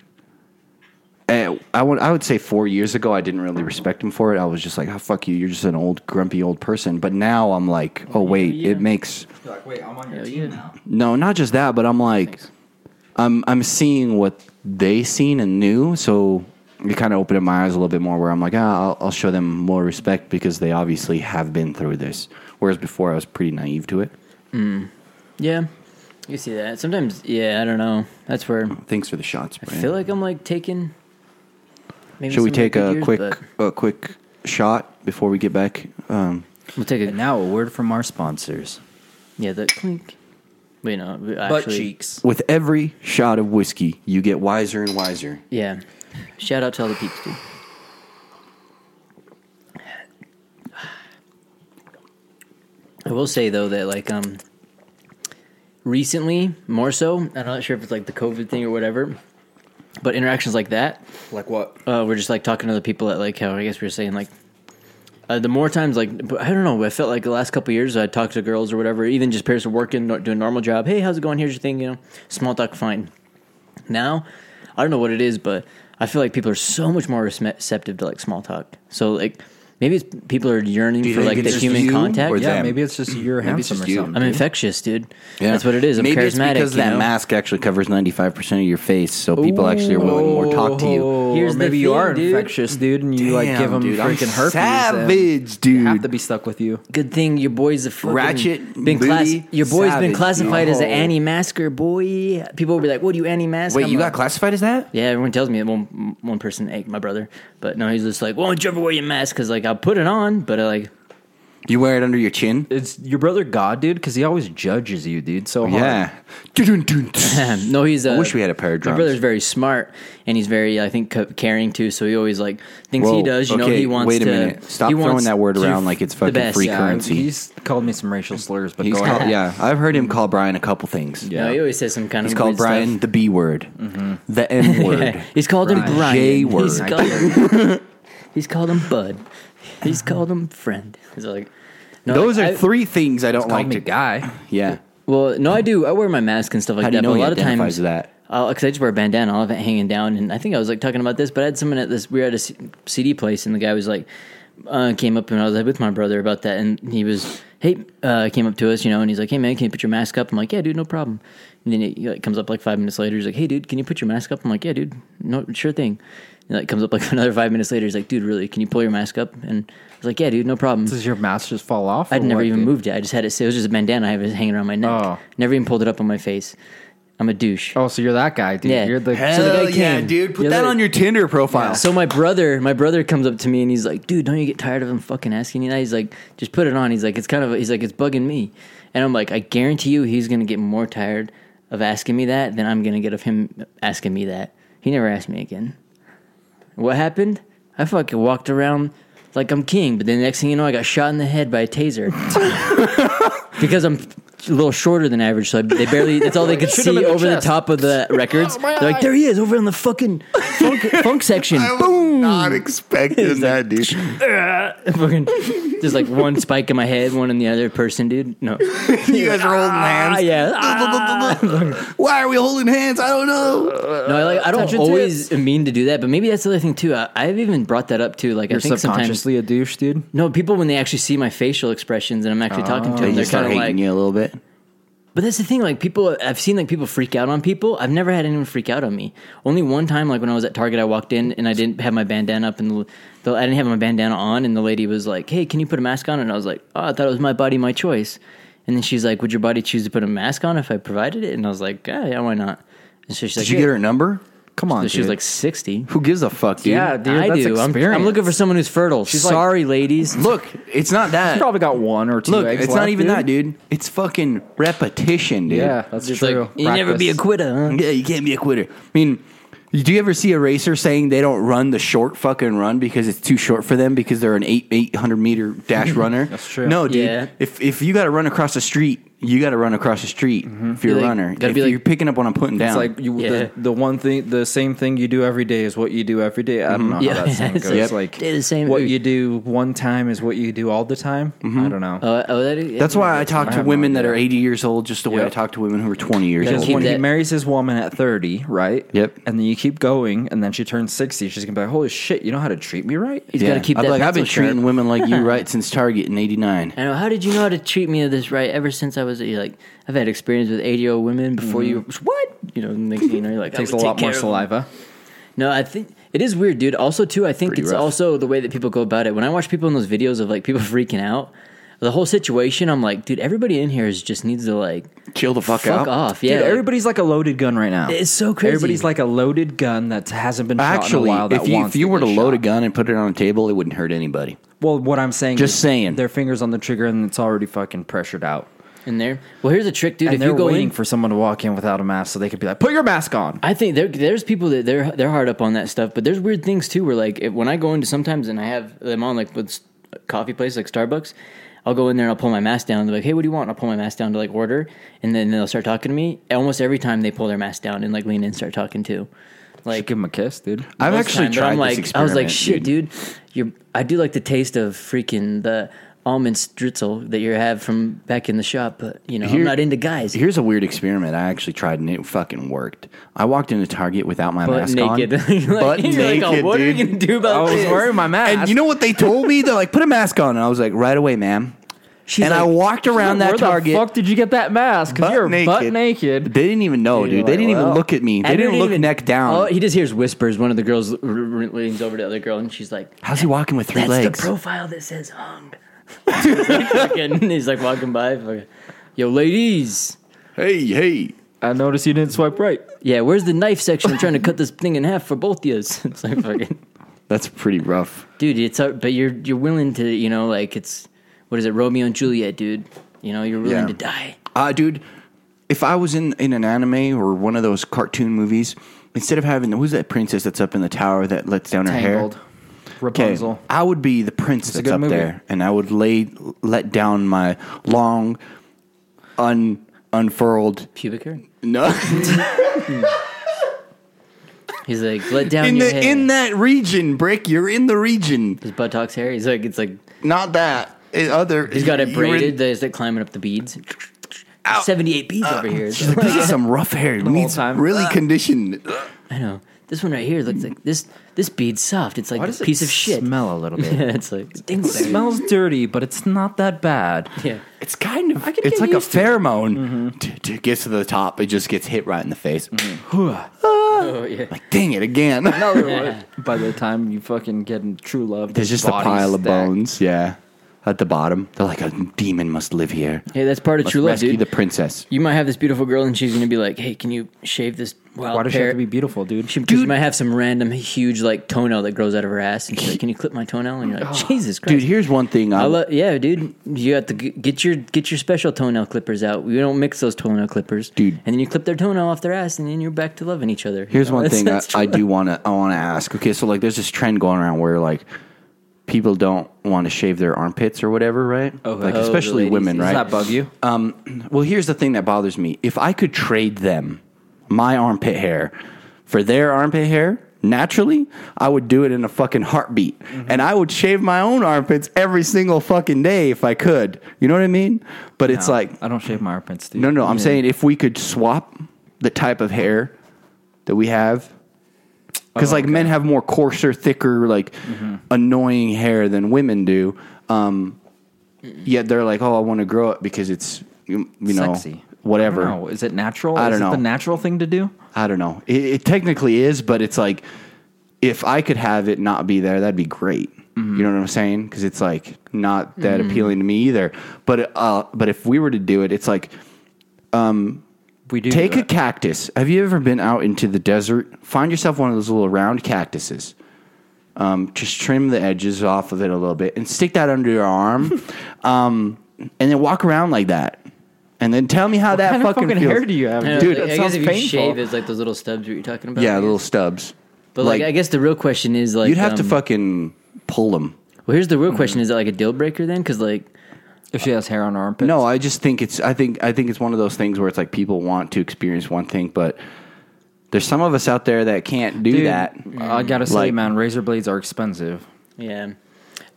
Speaker 7: uh, I would I would say four years ago I didn't really respect him for it. I was just like, oh, "Fuck you, you're just an old grumpy old person." But now I'm like, "Oh wait, it makes
Speaker 1: Like, wait, I'm on your
Speaker 6: team yeah.
Speaker 1: now.
Speaker 7: no, not just that, but I'm like, I'm I'm seeing what they seen and knew, so it kind of opened up my eyes a little bit more. Where I'm like, ah, I'll, I'll show them more respect because they obviously have been through this. Whereas before I was pretty naive to it.
Speaker 6: yeah. You see that sometimes. Yeah, I don't know. That's where
Speaker 7: Thanks for the shots, Brandon.
Speaker 6: I feel like I'm like taking. Maybe
Speaker 7: Should
Speaker 6: some
Speaker 7: we
Speaker 6: of the
Speaker 7: take
Speaker 6: good
Speaker 7: a
Speaker 6: years,
Speaker 7: quick
Speaker 6: but
Speaker 7: a quick shot before we get back? Um,
Speaker 6: We'll take a
Speaker 5: And now a word from our sponsors.
Speaker 6: yeah. The clink. Wait, no. we
Speaker 5: Butt
Speaker 6: Actually,
Speaker 5: cheeks.
Speaker 7: with every shot of whiskey, you get wiser and wiser.
Speaker 6: Yeah. Shout out to all the peeps, dude. I will say though that like um recently more so I'm not sure if it's like the COVID thing or whatever, but interactions like that
Speaker 5: Like what?
Speaker 6: uh, we're just like talking to the people at like how I guess we were saying like uh, the more times like but I don't know I felt like the last couple years I talked to girls or whatever even just pairs of working nor- doing a normal job hey how's it going here's your thing you know small talk fine now I don't know what it is but I feel like people are so much more resme- receptive to like small talk so like Maybe it's people are yearning
Speaker 7: Do you
Speaker 6: for
Speaker 7: think
Speaker 6: like
Speaker 7: it's
Speaker 6: the
Speaker 7: just
Speaker 6: human
Speaker 7: you,
Speaker 6: contact.
Speaker 7: or
Speaker 6: Yeah.
Speaker 7: them?
Speaker 2: Yeah, maybe it's just you're
Speaker 7: Maybe it's
Speaker 2: handsome
Speaker 7: just
Speaker 2: or
Speaker 7: you.
Speaker 2: something.
Speaker 6: I'm
Speaker 2: dude.
Speaker 6: infectious, dude. That's what it is. I'm
Speaker 7: Maybe it's
Speaker 6: charismatic.
Speaker 7: because
Speaker 6: you
Speaker 7: that
Speaker 6: know?
Speaker 7: mask actually covers ninety five percent of your face, so people actually are willing to more talk to you.
Speaker 2: Or
Speaker 5: Here's the
Speaker 2: maybe you
Speaker 5: thing,
Speaker 2: are
Speaker 5: dude.
Speaker 2: infectious, Oh, dude, and you like
Speaker 7: Damn,
Speaker 2: give them
Speaker 7: dude, I'm
Speaker 2: freaking herpes. and
Speaker 7: Savage,
Speaker 2: they Have
Speaker 7: dude.
Speaker 2: to be stuck with you.
Speaker 6: Good thing your boy's a fucking-
Speaker 7: Ratchet,
Speaker 6: Been class-
Speaker 7: booty,
Speaker 6: your boy's
Speaker 7: savage,
Speaker 6: been classified
Speaker 7: dude.
Speaker 6: as an anti-masker boy. People will be like, "What are you anti-mask?"
Speaker 7: Wait,
Speaker 6: I'm
Speaker 7: you
Speaker 6: like,
Speaker 7: got classified as that?
Speaker 6: Yeah, everyone tells me that one one person, hey, my brother, but no, he's just like, won't you ever wear your mask? Because like I'll put it on, but I like (laughs)
Speaker 7: You wear it under your chin?
Speaker 2: It's your brother God, dude, because he always judges you, dude. So hard.
Speaker 7: Yeah. Dun-dun-dun.
Speaker 6: no, he's. Uh,
Speaker 7: I wish we had a pair of
Speaker 6: My
Speaker 7: drums.
Speaker 6: brother's very smart, and he's very, I think, c- caring too. So he always like thinks
Speaker 7: Whoa,
Speaker 6: he does. You know,
Speaker 7: okay,
Speaker 6: he wants.
Speaker 7: wait a
Speaker 6: to,
Speaker 7: minute. Stop
Speaker 6: he
Speaker 7: throwing
Speaker 6: wants
Speaker 7: that word
Speaker 6: to
Speaker 7: around
Speaker 6: f-
Speaker 7: like it's
Speaker 6: the
Speaker 7: fucking
Speaker 6: best.
Speaker 7: free
Speaker 2: Yeah,
Speaker 7: currency.
Speaker 2: He's called me some racial slurs, but
Speaker 7: He's
Speaker 2: go
Speaker 7: called,
Speaker 2: ahead.
Speaker 7: yeah, I've heard him call Brian a couple things.
Speaker 6: No, he always says some kind
Speaker 7: He's
Speaker 6: of.
Speaker 7: called
Speaker 6: weird
Speaker 7: Brian
Speaker 6: stuff.
Speaker 7: the B word, the N word.
Speaker 6: He's called him
Speaker 2: Brian.
Speaker 6: Brian.
Speaker 7: J word.
Speaker 6: He's called him, (laughs) he's called him Bud. He's called him friend. He's like, no,
Speaker 7: Those
Speaker 6: like,
Speaker 7: are
Speaker 6: I-
Speaker 7: three things I don't
Speaker 2: Called
Speaker 7: like
Speaker 2: me
Speaker 7: to.
Speaker 2: guy.
Speaker 7: Yeah.
Speaker 6: Well, no, I do. I wear my mask and stuff like
Speaker 7: How do
Speaker 6: that.
Speaker 7: you know
Speaker 6: but
Speaker 7: he
Speaker 6: a lot of
Speaker 7: identifies
Speaker 6: times
Speaker 7: as that?
Speaker 6: I'll, Uh, cause I just wear a bandana. I'll have it hanging down, and I think I was like talking about this, but I had someone at this. We were at a C- CD place, and the guy was like, uh, came up, and I was like with my brother about that, and he was, hey, uh, came up to us, you know, and he's like, hey man, can you put your mask up? I'm like, yeah, dude, no problem. And then he, he, like comes up like five minutes later. He's like, hey dude, can you put your mask up? I'm like, yeah, dude, no, sure thing. And like comes up like (laughs) another five minutes later. He's like, dude, really? Can you pull your mask up? And I was like, yeah, dude, no problem.
Speaker 2: Does your mask just fall off?
Speaker 6: I'd
Speaker 2: or
Speaker 6: never
Speaker 2: what,
Speaker 6: even
Speaker 2: dude?
Speaker 6: moved it. I just had it. It was just a bandana I was hanging around my neck.
Speaker 2: Oh.
Speaker 6: Never even pulled it up on my face. I'm a douche.
Speaker 2: Oh, so you're that guy, dude.
Speaker 6: Yeah.
Speaker 2: You're the
Speaker 6: Hell
Speaker 2: so the guy
Speaker 6: yeah,
Speaker 2: came.
Speaker 7: dude. Put
Speaker 6: Yeah,
Speaker 7: that
Speaker 6: that-
Speaker 7: on your Tinder profile.
Speaker 6: So my brother, my brother comes up to me and he's like, "Dude, don't you get tired of him fucking asking you that?" He's like, "Just put it on." He's like, "It's kind of," he's like, "It's bugging me," and I'm like, "I guarantee you, he's gonna get more tired of asking me that than I'm gonna get of him asking me that." He never asked me again. What happened? I fucking walked around like I'm king, but then the next thing you know, I got shot in the head by a taser because I'm a little shorter than average, so they barely. That's all they could see over the top of the records. They're like, "There he is, over on the fucking funk, funk section."
Speaker 7: Boom. Not
Speaker 6: (laughs)
Speaker 7: expecting that, dude.
Speaker 6: fucking there's like one spike in my head, one in the other person, dude.
Speaker 7: (laughs)
Speaker 6: No.
Speaker 7: (laughs) you guys are holding
Speaker 6: Ah,
Speaker 7: hands.
Speaker 6: yeah.
Speaker 7: (laughs) Why are we holding hands? I don't know.
Speaker 6: No, I like I don't always mean to do that, but maybe that's the other thing too. I, I've even brought that up too. Like
Speaker 2: You're
Speaker 6: I think sometimes
Speaker 2: subconsciously a douche, dude.
Speaker 6: no people when they actually see my facial expressions and I'm actually talking to
Speaker 7: They
Speaker 6: them, they're
Speaker 7: just start
Speaker 6: kind of
Speaker 7: hating
Speaker 6: like.
Speaker 7: Oh, you a little bit.
Speaker 6: But that's the thing. Like people, I've seen like people freak out on people. I've never had anyone freak out on me. Only one time, like when I was at Target, I walked in and I didn't have my bandana up, and the, the, I didn't have my bandana on, and the lady was like, "Hey, can you put a mask on?" And I was like, "Oh, I thought it was my body, my choice." And then she's like, "Would your body choose to put a mask on if I provided it?" And I was like, "Yeah, yeah why not?" And so she's like,
Speaker 7: Did you
Speaker 6: "Here."
Speaker 7: get her number? Come on,
Speaker 6: So she was
Speaker 7: dude.
Speaker 6: like sixty.
Speaker 7: who gives a fuck, dude?
Speaker 2: Yeah, dude.
Speaker 6: I
Speaker 2: that's
Speaker 6: do. I'm, I'm
Speaker 2: experience.
Speaker 6: looking for someone who's fertile.
Speaker 2: like-
Speaker 6: Sorry, ladies.
Speaker 7: Look, it's not that.
Speaker 2: Probably got one or two.
Speaker 7: Look,
Speaker 2: eggs
Speaker 7: it's not
Speaker 2: left,
Speaker 7: even
Speaker 2: dude.
Speaker 7: that, dude. It's fucking repetition, dude.
Speaker 2: Yeah, that's
Speaker 6: It's
Speaker 2: true.
Speaker 6: like you never be a
Speaker 2: Practice.
Speaker 6: quitter. Huh?
Speaker 7: Yeah, you can't be a quitter. I mean, do you ever see a racer saying they don't run the short fucking run because it's too short for them because they're an eight eight hundred meter dash runner? That's
Speaker 2: true.
Speaker 7: No, dude.
Speaker 6: Yeah.
Speaker 7: If if you got to run across the street, you got to run across the street
Speaker 2: Mm-hmm.
Speaker 7: if you're
Speaker 6: Be
Speaker 7: a
Speaker 6: like-
Speaker 7: runner.
Speaker 6: gotta
Speaker 7: If
Speaker 6: be like-
Speaker 7: you're picking up what I'm putting down,
Speaker 2: It's like you,
Speaker 6: Yeah.
Speaker 2: the, the one thing, the same thing you do every day is what you do every day. I don't know
Speaker 6: Mm-hmm. Yeah.
Speaker 2: how that
Speaker 6: (laughs)
Speaker 2: saying
Speaker 6: It's
Speaker 2: goes.
Speaker 6: like,
Speaker 2: Like
Speaker 6: "Day the same
Speaker 2: what
Speaker 6: food."
Speaker 2: you do one time is what you do all the time. I don't know.
Speaker 6: Uh, oh, that,
Speaker 7: that's why I talk
Speaker 2: I
Speaker 7: to
Speaker 2: have no
Speaker 7: women that
Speaker 2: idea.
Speaker 7: are 80 years old just the way
Speaker 2: Yep.
Speaker 7: I talk to women who are 20 years
Speaker 2: because
Speaker 6: keep
Speaker 7: old.
Speaker 2: when he
Speaker 6: that-
Speaker 2: marries his woman at 30, right?
Speaker 7: Yep.
Speaker 2: And then you keep going, and then she turns 60. She's going to be like, holy shit, you know how to treat me right?
Speaker 6: He's got to keep
Speaker 7: I'm
Speaker 6: that.
Speaker 7: like, I've been
Speaker 6: pencil sharp.
Speaker 7: treating women
Speaker 2: (laughs)
Speaker 7: like you right since Target in '89.
Speaker 6: I know. How did you know how to treat me this right ever since I was you're like I've had experience with eighty year old women before you what you know next thing you know you're
Speaker 2: (laughs)
Speaker 6: like I
Speaker 2: Takes a
Speaker 6: would
Speaker 2: lot
Speaker 6: take
Speaker 2: more
Speaker 6: care of them.
Speaker 2: saliva.
Speaker 6: No, I think it is weird, dude. Also, too, I think it's
Speaker 7: rough.
Speaker 6: also the way that people go about it. When I watch people in those videos of like people (laughs) freaking out, the whole situation, I'm like, dude, everybody in here is just needs to like
Speaker 7: Chill the fuck,
Speaker 6: fuck
Speaker 7: out.
Speaker 6: off. Yeah,
Speaker 2: Dude,
Speaker 6: like,
Speaker 2: everybody's like a loaded gun right now.
Speaker 6: It's so crazy.
Speaker 2: Everybody's like a loaded gun that hasn't been shot
Speaker 7: Actually,
Speaker 2: in a while. That
Speaker 7: if you,
Speaker 2: wants
Speaker 7: if you were to
Speaker 2: get
Speaker 7: load
Speaker 2: shot.
Speaker 7: a gun and put it on a table, it wouldn't hurt anybody.
Speaker 2: well, what I'm saying,
Speaker 7: Just
Speaker 2: is
Speaker 7: saying.
Speaker 2: their fingers on the trigger and it's already fucking pressured out.
Speaker 6: in there. Well, here's a trick, dude.
Speaker 2: And
Speaker 6: if
Speaker 2: they're
Speaker 6: you go
Speaker 2: waiting
Speaker 6: in,
Speaker 2: for someone to walk in without a mask, so they could be like, "Put your mask on."
Speaker 6: I think there, there's people that they're they're hard up on that stuff, but there's weird things too. Where like if, when I go into sometimes and I have them on like with s- coffee place like Starbucks, I'll go in there and I'll pull my mask down. They're like, "Hey, what do you want?" And I'll pull my mask down to like order, and then they'll start talking to me. Almost every time they pull their mask down and like lean in and start talking too.
Speaker 2: Like, give him a kiss, dude.
Speaker 7: I've
Speaker 6: Most
Speaker 7: actually
Speaker 6: time, but
Speaker 7: tried
Speaker 6: I'm
Speaker 7: this
Speaker 6: like, I was like,
Speaker 7: experiment,
Speaker 6: shit, dude. You're, I do like the taste of freaking the almond stritzel that you have from back in the shop, but you know,
Speaker 7: Here-
Speaker 6: I'm not into guys.
Speaker 7: Here's a weird experiment I actually tried and it fucking worked. I walked into Target without my
Speaker 6: Butt
Speaker 7: mask
Speaker 6: naked. (laughs)
Speaker 7: on.
Speaker 6: Like,
Speaker 7: butt
Speaker 6: you're like,
Speaker 7: naked,
Speaker 6: "Oh, what are you
Speaker 7: dude.
Speaker 6: gonna do about
Speaker 7: I was
Speaker 6: this?"
Speaker 7: wearing my mask. And you know what they told me? They're like, put a mask on. And I was like, right away, ma'am.
Speaker 6: She's
Speaker 7: and I
Speaker 6: like,
Speaker 7: walked around that
Speaker 5: Where
Speaker 7: Target.
Speaker 5: the fuck did you get that mask? Because
Speaker 7: butt
Speaker 5: you're butt naked.
Speaker 7: They didn't even know, dude.
Speaker 5: You're
Speaker 7: they
Speaker 5: like,
Speaker 7: didn't even
Speaker 5: well.
Speaker 7: look at me. They
Speaker 6: Andrew
Speaker 7: didn't look neck down.
Speaker 6: Oh, he just hears whispers. One of the girls r- r- leans over to the other girl, and she's like,
Speaker 7: How's he walking with three
Speaker 6: "That's
Speaker 7: legs?
Speaker 6: the profile that says hung." (laughs) Fucking- he's like walking by. fucking, Yo, ladies.
Speaker 7: hey, hey.
Speaker 5: I noticed you didn't swipe right.
Speaker 6: Yeah, where's the knife section? I'm trying to cut this thing in half for both of you. (laughs) It's like fucking,
Speaker 7: That's pretty rough.
Speaker 6: dude. It's uh, but you're you're willing to you know like it's what is it Romeo and Juliet, dude? You know you're willing
Speaker 7: Yeah.
Speaker 6: to die.
Speaker 7: Uh, dude, if I was in, in an anime or one of those cartoon movies, instead of having who's that princess that's up in the tower that lets down her hair?
Speaker 5: Tangled. Rapunzel.
Speaker 7: Okay, I would be the prince
Speaker 5: a
Speaker 7: that's
Speaker 5: good
Speaker 7: up
Speaker 5: movie.
Speaker 7: there, and I would lay let down my long, un unfurled.
Speaker 6: Pubic hair.
Speaker 7: (laughs) No,
Speaker 6: He's like, let down
Speaker 7: in
Speaker 6: your
Speaker 7: the
Speaker 6: hair.
Speaker 7: in that region, Brick. You're in the region,
Speaker 6: His buttocks hair. He's like, it's like
Speaker 7: not that eh, other.
Speaker 6: he's got it
Speaker 7: you're in-
Speaker 6: braided. He's like climbing up the beads. Seventy-eight beads over
Speaker 7: (laughs)
Speaker 6: here. It's
Speaker 7: She's like, (laughs) this is some rough hair. It needs
Speaker 5: time.
Speaker 7: really conditioned.
Speaker 6: I know this one right here looks like this. This bead's soft. It's like
Speaker 5: Why
Speaker 6: this
Speaker 5: does it
Speaker 6: piece of shit.
Speaker 5: Smell a little
Speaker 6: (laughs)
Speaker 5: bit.
Speaker 6: Yeah, it's like (laughs)
Speaker 5: It smells dirty, but it's not that bad.
Speaker 6: yeah.
Speaker 7: It's kind of.
Speaker 5: could
Speaker 7: It's
Speaker 5: get
Speaker 7: like a
Speaker 5: used to it.
Speaker 6: Mm-hmm.
Speaker 7: pheromone. T- t- It gets to the top, it just gets hit right in the face. (sighs) Ah.
Speaker 6: Oh yeah.
Speaker 7: Dang it again!
Speaker 5: By the time you fucking get in true
Speaker 7: (laughs)
Speaker 5: love,
Speaker 7: There's
Speaker 5: the
Speaker 7: just a
Speaker 5: body's
Speaker 7: pile of
Speaker 5: stacked.
Speaker 7: bones. Yeah, at the bottom, they're like a demon must live here.
Speaker 6: Hey, that's part of
Speaker 7: Must
Speaker 6: true love,
Speaker 7: rescue
Speaker 6: dude.
Speaker 7: the princess.
Speaker 6: you might have this beautiful girl, and she's gonna be like, "Hey, can you shave this wild
Speaker 5: Why does she
Speaker 6: hair?"
Speaker 5: have to be beautiful, dude?
Speaker 6: She, she might have some random huge like toenail that grows out of her ass. And she's like, "Can you clip my toenail?" And you're like, "Jesus Christ,
Speaker 7: Dude, here's one thing.
Speaker 6: I
Speaker 7: I
Speaker 6: lo- yeah, dude, you got to g- get your get your special toenail clippers out. We don't mix those toenail clippers,
Speaker 7: Dude.
Speaker 6: And then you clip their toenail off their ass, and then you're back to loving each other.
Speaker 7: here's
Speaker 6: You know,
Speaker 7: one
Speaker 6: that's-
Speaker 7: thing I,
Speaker 6: (laughs) that's
Speaker 7: I
Speaker 6: true.
Speaker 7: do want to I want to ask. Okay, so like, there's this trend going around where like people don't want to shave their armpits or whatever, right? like
Speaker 6: Oh, the
Speaker 7: especially
Speaker 6: ladies.
Speaker 7: women,
Speaker 6: Does
Speaker 7: right? Um,
Speaker 5: Does that bug you?
Speaker 7: Well, here's the thing that bothers me. If I could trade them my armpit hair for their armpit hair naturally, I would do it in a fucking heartbeat.
Speaker 6: Mm-hmm.
Speaker 7: And I would shave my own armpits every single fucking day if I could. You know what I mean? But it's like,
Speaker 5: I don't shave my armpits, dude.
Speaker 7: no, no, I'm saying if we could swap the type of hair that we have. Because like men have more coarser, thicker, like annoying hair than women do. Um, yet they're like, oh, I want to grow it because it's you you know
Speaker 5: Sexy.
Speaker 7: whatever.
Speaker 5: No, is it natural?
Speaker 7: I don't
Speaker 5: Is it
Speaker 7: know.
Speaker 5: the natural thing to do?
Speaker 7: I don't know. It, it technically is, but it's like if I could have it not be there, that'd be great. You know what I'm saying? Because it's like not that appealing to me either. But uh, but if we were to do it, it's like
Speaker 5: We do.
Speaker 7: take
Speaker 5: do
Speaker 7: a
Speaker 5: it.
Speaker 7: cactus. Have you ever been out into the desert? Find yourself one of those little round cactuses. Um, just trim the edges off of it a little bit and stick that under your
Speaker 5: (laughs)
Speaker 7: arm, um, and then walk around like that. And then tell me how that
Speaker 5: kind of
Speaker 7: fucking,
Speaker 5: fucking
Speaker 7: feels.
Speaker 5: hair do you have,
Speaker 6: I know,
Speaker 7: dude?
Speaker 6: I
Speaker 5: that
Speaker 6: guess
Speaker 5: sounds
Speaker 6: if you
Speaker 5: painful.
Speaker 6: shave, it's like those little stubs. What you're talking about? I
Speaker 7: Yeah,
Speaker 6: guess.
Speaker 7: little stubs.
Speaker 6: But like, I guess the real question is like,
Speaker 7: You'd have to Mm-hmm.
Speaker 6: um,
Speaker 7: fucking pull them.
Speaker 6: Well, here's the real question: Is that like a deal breaker then? Because like,
Speaker 5: If she has hair on her armpits,
Speaker 7: No, I just think it's. I think. I think it's one of those things where it's like people want to experience one thing, but there's some of us out there that can't do
Speaker 5: dude,
Speaker 7: that.
Speaker 5: I gotta say,
Speaker 7: Like-
Speaker 5: man, razor blades are expensive.
Speaker 6: yeah,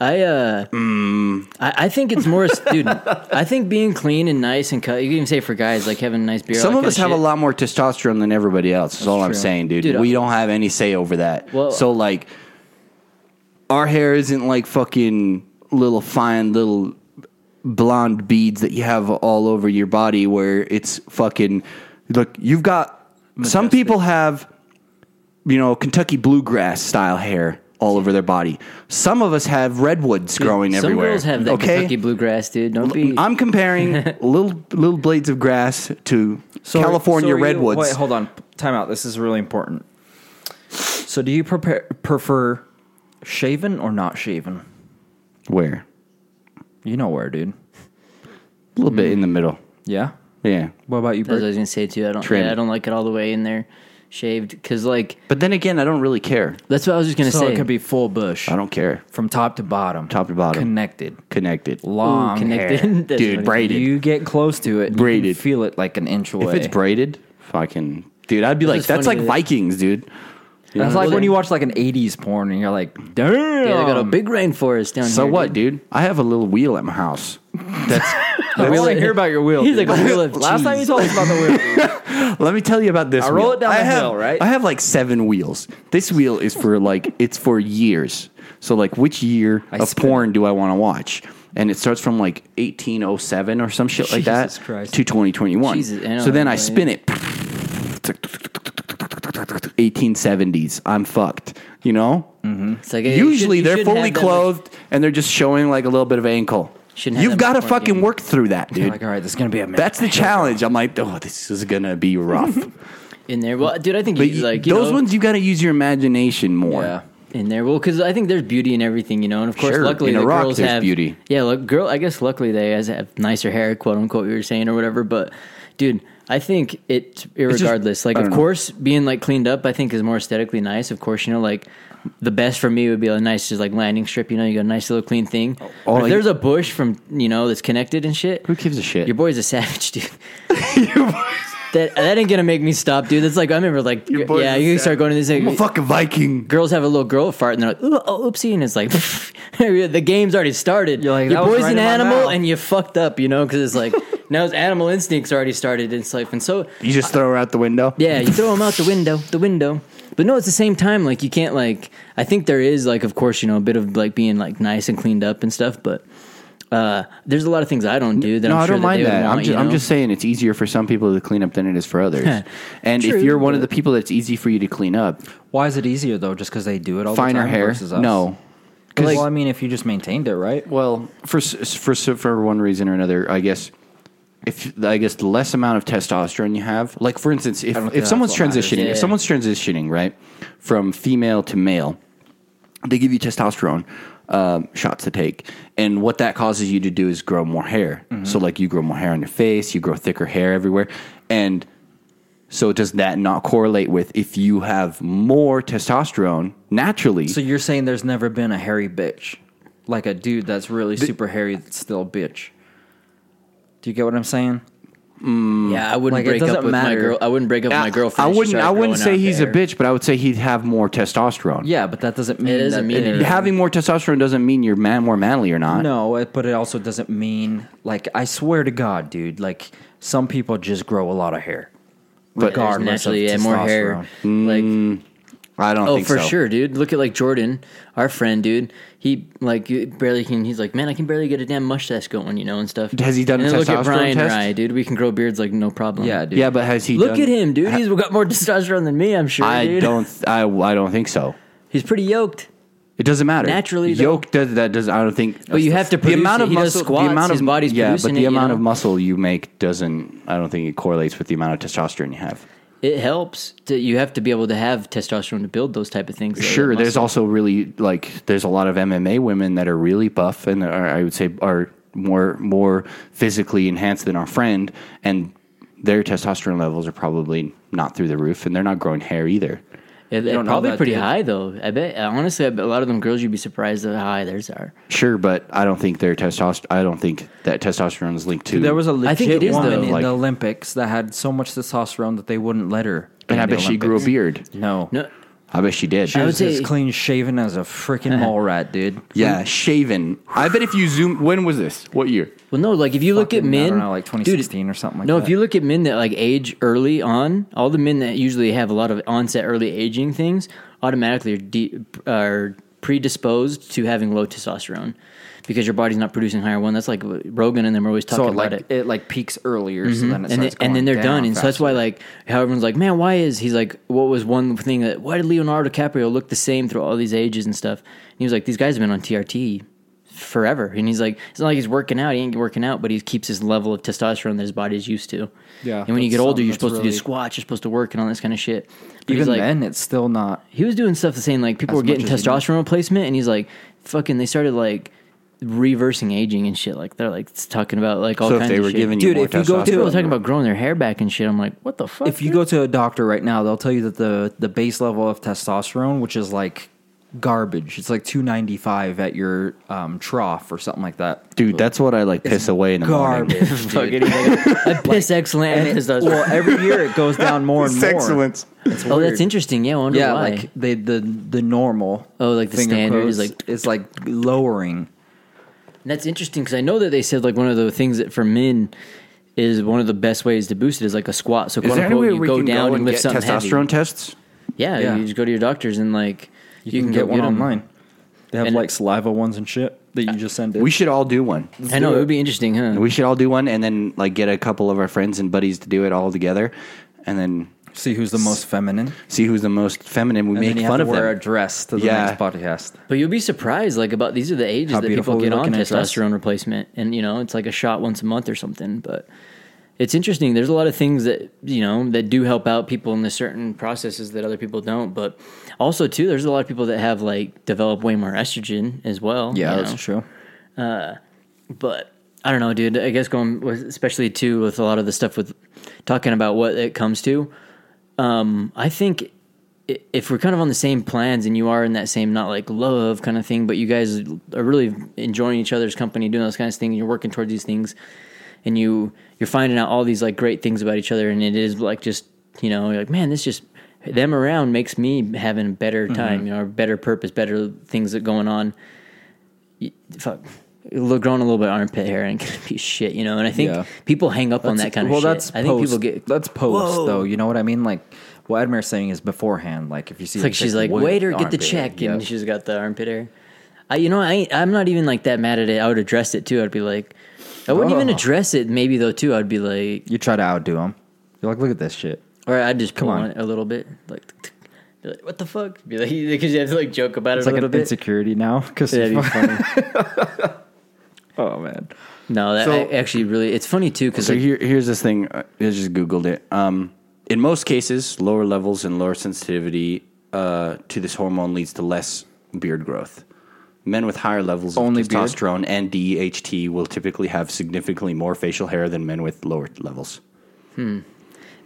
Speaker 6: I uh,
Speaker 7: Mm.
Speaker 6: I, I think it's more, (laughs) dude. I think being clean and nice and cut. You can even say for guys like having a nice beer. all
Speaker 7: Some
Speaker 6: that
Speaker 7: of
Speaker 6: kinda
Speaker 7: us have a
Speaker 6: shit.
Speaker 7: lot more testosterone than everybody else. That's all I'm
Speaker 5: true.
Speaker 7: saying, dude.
Speaker 6: Dude,
Speaker 7: we
Speaker 6: I-
Speaker 7: don't have any say over that.
Speaker 6: Well-
Speaker 7: so like, our hair isn't like fucking little fine little blonde beads that you have all over your body, where it's fucking. Look, you've got. Some people have, you know, Kentucky bluegrass style hair all over their body. Some of us have redwoods growing
Speaker 6: Some
Speaker 7: everywhere.
Speaker 6: girls have that Kentucky bluegrass, dude. Don't be.
Speaker 7: I'm comparing little little blades of grass to California
Speaker 5: so are you-
Speaker 7: redwoods.
Speaker 5: wait, hold on. Time out. This is really important. So, do you prepare, prefer shaven or not shaven?
Speaker 7: Where?
Speaker 5: You know where, dude.
Speaker 7: A little bit in the middle.
Speaker 5: Yeah.
Speaker 7: Yeah.
Speaker 5: What about you,
Speaker 6: That's what I
Speaker 5: Bert?
Speaker 6: was gonna say too. I don't.
Speaker 7: Trim.
Speaker 6: Yeah, I don't like it all the way in there, shaved. Because like
Speaker 7: But then again, I don't really care.
Speaker 6: that's what I was just gonna
Speaker 5: So
Speaker 6: say.
Speaker 5: it could be full bush.
Speaker 7: I don't care.
Speaker 5: From top to bottom.
Speaker 7: Top to bottom.
Speaker 5: Connected.
Speaker 7: Connected.
Speaker 5: Long
Speaker 6: connected.
Speaker 5: hair.
Speaker 6: That's
Speaker 7: (laughs) Dude,
Speaker 6: funny.
Speaker 7: braided.
Speaker 5: You get close to it, you can
Speaker 7: Braided.
Speaker 5: feel it like an inch away.
Speaker 7: If it's braided, fucking dude, I'd be like,
Speaker 6: is
Speaker 7: that's
Speaker 6: funny,
Speaker 7: like
Speaker 6: dude.
Speaker 7: Vikings, dude.
Speaker 2: That's like when you watch like an '80s porn and you're like, damn.
Speaker 6: Yeah, they got a big rainforest down
Speaker 7: So
Speaker 6: here.
Speaker 7: what, dude? I have a little wheel at my house. (laughs)
Speaker 2: we only hear about your wheel.
Speaker 6: He's
Speaker 2: dude.
Speaker 6: like a wheel of
Speaker 2: (laughs) Last time you
Speaker 6: cheese.
Speaker 2: told us about the wheel. (laughs) dude.
Speaker 7: Let me tell you about this.
Speaker 2: I roll
Speaker 7: wheel.
Speaker 2: it down
Speaker 7: I
Speaker 2: the
Speaker 7: have,
Speaker 2: hill, right?
Speaker 7: I have like seven wheels. This wheel is for like (laughs) it's for years. So like, which year of
Speaker 2: spin
Speaker 7: porn do I want to watch? And it starts from like 1807 or some shit like that
Speaker 6: Jesus Christ.
Speaker 7: to 2021.
Speaker 6: Jesus, I know
Speaker 7: so then
Speaker 6: that,
Speaker 7: I
Speaker 6: yeah.
Speaker 7: spin it. 1870s. I'm fucked. You know.
Speaker 6: It's like, hey, Mm. you should-
Speaker 7: Usually
Speaker 6: you
Speaker 7: they're
Speaker 6: should
Speaker 7: fully
Speaker 6: have them-
Speaker 7: clothed and they're just showing like a little bit of ankle.
Speaker 6: Shouldn't have
Speaker 7: You've
Speaker 6: that
Speaker 7: got to
Speaker 6: much more
Speaker 7: fucking
Speaker 6: game.
Speaker 7: work through
Speaker 6: Oh
Speaker 7: that, dude.
Speaker 2: Like, all right, this is gonna be a minute.
Speaker 6: (laughs)
Speaker 7: That's the challenge. I'm like, oh, this is gonna be rough.
Speaker 6: in there. Well, dude, I think
Speaker 7: But
Speaker 6: he's
Speaker 7: you-
Speaker 6: like you
Speaker 7: those
Speaker 6: know,
Speaker 7: ones, you got to use your imagination more.
Speaker 2: Yeah.
Speaker 6: in there. Well, because I think there's beauty in everything, you know. And of course,
Speaker 7: Sure,
Speaker 6: luckily
Speaker 7: in
Speaker 6: the
Speaker 7: Iraq,
Speaker 6: girls
Speaker 7: there's
Speaker 6: have
Speaker 7: beauty.
Speaker 6: Yeah, look, girl. I guess luckily they guys have nicer hair, quote unquote. You were saying or whatever, but dude. I think it, regardless. like,
Speaker 7: I
Speaker 6: of
Speaker 7: don't know.
Speaker 6: course, being like cleaned up, I think is more aesthetically nice. Of course, you know, like the best for me would be a nice, just like landing strip. You know, you got a nice little clean thing.
Speaker 7: oh,
Speaker 6: But if
Speaker 7: you-
Speaker 6: there's a bush from you know that's connected and shit.
Speaker 7: Who gives a shit?
Speaker 6: Your boy's a savage,
Speaker 7: (laughs)
Speaker 6: dude. that that ain't gonna make me stop, dude. That's like I remember, like
Speaker 7: boy's
Speaker 6: yeah,
Speaker 7: a
Speaker 6: you start
Speaker 7: savage.
Speaker 6: going to this. Like,
Speaker 7: I'm a fucking Viking.
Speaker 6: girls have a little girl fart and they're like, "Ooh, oh, oopsie, and it's like (laughs) the game's already started.
Speaker 2: You're like,
Speaker 6: Your
Speaker 2: "That was
Speaker 6: boy's
Speaker 2: right
Speaker 6: an
Speaker 2: in my
Speaker 6: animal
Speaker 2: mouth."
Speaker 6: and you fucked up, you know, because it's
Speaker 7: (laughs)
Speaker 6: like now his animal instincts already started in his life, and so
Speaker 7: You just throw her out the window.
Speaker 6: yeah, you throw them out the window, the window. But no, at the same time, like you can't like. I think there is like, of course, you know, a bit of like being like nice and cleaned up and stuff, but. Uh, there's a lot of things I don't do that
Speaker 7: No,
Speaker 6: I'm
Speaker 7: I
Speaker 6: sure
Speaker 7: don't mind
Speaker 6: that. They would
Speaker 7: that.
Speaker 6: Want,
Speaker 7: I'm, just,
Speaker 6: you
Speaker 7: I'm
Speaker 6: know?
Speaker 7: just saying it's easier for some people to clean up than it is for
Speaker 6: (laughs)
Speaker 7: others. and
Speaker 6: True,
Speaker 7: if you're one of
Speaker 6: but-
Speaker 7: the people that's easy for you to clean up,
Speaker 2: Why is it easier though? Just because they do it all the
Speaker 7: finer
Speaker 2: time
Speaker 7: hair.
Speaker 2: versus us?
Speaker 7: No,
Speaker 2: Like, well, I mean, if you just maintained it, right?
Speaker 7: Well, for s- for s- for one reason or another, I guess. If I guess the less amount of testosterone you have, like for instance, if,
Speaker 2: don't think
Speaker 7: if
Speaker 2: that's
Speaker 7: someone's
Speaker 2: what matters.
Speaker 7: transitioning,
Speaker 6: Yeah.
Speaker 7: if someone's transitioning right from female to male, they give you testosterone um, shots to take, and what that causes you to do is grow more hair.
Speaker 2: Mm-hmm.
Speaker 7: So like you grow more hair on your face, you grow thicker hair everywhere, and so does that not correlate with if you have more testosterone naturally?
Speaker 2: So you're saying there's never been a hairy bitch, like a dude that's really super hairy that's still a bitch. Do you get what I'm saying?
Speaker 6: yeah, I wouldn't
Speaker 2: Like, it
Speaker 6: break up
Speaker 2: doesn't
Speaker 6: with my
Speaker 2: matter.
Speaker 6: girl. I wouldn't break up with
Speaker 7: I-
Speaker 6: my girlfriend.
Speaker 7: I
Speaker 6: if she
Speaker 7: wouldn't.
Speaker 6: started
Speaker 7: I
Speaker 6: growing
Speaker 7: wouldn't say
Speaker 6: out
Speaker 7: he's
Speaker 6: hair.
Speaker 7: a bitch, but I would say he'd have more testosterone.
Speaker 2: Yeah, but that doesn't mean
Speaker 6: doesn't
Speaker 2: that
Speaker 6: mean anything.
Speaker 7: having more testosterone doesn't mean you're man more manly or not.
Speaker 2: No, it, but it also doesn't mean like I swear to God, dude. Like some people just grow a lot of hair,
Speaker 6: There's
Speaker 2: regardless
Speaker 6: naturally,
Speaker 2: of
Speaker 6: yeah, more hair.
Speaker 2: testosterone.
Speaker 6: Like
Speaker 7: I don't.
Speaker 6: Oh,
Speaker 7: Mm, think
Speaker 6: for
Speaker 7: so.
Speaker 6: sure, dude. Look at like Jordan, our friend, dude. He like you barely can. He's like, man, I can barely get a damn mustache going, you know, and stuff.
Speaker 7: Has he done
Speaker 6: and
Speaker 7: a
Speaker 6: then Look at
Speaker 7: testosterone
Speaker 6: Brian
Speaker 7: test?
Speaker 6: Rye, dude. We can grow beards like no problem.
Speaker 2: Yeah, dude.
Speaker 7: Yeah, but has he?
Speaker 6: Look
Speaker 7: done-
Speaker 6: at him, dude. He's got more testosterone than me. I'm sure.
Speaker 7: I
Speaker 6: dude.
Speaker 7: don't. I, I don't think so.
Speaker 6: (laughs) He's pretty yoked.
Speaker 7: It doesn't matter
Speaker 6: Naturally, though.
Speaker 7: Yoke does that. Does I don't think.
Speaker 6: But you have to produce it. He does squats, his body's
Speaker 7: yeah,
Speaker 6: producing
Speaker 7: but the
Speaker 6: it, you
Speaker 7: amount of
Speaker 6: know?
Speaker 7: muscle you make doesn't. I don't think it correlates with the amount of testosterone you have.
Speaker 6: It helps. To, you have to be able to have testosterone to build those type of things. though,
Speaker 7: Sure,
Speaker 6: that
Speaker 7: there's
Speaker 6: muscle.
Speaker 7: also really like there's a lot of MMA women that are really buff and are, I would say are more more physically enhanced than our friend, and their testosterone levels are probably not through the roof, and they're not growing hair either.
Speaker 6: It- it
Speaker 2: don't know
Speaker 6: probably
Speaker 2: that,
Speaker 6: pretty
Speaker 2: dude.
Speaker 6: high though. I bet. uh, Honestly, I bet a lot of them girls you'd be surprised at how high theirs are.
Speaker 7: Sure, but I don't think their testosterone. I don't think that testosterone is linked to.
Speaker 2: There was a
Speaker 6: I
Speaker 2: legit
Speaker 6: think it is,
Speaker 2: woman
Speaker 6: though,
Speaker 2: in
Speaker 7: like-
Speaker 2: the Olympics that had so much testosterone that they wouldn't let her.
Speaker 7: and I
Speaker 2: in the
Speaker 7: bet she grew a
Speaker 2: Olympics.
Speaker 7: beard.
Speaker 2: No,
Speaker 6: No,
Speaker 7: I bet she did.
Speaker 2: She
Speaker 6: I
Speaker 2: was
Speaker 6: would
Speaker 2: as
Speaker 6: say-
Speaker 2: clean shaven as a
Speaker 6: (laughs)
Speaker 2: freaking mole rat, dude.
Speaker 7: yeah, shaven. I bet if you zoom, when was this? What year?
Speaker 6: Well, no, like if you look at
Speaker 2: Fucking, I
Speaker 6: men,
Speaker 2: don't know, like 2016 or something like
Speaker 6: no,
Speaker 2: that.
Speaker 6: if you look at men that like age early on, all the men that usually have a lot of onset early aging things automatically are, de- are predisposed to having low testosterone because your body's not producing higher one. That's like what Rogan and them are always talking
Speaker 2: So it,
Speaker 6: about
Speaker 2: like
Speaker 6: it. Mm-hmm.
Speaker 2: it. like peaks earlier, so then it
Speaker 6: And,
Speaker 2: starts
Speaker 6: then, and then
Speaker 2: going
Speaker 6: they're
Speaker 2: down
Speaker 6: done, and so that's
Speaker 2: faster.
Speaker 6: why like how everyone's like, man, why is he's like, what was one thing that why did Leonardo DiCaprio look the same through all these ages and stuff? And he was like, these guys have been on TRT forever, and he's like, it's not like he's working out, he ain't working out, but he keeps his level of testosterone that his body's used to.
Speaker 2: Yeah,
Speaker 6: and when you get
Speaker 2: that's
Speaker 6: older,
Speaker 2: something
Speaker 6: you're
Speaker 2: that's
Speaker 6: supposed to do
Speaker 2: really-
Speaker 6: squats, you're supposed to work, and all this kind of shit. But he's
Speaker 2: even
Speaker 6: like,
Speaker 2: then it's still not.
Speaker 6: he was doing stuff the same like people
Speaker 2: As
Speaker 6: were getting
Speaker 2: much as you know.
Speaker 6: testosterone replacement and he's like fucking they started like reversing aging and shit like they're like talking about like all
Speaker 7: So if
Speaker 6: kinds
Speaker 7: they
Speaker 6: of
Speaker 7: were
Speaker 6: shit.
Speaker 7: giving you
Speaker 2: Dude,
Speaker 7: more
Speaker 2: if you go
Speaker 7: testosterone,
Speaker 2: to-
Speaker 6: people were talking about growing their hair back and shit i'm like what the fuck
Speaker 2: If you go to a doctor right now, they'll tell you that the the base level of testosterone, which is like garbage. It's like two ninety five at your um, trough or something like that.
Speaker 7: Dude, that's what I like piss away in the morning.
Speaker 2: Garbage.
Speaker 6: (laughs)
Speaker 2: dude.
Speaker 6: That piss excellent.
Speaker 2: And it-
Speaker 6: Anthos does.
Speaker 2: well, every year it
Speaker 6: (laughs)
Speaker 2: goes down more and more. It's
Speaker 6: oh,
Speaker 2: weird.
Speaker 6: that's interesting. Yeah, I wonder
Speaker 2: Yeah,
Speaker 6: why.
Speaker 2: like they, the the normal.
Speaker 6: Oh, like the
Speaker 2: finger
Speaker 6: standard is
Speaker 2: quotes
Speaker 6: like-
Speaker 2: is like lowering.
Speaker 6: And that's interesting because I know that they said like one of the things that for men is one of the best ways to boost it is like a squat. So
Speaker 7: Is
Speaker 6: quote
Speaker 7: there any
Speaker 6: unquote,
Speaker 7: way
Speaker 6: you
Speaker 7: we
Speaker 6: go
Speaker 7: can
Speaker 6: down
Speaker 7: go
Speaker 6: and
Speaker 7: and
Speaker 6: lift
Speaker 7: get
Speaker 6: something
Speaker 7: testosterone
Speaker 6: heavy.
Speaker 7: tests?
Speaker 6: Yeah,
Speaker 2: Yeah.
Speaker 6: you just go to your doctors and like
Speaker 2: You, can, get
Speaker 6: go
Speaker 2: one
Speaker 6: them.
Speaker 2: online. They have
Speaker 6: And-
Speaker 2: like saliva ones and shit that you just send in.
Speaker 7: We should all do one.
Speaker 6: I know it would be interesting, huh?
Speaker 7: We should all do one, and then like get a couple of our friends and buddies to do it all together, and then
Speaker 2: see who's the most feminine.
Speaker 7: see who's the most feminine. We
Speaker 2: And
Speaker 7: make
Speaker 2: then you
Speaker 7: fun
Speaker 2: have
Speaker 7: of
Speaker 2: to wear
Speaker 7: them.
Speaker 2: a dress to the
Speaker 7: Yeah.
Speaker 2: next podcast.
Speaker 6: But you'll be surprised, like about these are the ages
Speaker 2: How
Speaker 6: that people
Speaker 2: beautiful we
Speaker 6: get
Speaker 2: look
Speaker 6: on
Speaker 2: in a dress.
Speaker 6: testosterone replacement, and you know it's like a shot once a month or something. But it's interesting. There's a lot of things that you know that do help out people in the certain processes that other people don't. But also too, there's a lot of people that have like develop way more estrogen as well.
Speaker 2: Yeah,
Speaker 6: you know?
Speaker 2: that's true.
Speaker 6: but I don't know, dude. I guess going with, especially too with a lot of the stuff with talking about what it comes to. Um, I think i- if we're kind of on the same plans and you are in that same not like love kind of thing, but you guys are really enjoying each other's company, doing those kinds of things, you're working towards these things, and you you're finding out all these like great things about each other, and it is like just you know you're like man, this just them around makes me having a better
Speaker 2: Mm-hmm.
Speaker 6: time, you know, or better purpose, better things that going on fuck look growing a little bit of armpit hair and gonna be shit, you know. And I think
Speaker 2: Yeah.
Speaker 6: people hang up on that kind of shit.
Speaker 2: well, that's
Speaker 6: I think
Speaker 2: post.
Speaker 6: people get
Speaker 2: that's post
Speaker 6: Whoa.
Speaker 2: though. You know what I mean? Like what Edmire's saying is beforehand. Like if you see,
Speaker 6: It's like she's like, waiter, get the check, and she's got the armpit hair. I, you know, I ain't, I'm not even like that mad at it. I would address it too. I'd be like, I wouldn't even
Speaker 2: Oh.
Speaker 6: address it. Maybe though too, I'd be like,
Speaker 2: you try to outdo him. You're like, look at this shit.
Speaker 6: or I'd just come
Speaker 2: on.
Speaker 6: on it a little bit, like, tick, tick. Be like, what the fuck? Be like, (laughs) because you have to like joke about
Speaker 2: It's
Speaker 6: it a
Speaker 2: like
Speaker 6: little
Speaker 2: an
Speaker 6: bit.
Speaker 2: insecurity now because
Speaker 6: That'd be funny.
Speaker 2: (laughs) oh man,
Speaker 6: No, that
Speaker 7: So-
Speaker 6: I- actually really, it's funny too because
Speaker 7: So here, here's this thing. uh, I just googled it. Um, in most cases, lower levels and lower sensitivity uh, to this hormone leads to less beard growth. Men with higher levels of
Speaker 2: Only beard?
Speaker 7: testosterone and DHT will typically have significantly more facial hair than men with lower levels.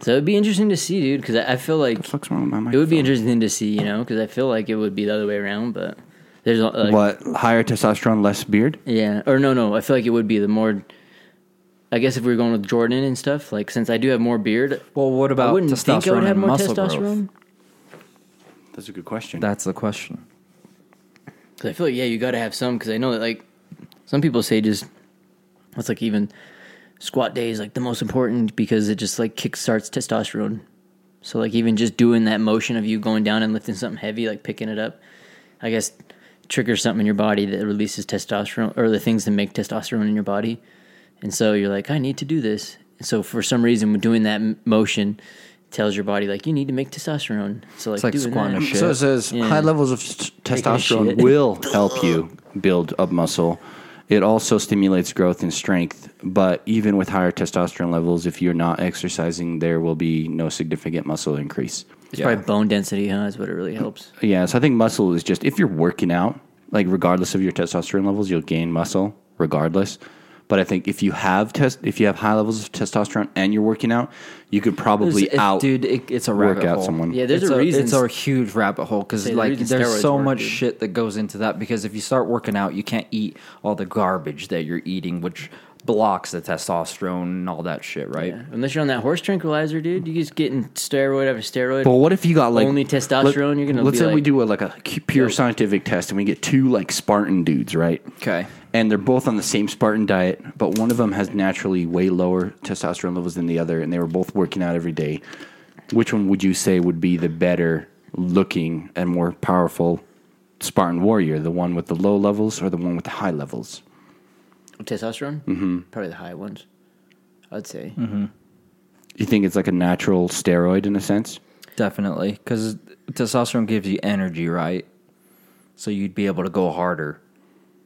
Speaker 6: so it'd be interesting to see, dude. Because I, I feel like
Speaker 7: The fuck's wrong with my
Speaker 6: It would be
Speaker 7: microphone?
Speaker 6: interesting to see, you know, because I feel like it would be the other way around, but there's a- like,
Speaker 7: What higher testosterone, less beard?
Speaker 6: yeah, or no, no, I feel like it would be the more. I guess if we were going with Jordan and stuff, like since I do have more beard,
Speaker 2: Well, what
Speaker 6: I
Speaker 2: about
Speaker 6: wouldn't think I would
Speaker 2: testosterone
Speaker 6: have
Speaker 2: and
Speaker 6: more
Speaker 2: muscle growth?
Speaker 6: testosterone.
Speaker 7: That's a good question.
Speaker 2: that's the question.
Speaker 6: 'Cause I feel like yeah, you got to have some because I know that like some people say just it's like even squat day is like the most important because it just like kickstarts testosterone. So like even just doing that motion of you going down and lifting something heavy, like picking it up, I guess triggers something in your body that releases testosterone or the things that make testosterone in your body. And so you're like, I need to do this. And so for some reason, when doing that m- motion tells your body like you need to make testosterone. So like,
Speaker 2: like
Speaker 6: doing
Speaker 2: squatting
Speaker 6: that-
Speaker 2: a shit.
Speaker 7: So it says
Speaker 6: Yeah.
Speaker 7: high levels of s- testosterone
Speaker 6: shit.
Speaker 7: will help you build up muscle. It also stimulates growth and strength, but even with higher testosterone levels, if you're not exercising, there will be no significant muscle increase.
Speaker 6: It's probably bone density, huh? Is what it really helps.
Speaker 7: Yeah, so I think muscle is just if you're working out, like regardless of your testosterone levels, you'll gain muscle regardless. But I think if you have test, if you have high levels of testosterone and you're working out, you could probably
Speaker 2: It's- it-
Speaker 7: out
Speaker 2: dude. It, it's a
Speaker 7: work
Speaker 2: rabbit
Speaker 7: out
Speaker 2: hole.
Speaker 7: someone.
Speaker 6: Yeah, there's
Speaker 2: it's
Speaker 6: a reason.
Speaker 2: It's a huge rabbit hole because
Speaker 6: Say the
Speaker 2: like
Speaker 6: reason
Speaker 2: there's
Speaker 6: steroids
Speaker 2: so
Speaker 6: work,
Speaker 2: much
Speaker 6: dude.
Speaker 2: shit that goes into that. Because if you start working out, you can't eat all the garbage that you're eating, which blocks the testosterone and all that shit, right?
Speaker 6: Yeah. Unless you're on that horse tranquilizer, dude, you just getting steroid after steroid.
Speaker 7: But what if you got like
Speaker 6: Only testosterone, you're gonna
Speaker 7: Let's
Speaker 6: be
Speaker 7: say we
Speaker 6: like-
Speaker 7: do a, like a cu- pure scientific test, and we get two like Spartan dudes, right?
Speaker 2: Okay.
Speaker 7: And they're both on the same Spartan diet, but one of them has naturally way lower testosterone levels than the other, and they were both working out every day. Which one would you say would be the better looking and more powerful Spartan warrior? The one with the low levels or the one with the high levels?
Speaker 6: testosterone, mm-hmm. probably the high ones. I'd say.
Speaker 7: Mm-hmm. You think it's like a natural steroid in a sense?
Speaker 2: Definitely, because testosterone gives you energy, right? So you'd be able to go harder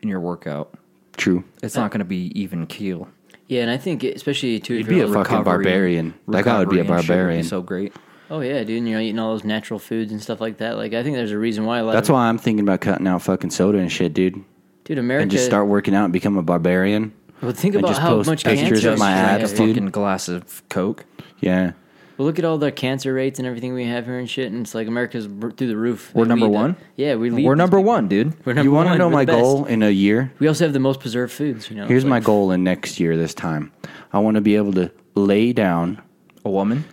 Speaker 2: in your workout.
Speaker 7: True.
Speaker 2: It's not going to be even keel.
Speaker 6: Yeah, and I think it- especially too. if
Speaker 7: You'd
Speaker 6: you're
Speaker 7: be a
Speaker 6: like-
Speaker 7: fucking barbarian. That guy would be a
Speaker 2: recovery and shit would be
Speaker 7: barbarian.
Speaker 2: so great.
Speaker 6: oh yeah, dude, and you're eating all those natural foods and stuff like that. Like I think there's a reason why a lot.
Speaker 7: That's
Speaker 6: of,
Speaker 7: why I'm thinking about cutting out fucking soda and shit, dude.
Speaker 6: dude, America.
Speaker 7: and just start working out and become a barbarian.
Speaker 6: well, think
Speaker 7: and
Speaker 6: about
Speaker 7: just
Speaker 6: how
Speaker 7: post
Speaker 6: much
Speaker 7: pictures
Speaker 6: cancer
Speaker 7: of my
Speaker 6: is
Speaker 2: Drink
Speaker 7: abs,
Speaker 2: a
Speaker 6: like-
Speaker 7: dude.
Speaker 2: fucking glass of Coke.
Speaker 7: Yeah.
Speaker 6: Well, look at all the cancer rates and everything we have here and shit, and it's like America's br- through the roof.
Speaker 2: We're
Speaker 6: They
Speaker 2: number
Speaker 6: lead the-
Speaker 2: one?
Speaker 6: yeah, we lead
Speaker 2: We're
Speaker 6: these
Speaker 2: number
Speaker 6: people.
Speaker 2: one, dude.
Speaker 6: We're number
Speaker 7: you want
Speaker 6: one,
Speaker 7: to know
Speaker 6: we're
Speaker 7: my
Speaker 6: the best.
Speaker 7: goal in a year?
Speaker 6: We also have the most preserved foods. You know,
Speaker 7: Here's
Speaker 6: It's
Speaker 7: my
Speaker 6: like-
Speaker 7: goal in next year. This time, I want to be able to
Speaker 6: (laughs)
Speaker 7: lay down.
Speaker 2: A woman.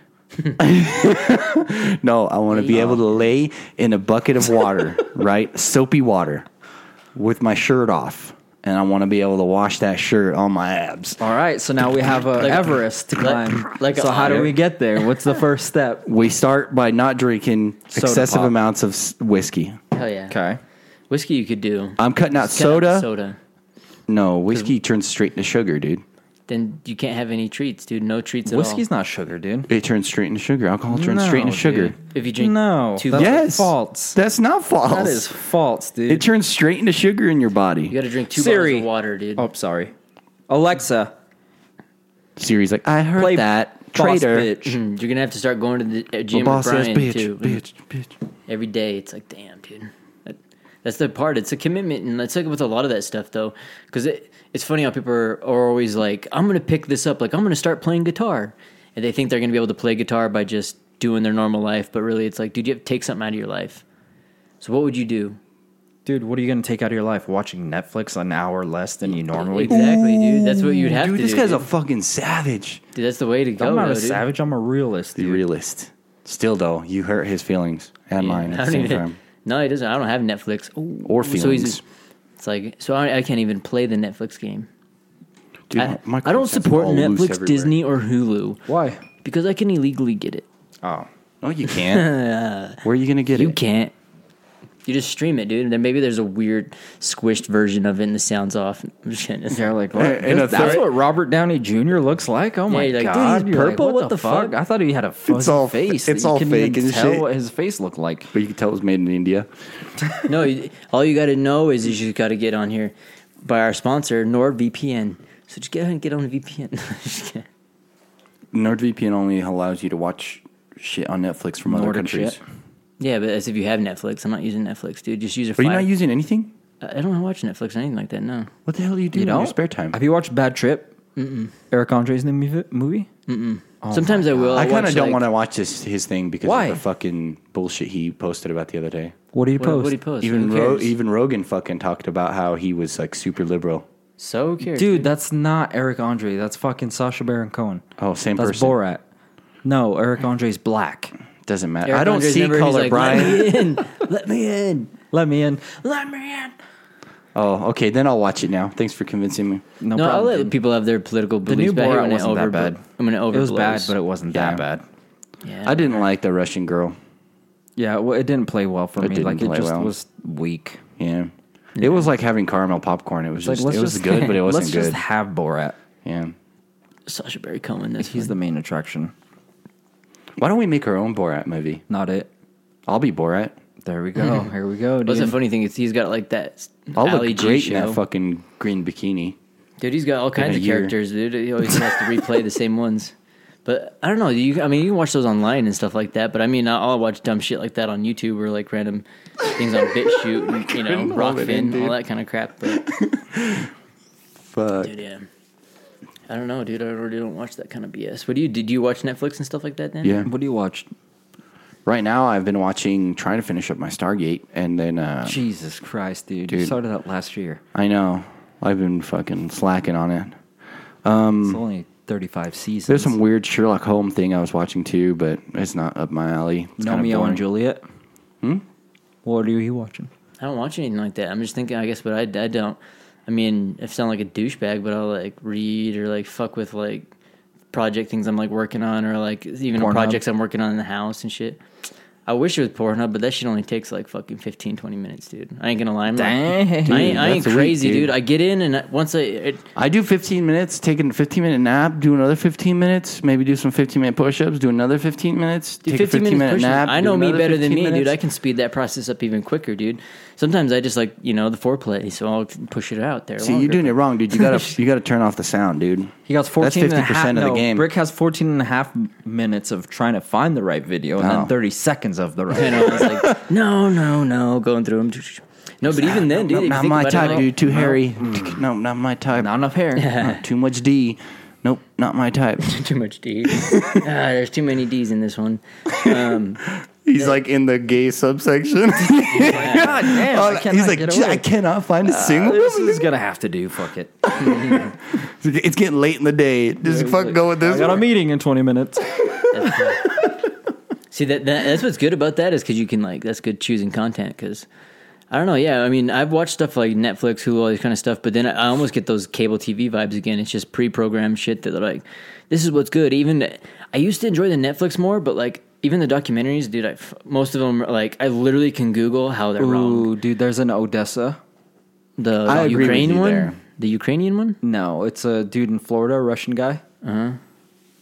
Speaker 7: No, I want to be able to lay in a bucket
Speaker 6: (laughs)
Speaker 7: of water, right? Soapy water, with my shirt off, and I want to be able to wash that shirt on my abs.
Speaker 2: All right, so now we
Speaker 6: (laughs)
Speaker 2: have a Everest to
Speaker 6: like-
Speaker 2: climb.
Speaker 6: like a
Speaker 2: so, how do
Speaker 6: otter.
Speaker 2: we get there? What's the first
Speaker 7: (laughs)
Speaker 2: step?
Speaker 7: We start by not drinking
Speaker 2: Soda
Speaker 7: excessive
Speaker 2: pop.
Speaker 7: amounts of s- whiskey.
Speaker 6: Hell yeah.
Speaker 2: Okay.
Speaker 6: Whiskey you could do.
Speaker 7: I'm cutting out
Speaker 6: Just cut out
Speaker 7: soda.
Speaker 6: Soda.
Speaker 7: No, whiskey turns straight into sugar, dude.
Speaker 6: Then you can't have any treats, dude. No treats at
Speaker 2: Whiskey's
Speaker 6: all.
Speaker 2: not sugar, dude.
Speaker 7: It turns straight into sugar. Alcohol turns straight
Speaker 2: No,
Speaker 7: into sugar.
Speaker 2: dude.
Speaker 6: If you drink
Speaker 2: no,
Speaker 6: too
Speaker 2: that's
Speaker 6: much,
Speaker 7: Yes,
Speaker 2: false.
Speaker 7: That's not false.
Speaker 2: That is false, dude.
Speaker 7: It turns straight into sugar in your body.
Speaker 6: you got to drink two
Speaker 2: Siri.
Speaker 6: bottles of water, dude.
Speaker 2: oh, sorry. Alexa,
Speaker 7: Siri's like, I heard
Speaker 2: play
Speaker 7: that
Speaker 2: boss
Speaker 7: traitor.
Speaker 6: (clears throat)
Speaker 2: bitch.
Speaker 6: You're gonna have to start going to the uh,
Speaker 7: The
Speaker 6: gym with
Speaker 7: boss says,
Speaker 6: Brian
Speaker 7: bitch,
Speaker 6: too.
Speaker 7: bitch, bitch.
Speaker 6: Every day, it's like, damn, dude. That, that's the part. It's a commitment, and it's like with a lot of that stuff though, because it, it's funny how people are, are always like, I'm gonna pick this up, like I'm gonna start playing guitar, and they think they're gonna be able to play guitar by just doing their normal life, but really, it's like, dude, you have to take something out of your life. So what would you do?
Speaker 2: Dude, what are you going to take out of your life? Watching Netflix an hour less than you normally do?
Speaker 6: Exactly, dude. That's what you'd have
Speaker 7: Dude,
Speaker 6: to
Speaker 7: this
Speaker 6: do.
Speaker 7: guy's
Speaker 6: dude.
Speaker 7: a fucking savage.
Speaker 6: Dude, that's the way to go.
Speaker 2: I'm not
Speaker 6: though,
Speaker 2: a
Speaker 6: dude.
Speaker 2: savage. I'm a realist,
Speaker 7: The
Speaker 2: dude.
Speaker 7: realist. Still, though, you hurt his feelings and
Speaker 6: Yeah, I
Speaker 7: mine at the
Speaker 6: don't
Speaker 7: same
Speaker 6: even-
Speaker 7: time.
Speaker 6: (laughs) No, he doesn't. I don't have Netflix. Ooh.
Speaker 7: Or
Speaker 6: So he's-
Speaker 7: feelings.
Speaker 6: it's like so I, I can't even play the Netflix game.
Speaker 7: Dude,
Speaker 6: I,
Speaker 7: my
Speaker 6: I don't
Speaker 7: conscience is
Speaker 6: support
Speaker 7: all loose
Speaker 6: Netflix,
Speaker 7: everywhere.
Speaker 6: Disney, or Hulu
Speaker 2: Why?
Speaker 6: because I can illegally get it.
Speaker 2: Oh.
Speaker 7: No,
Speaker 6: (laughs)
Speaker 7: you can't. Where are you gonna get
Speaker 6: You
Speaker 7: it?
Speaker 6: can't. You just stream it, dude. And then maybe there's a weird squished version of it, and the sound's off. (laughs) Shit, it's- (laughs)
Speaker 2: Yeah, like what?
Speaker 7: And
Speaker 2: That's
Speaker 7: a
Speaker 2: that's
Speaker 7: third-
Speaker 2: what Robert Downey Jr. looks like. Oh my
Speaker 6: you're like, dude,
Speaker 2: god,
Speaker 6: he's
Speaker 2: You're like,
Speaker 6: purple? What the fuck?
Speaker 2: I thought he had a fuzzy
Speaker 7: all-
Speaker 2: face.
Speaker 7: it's
Speaker 2: that you
Speaker 7: all
Speaker 2: couldn't even
Speaker 7: fake and
Speaker 2: tell
Speaker 7: shit.
Speaker 2: What his face looked like?
Speaker 7: But you can tell it was made in India.
Speaker 6: no, you- all you got to know is you just got to get on here by our sponsor NordVPN. So just go ahead and get on VPN. (laughs) Just kidding.
Speaker 7: NordVPN only allows you to watch shit on Netflix from other
Speaker 2: Nordic
Speaker 7: countries.
Speaker 2: shit.
Speaker 6: yeah, but as if you have Netflix, I'm not using Netflix, dude. Just use your.
Speaker 7: Are you
Speaker 6: Fire-
Speaker 7: not using anything?
Speaker 6: I I don't watch Netflix or anything like that. No.
Speaker 7: What the hell do you do
Speaker 2: You
Speaker 7: in
Speaker 2: know,
Speaker 7: your spare time?
Speaker 2: Have you watched Bad Trip? Mm-mm. Eric Andre's new mov- movie. Oh
Speaker 6: Sometimes I will.
Speaker 7: I kind of
Speaker 6: watch,
Speaker 7: don't
Speaker 6: like-
Speaker 7: want to watch this his thing because
Speaker 2: Why?
Speaker 7: of the fucking bullshit he posted about the other day.
Speaker 2: What did he
Speaker 6: What,
Speaker 2: post?
Speaker 6: what do you post?
Speaker 7: Even
Speaker 6: Who
Speaker 7: Ro-
Speaker 6: cares?
Speaker 7: even Rogan fucking talked about how he was like super liberal.
Speaker 6: so who cares,
Speaker 2: Dude, that's not Eric Andre. That's fucking Sasha Baron Cohen.
Speaker 7: Oh, same
Speaker 2: that's
Speaker 7: person.
Speaker 2: Borat. No, Eric Andre's black.
Speaker 7: Doesn't matter.
Speaker 6: Eric
Speaker 7: I don't
Speaker 6: Andre's
Speaker 7: see
Speaker 6: never- he's
Speaker 7: color,
Speaker 6: like,
Speaker 7: Brian.
Speaker 6: Let me in. Let me in.
Speaker 2: (laughs) Let me in. Let me in.
Speaker 7: Oh, okay. Then I'll watch it now. Thanks for convincing me.
Speaker 2: No,
Speaker 6: No, I'll
Speaker 2: problem.
Speaker 6: let
Speaker 2: dude.
Speaker 6: people have their political
Speaker 2: the
Speaker 6: beliefs.
Speaker 2: new
Speaker 6: but I hate
Speaker 2: Borat
Speaker 6: when it
Speaker 2: wasn't
Speaker 6: over,
Speaker 2: that bad.
Speaker 6: I'm gonna
Speaker 2: It was bad, but it
Speaker 6: was.
Speaker 2: wasn't
Speaker 7: Yeah.
Speaker 2: that bad.
Speaker 6: Yeah.
Speaker 7: I didn't like the Russian girl.
Speaker 2: Yeah, well, it didn't play well for
Speaker 7: It
Speaker 2: me.
Speaker 7: didn't
Speaker 2: Like it
Speaker 7: play
Speaker 2: just
Speaker 7: well.
Speaker 2: was weak.
Speaker 7: Yeah. It was like having caramel popcorn. It was
Speaker 2: Like
Speaker 7: just
Speaker 2: let's
Speaker 7: it was
Speaker 2: just (laughs)
Speaker 7: good, but it wasn't
Speaker 2: let's
Speaker 7: good.
Speaker 2: just have Borat.
Speaker 7: yeah.
Speaker 6: Sasha Barry Cohen. That's
Speaker 2: He's
Speaker 6: he's
Speaker 2: the main attraction,
Speaker 7: Why don't we make our own Borat movie?
Speaker 2: not it.
Speaker 7: I'll be Borat.
Speaker 2: There we go. Here we go.
Speaker 6: That's
Speaker 2: Dude.
Speaker 6: the funny thing. Is he's got like that
Speaker 7: I'll
Speaker 6: Ali
Speaker 7: look
Speaker 6: G
Speaker 7: great in
Speaker 6: show.
Speaker 7: that fucking green bikini.
Speaker 6: dude, he's got all kinds
Speaker 7: a
Speaker 6: of
Speaker 7: year.
Speaker 6: characters, dude. He always has
Speaker 2: (laughs)
Speaker 6: to replay the same ones. But I don't know. You, I mean, you can watch those online and stuff like that. But I mean, I'll I'll watch dumb shit like that on YouTube or like random things on
Speaker 2: (laughs)
Speaker 6: BitChute, and, you know,
Speaker 7: couldn't hold it in,
Speaker 6: Rockfin, all
Speaker 7: dude.
Speaker 6: that kind of crap. But
Speaker 7: Fuck.
Speaker 6: Dude, yeah. I don't know, dude. I really don't watch that kind of BS. What do you? Did you watch Netflix and stuff like that then?
Speaker 7: Yeah.
Speaker 2: What do you watch?
Speaker 7: Right now, I've been watching, trying to finish up my Stargate, and then uh,
Speaker 2: Jesus Christ, dude! You
Speaker 7: Dude.
Speaker 2: started out last year.
Speaker 7: I know I've been fucking slacking on it.
Speaker 2: It's only thirty-five seasons.
Speaker 7: There's some weird Sherlock Holmes thing I was watching too, but it's not up my alley. It's kinda
Speaker 2: Romeo
Speaker 7: boring.
Speaker 2: and Juliet. Hmm. What are you watching?
Speaker 6: I don't watch anything like that. I'm just thinking. I guess, but I, I don't. I mean, I sound like a douchebag, but I'll like read or like fuck with like project things I'm like working on or like even
Speaker 2: Pornhub?
Speaker 6: projects I'm working on in the house and shit. I wish it was Pornhub, but that shit only takes like fucking 15, 20 minutes, dude. I ain't gonna lie. I'm not-
Speaker 2: Dang.
Speaker 6: I ain't, I
Speaker 7: Dude,
Speaker 6: ain't
Speaker 7: that's a week,
Speaker 6: crazy,
Speaker 7: dude.
Speaker 6: dude. I get in and I, once I it,
Speaker 7: I do 15 minutes, taking a 15 minute nap, do another 15 minutes, maybe do some 15 minute push ups, do another 15 minutes,
Speaker 6: Dude,
Speaker 7: take a 15 minute
Speaker 6: pushing-
Speaker 7: nap.
Speaker 6: I
Speaker 7: do
Speaker 6: know me
Speaker 7: another
Speaker 6: better than
Speaker 7: 15
Speaker 6: me, dude.
Speaker 7: minutes.
Speaker 6: I can speed that process up even quicker, dude. Sometimes I just like you know the foreplay, so I'll push it out there.
Speaker 7: See, you're doing it wrong, dude.
Speaker 6: (laughs)
Speaker 7: You gotta you gotta turn off the sound, dude.
Speaker 2: He got 14
Speaker 7: That's
Speaker 2: and a half-
Speaker 7: 50% of the
Speaker 2: no,
Speaker 7: game.
Speaker 2: Brick has 14 and a half minutes of trying to find the right video and
Speaker 7: Oh.
Speaker 2: then 30 seconds of the right
Speaker 6: You
Speaker 2: video.
Speaker 6: know, it's like no, no, no, going through them. No, but even then, dude,
Speaker 7: No,
Speaker 6: if you
Speaker 7: not
Speaker 6: think (laughs)
Speaker 7: my
Speaker 6: about it, Hmm.
Speaker 7: type,
Speaker 6: like-
Speaker 7: dude. Too hairy. No, not my type.
Speaker 2: Not enough hair.
Speaker 7: Uh, too much D. Nope, not
Speaker 6: (laughs)
Speaker 7: my type.
Speaker 6: Too much
Speaker 7: (laughs)
Speaker 6: D. ah, there's too many D's in this one.
Speaker 8: He's like in the gay subsection. Oh,
Speaker 2: God damn, I cannot
Speaker 8: He's like,
Speaker 2: get
Speaker 8: "Gee, I
Speaker 2: away.
Speaker 8: cannot find a single
Speaker 2: (laughs) this
Speaker 8: woman.
Speaker 2: is gonna have to do. Fuck it.
Speaker 8: It's getting late in the day. Just fuck go with
Speaker 2: I
Speaker 8: this.
Speaker 2: got a
Speaker 8: One.
Speaker 2: meeting in twenty minutes.
Speaker 7: (laughs)
Speaker 6: See that, that that's what's good about that is because you can like that's good choosing content because I don't know yeah I mean I've watched stuff like Netflix Hulu all this kind of stuff but then I almost get those cable TV vibes again it's just pre-programmed shit that they're like this is what's good even I used to enjoy the Netflix more but like even the documentaries dude I f- most of them are like I literally can Google how they're wrong
Speaker 2: Ooh, dude, there's an Odessa.
Speaker 6: the,
Speaker 7: I agree with
Speaker 6: Ukraine
Speaker 7: you
Speaker 6: one
Speaker 7: there.
Speaker 6: the Ukrainian one
Speaker 2: No, it's a dude in Florida, a Russian guy. Uh-huh.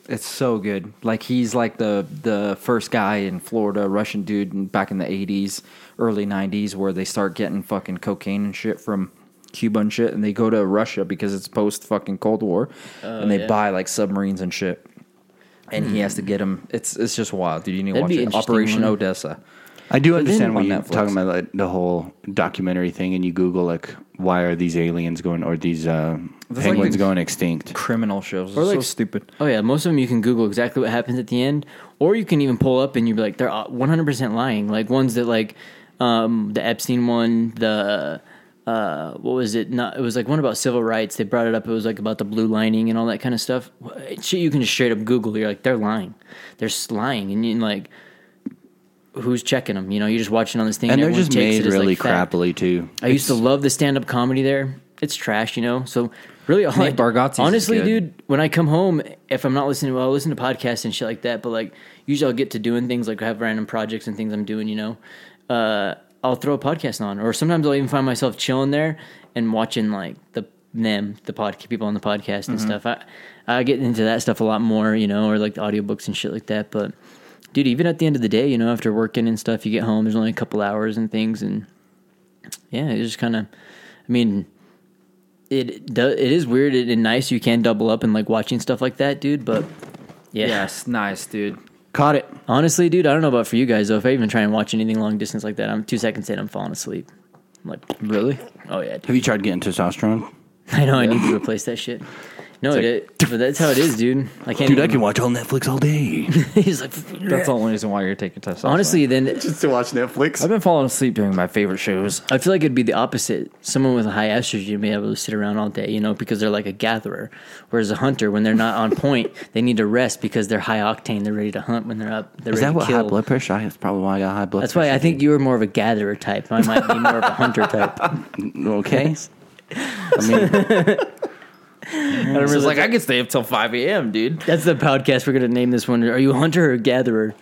Speaker 2: It's so good. Like he's like the the first guy in Florida, Russian dude in, back in the 80s, early 90s where they start getting fucking cocaine and shit from Cuba and shit and they go to Russia because it's post fucking Cold War and they
Speaker 6: Oh, yeah.
Speaker 2: buy like submarines and shit. And he has to get them. It's it's just wild, dude. You need to
Speaker 6: That'd
Speaker 2: watch
Speaker 6: be
Speaker 2: it.
Speaker 6: interesting
Speaker 2: Operation
Speaker 6: one.
Speaker 2: Odessa.
Speaker 7: I do
Speaker 2: then
Speaker 7: understand why
Speaker 2: on
Speaker 7: you're
Speaker 2: Netflix.
Speaker 7: talking about like, the whole documentary thing, and you Google like, why are these aliens going or these uh,
Speaker 2: That's like
Speaker 7: penguins
Speaker 2: the-
Speaker 7: going extinct?
Speaker 2: Criminal shows.
Speaker 6: Or
Speaker 2: It's
Speaker 6: like-
Speaker 2: so
Speaker 6: (laughs)
Speaker 2: stupid.
Speaker 6: Oh yeah, most of them you can Google exactly what happens at the end, or you can even pull up and you'd be like, they're 100 percent lying. Like ones that like um, the Epstein one, the uh, what was it? Not it was like one about civil rights. They brought it up. It was like about the blue lining and all that kind of stuff. Wh- Shit, you can just straight up Google. You're like, they're lying. They're s- lying, and you like. Who's checking them? You know, you're just watching on this thing,
Speaker 7: And they're
Speaker 6: everyone
Speaker 7: just
Speaker 6: takes
Speaker 7: made
Speaker 6: it as,
Speaker 7: really
Speaker 6: like, fact.
Speaker 7: crappily too.
Speaker 6: I used to love the stand up comedy there. It's trash, you know. So really, all I,
Speaker 2: Nate Bargatze's is
Speaker 6: honestly,
Speaker 2: good.
Speaker 6: dude, when I come home, if I'm not listening, well, I listen to podcasts and shit like that. But like, usually I'll get to doing things like I have random projects and things I'm doing, you know. Uh, I'll throw a podcast on, or sometimes I'll even find myself chilling there and watching like the them, the pod people on the podcast
Speaker 2: Mm-hmm.
Speaker 6: and stuff. I I get into that stuff a lot more, you know, or like the audiobooks and shit like that. But dude, even at the end of the day, you know, after working and stuff, you get home. There's only a couple hours and things, and yeah, it's just kind of. I mean, it do, it is weird and and nice. You can double up and like watching stuff like that, dude. But yeah,
Speaker 2: Yes, nice, dude.
Speaker 7: Caught it.
Speaker 6: honestly, dude, I don't know about for you guys though. If I even try and watch anything long distance like that, I'm two seconds in, I'm falling asleep. I'm like,
Speaker 2: Really?
Speaker 6: oh yeah, dude. (laughs)
Speaker 7: Have you tried getting testosterone?
Speaker 6: I know I need to replace that shit. No, it, but that's how it is, dude. I can't.
Speaker 7: Dude, I can
Speaker 6: even,
Speaker 7: watch all Netflix all day.
Speaker 6: (laughs) he's like,
Speaker 2: That's the only reason why you're taking tests.
Speaker 6: honestly, then
Speaker 8: Just to watch Netflix.
Speaker 2: I've been falling asleep during my favorite shows.
Speaker 6: I feel like it'd be the opposite. Someone with a high estrogen would be able to sit around all day, you know, because they're like a gatherer. Whereas a hunter, when they're not on (laughs) point, they need to rest because they're high octane. They're ready to hunt when they're up. They're
Speaker 7: Is
Speaker 6: ready
Speaker 7: that
Speaker 6: to
Speaker 7: what
Speaker 6: kill.
Speaker 7: high blood pressure? I, that's probably why I got high blood.
Speaker 6: That's why I think you were more of a gatherer type. I might be more of a
Speaker 7: (laughs)
Speaker 6: hunter type. I
Speaker 7: pressure. okay. I mean,
Speaker 2: was like, I could stay up till 5 a.m., dude.
Speaker 6: That's the podcast we're going to name this one. Are you a hunter or a gatherer?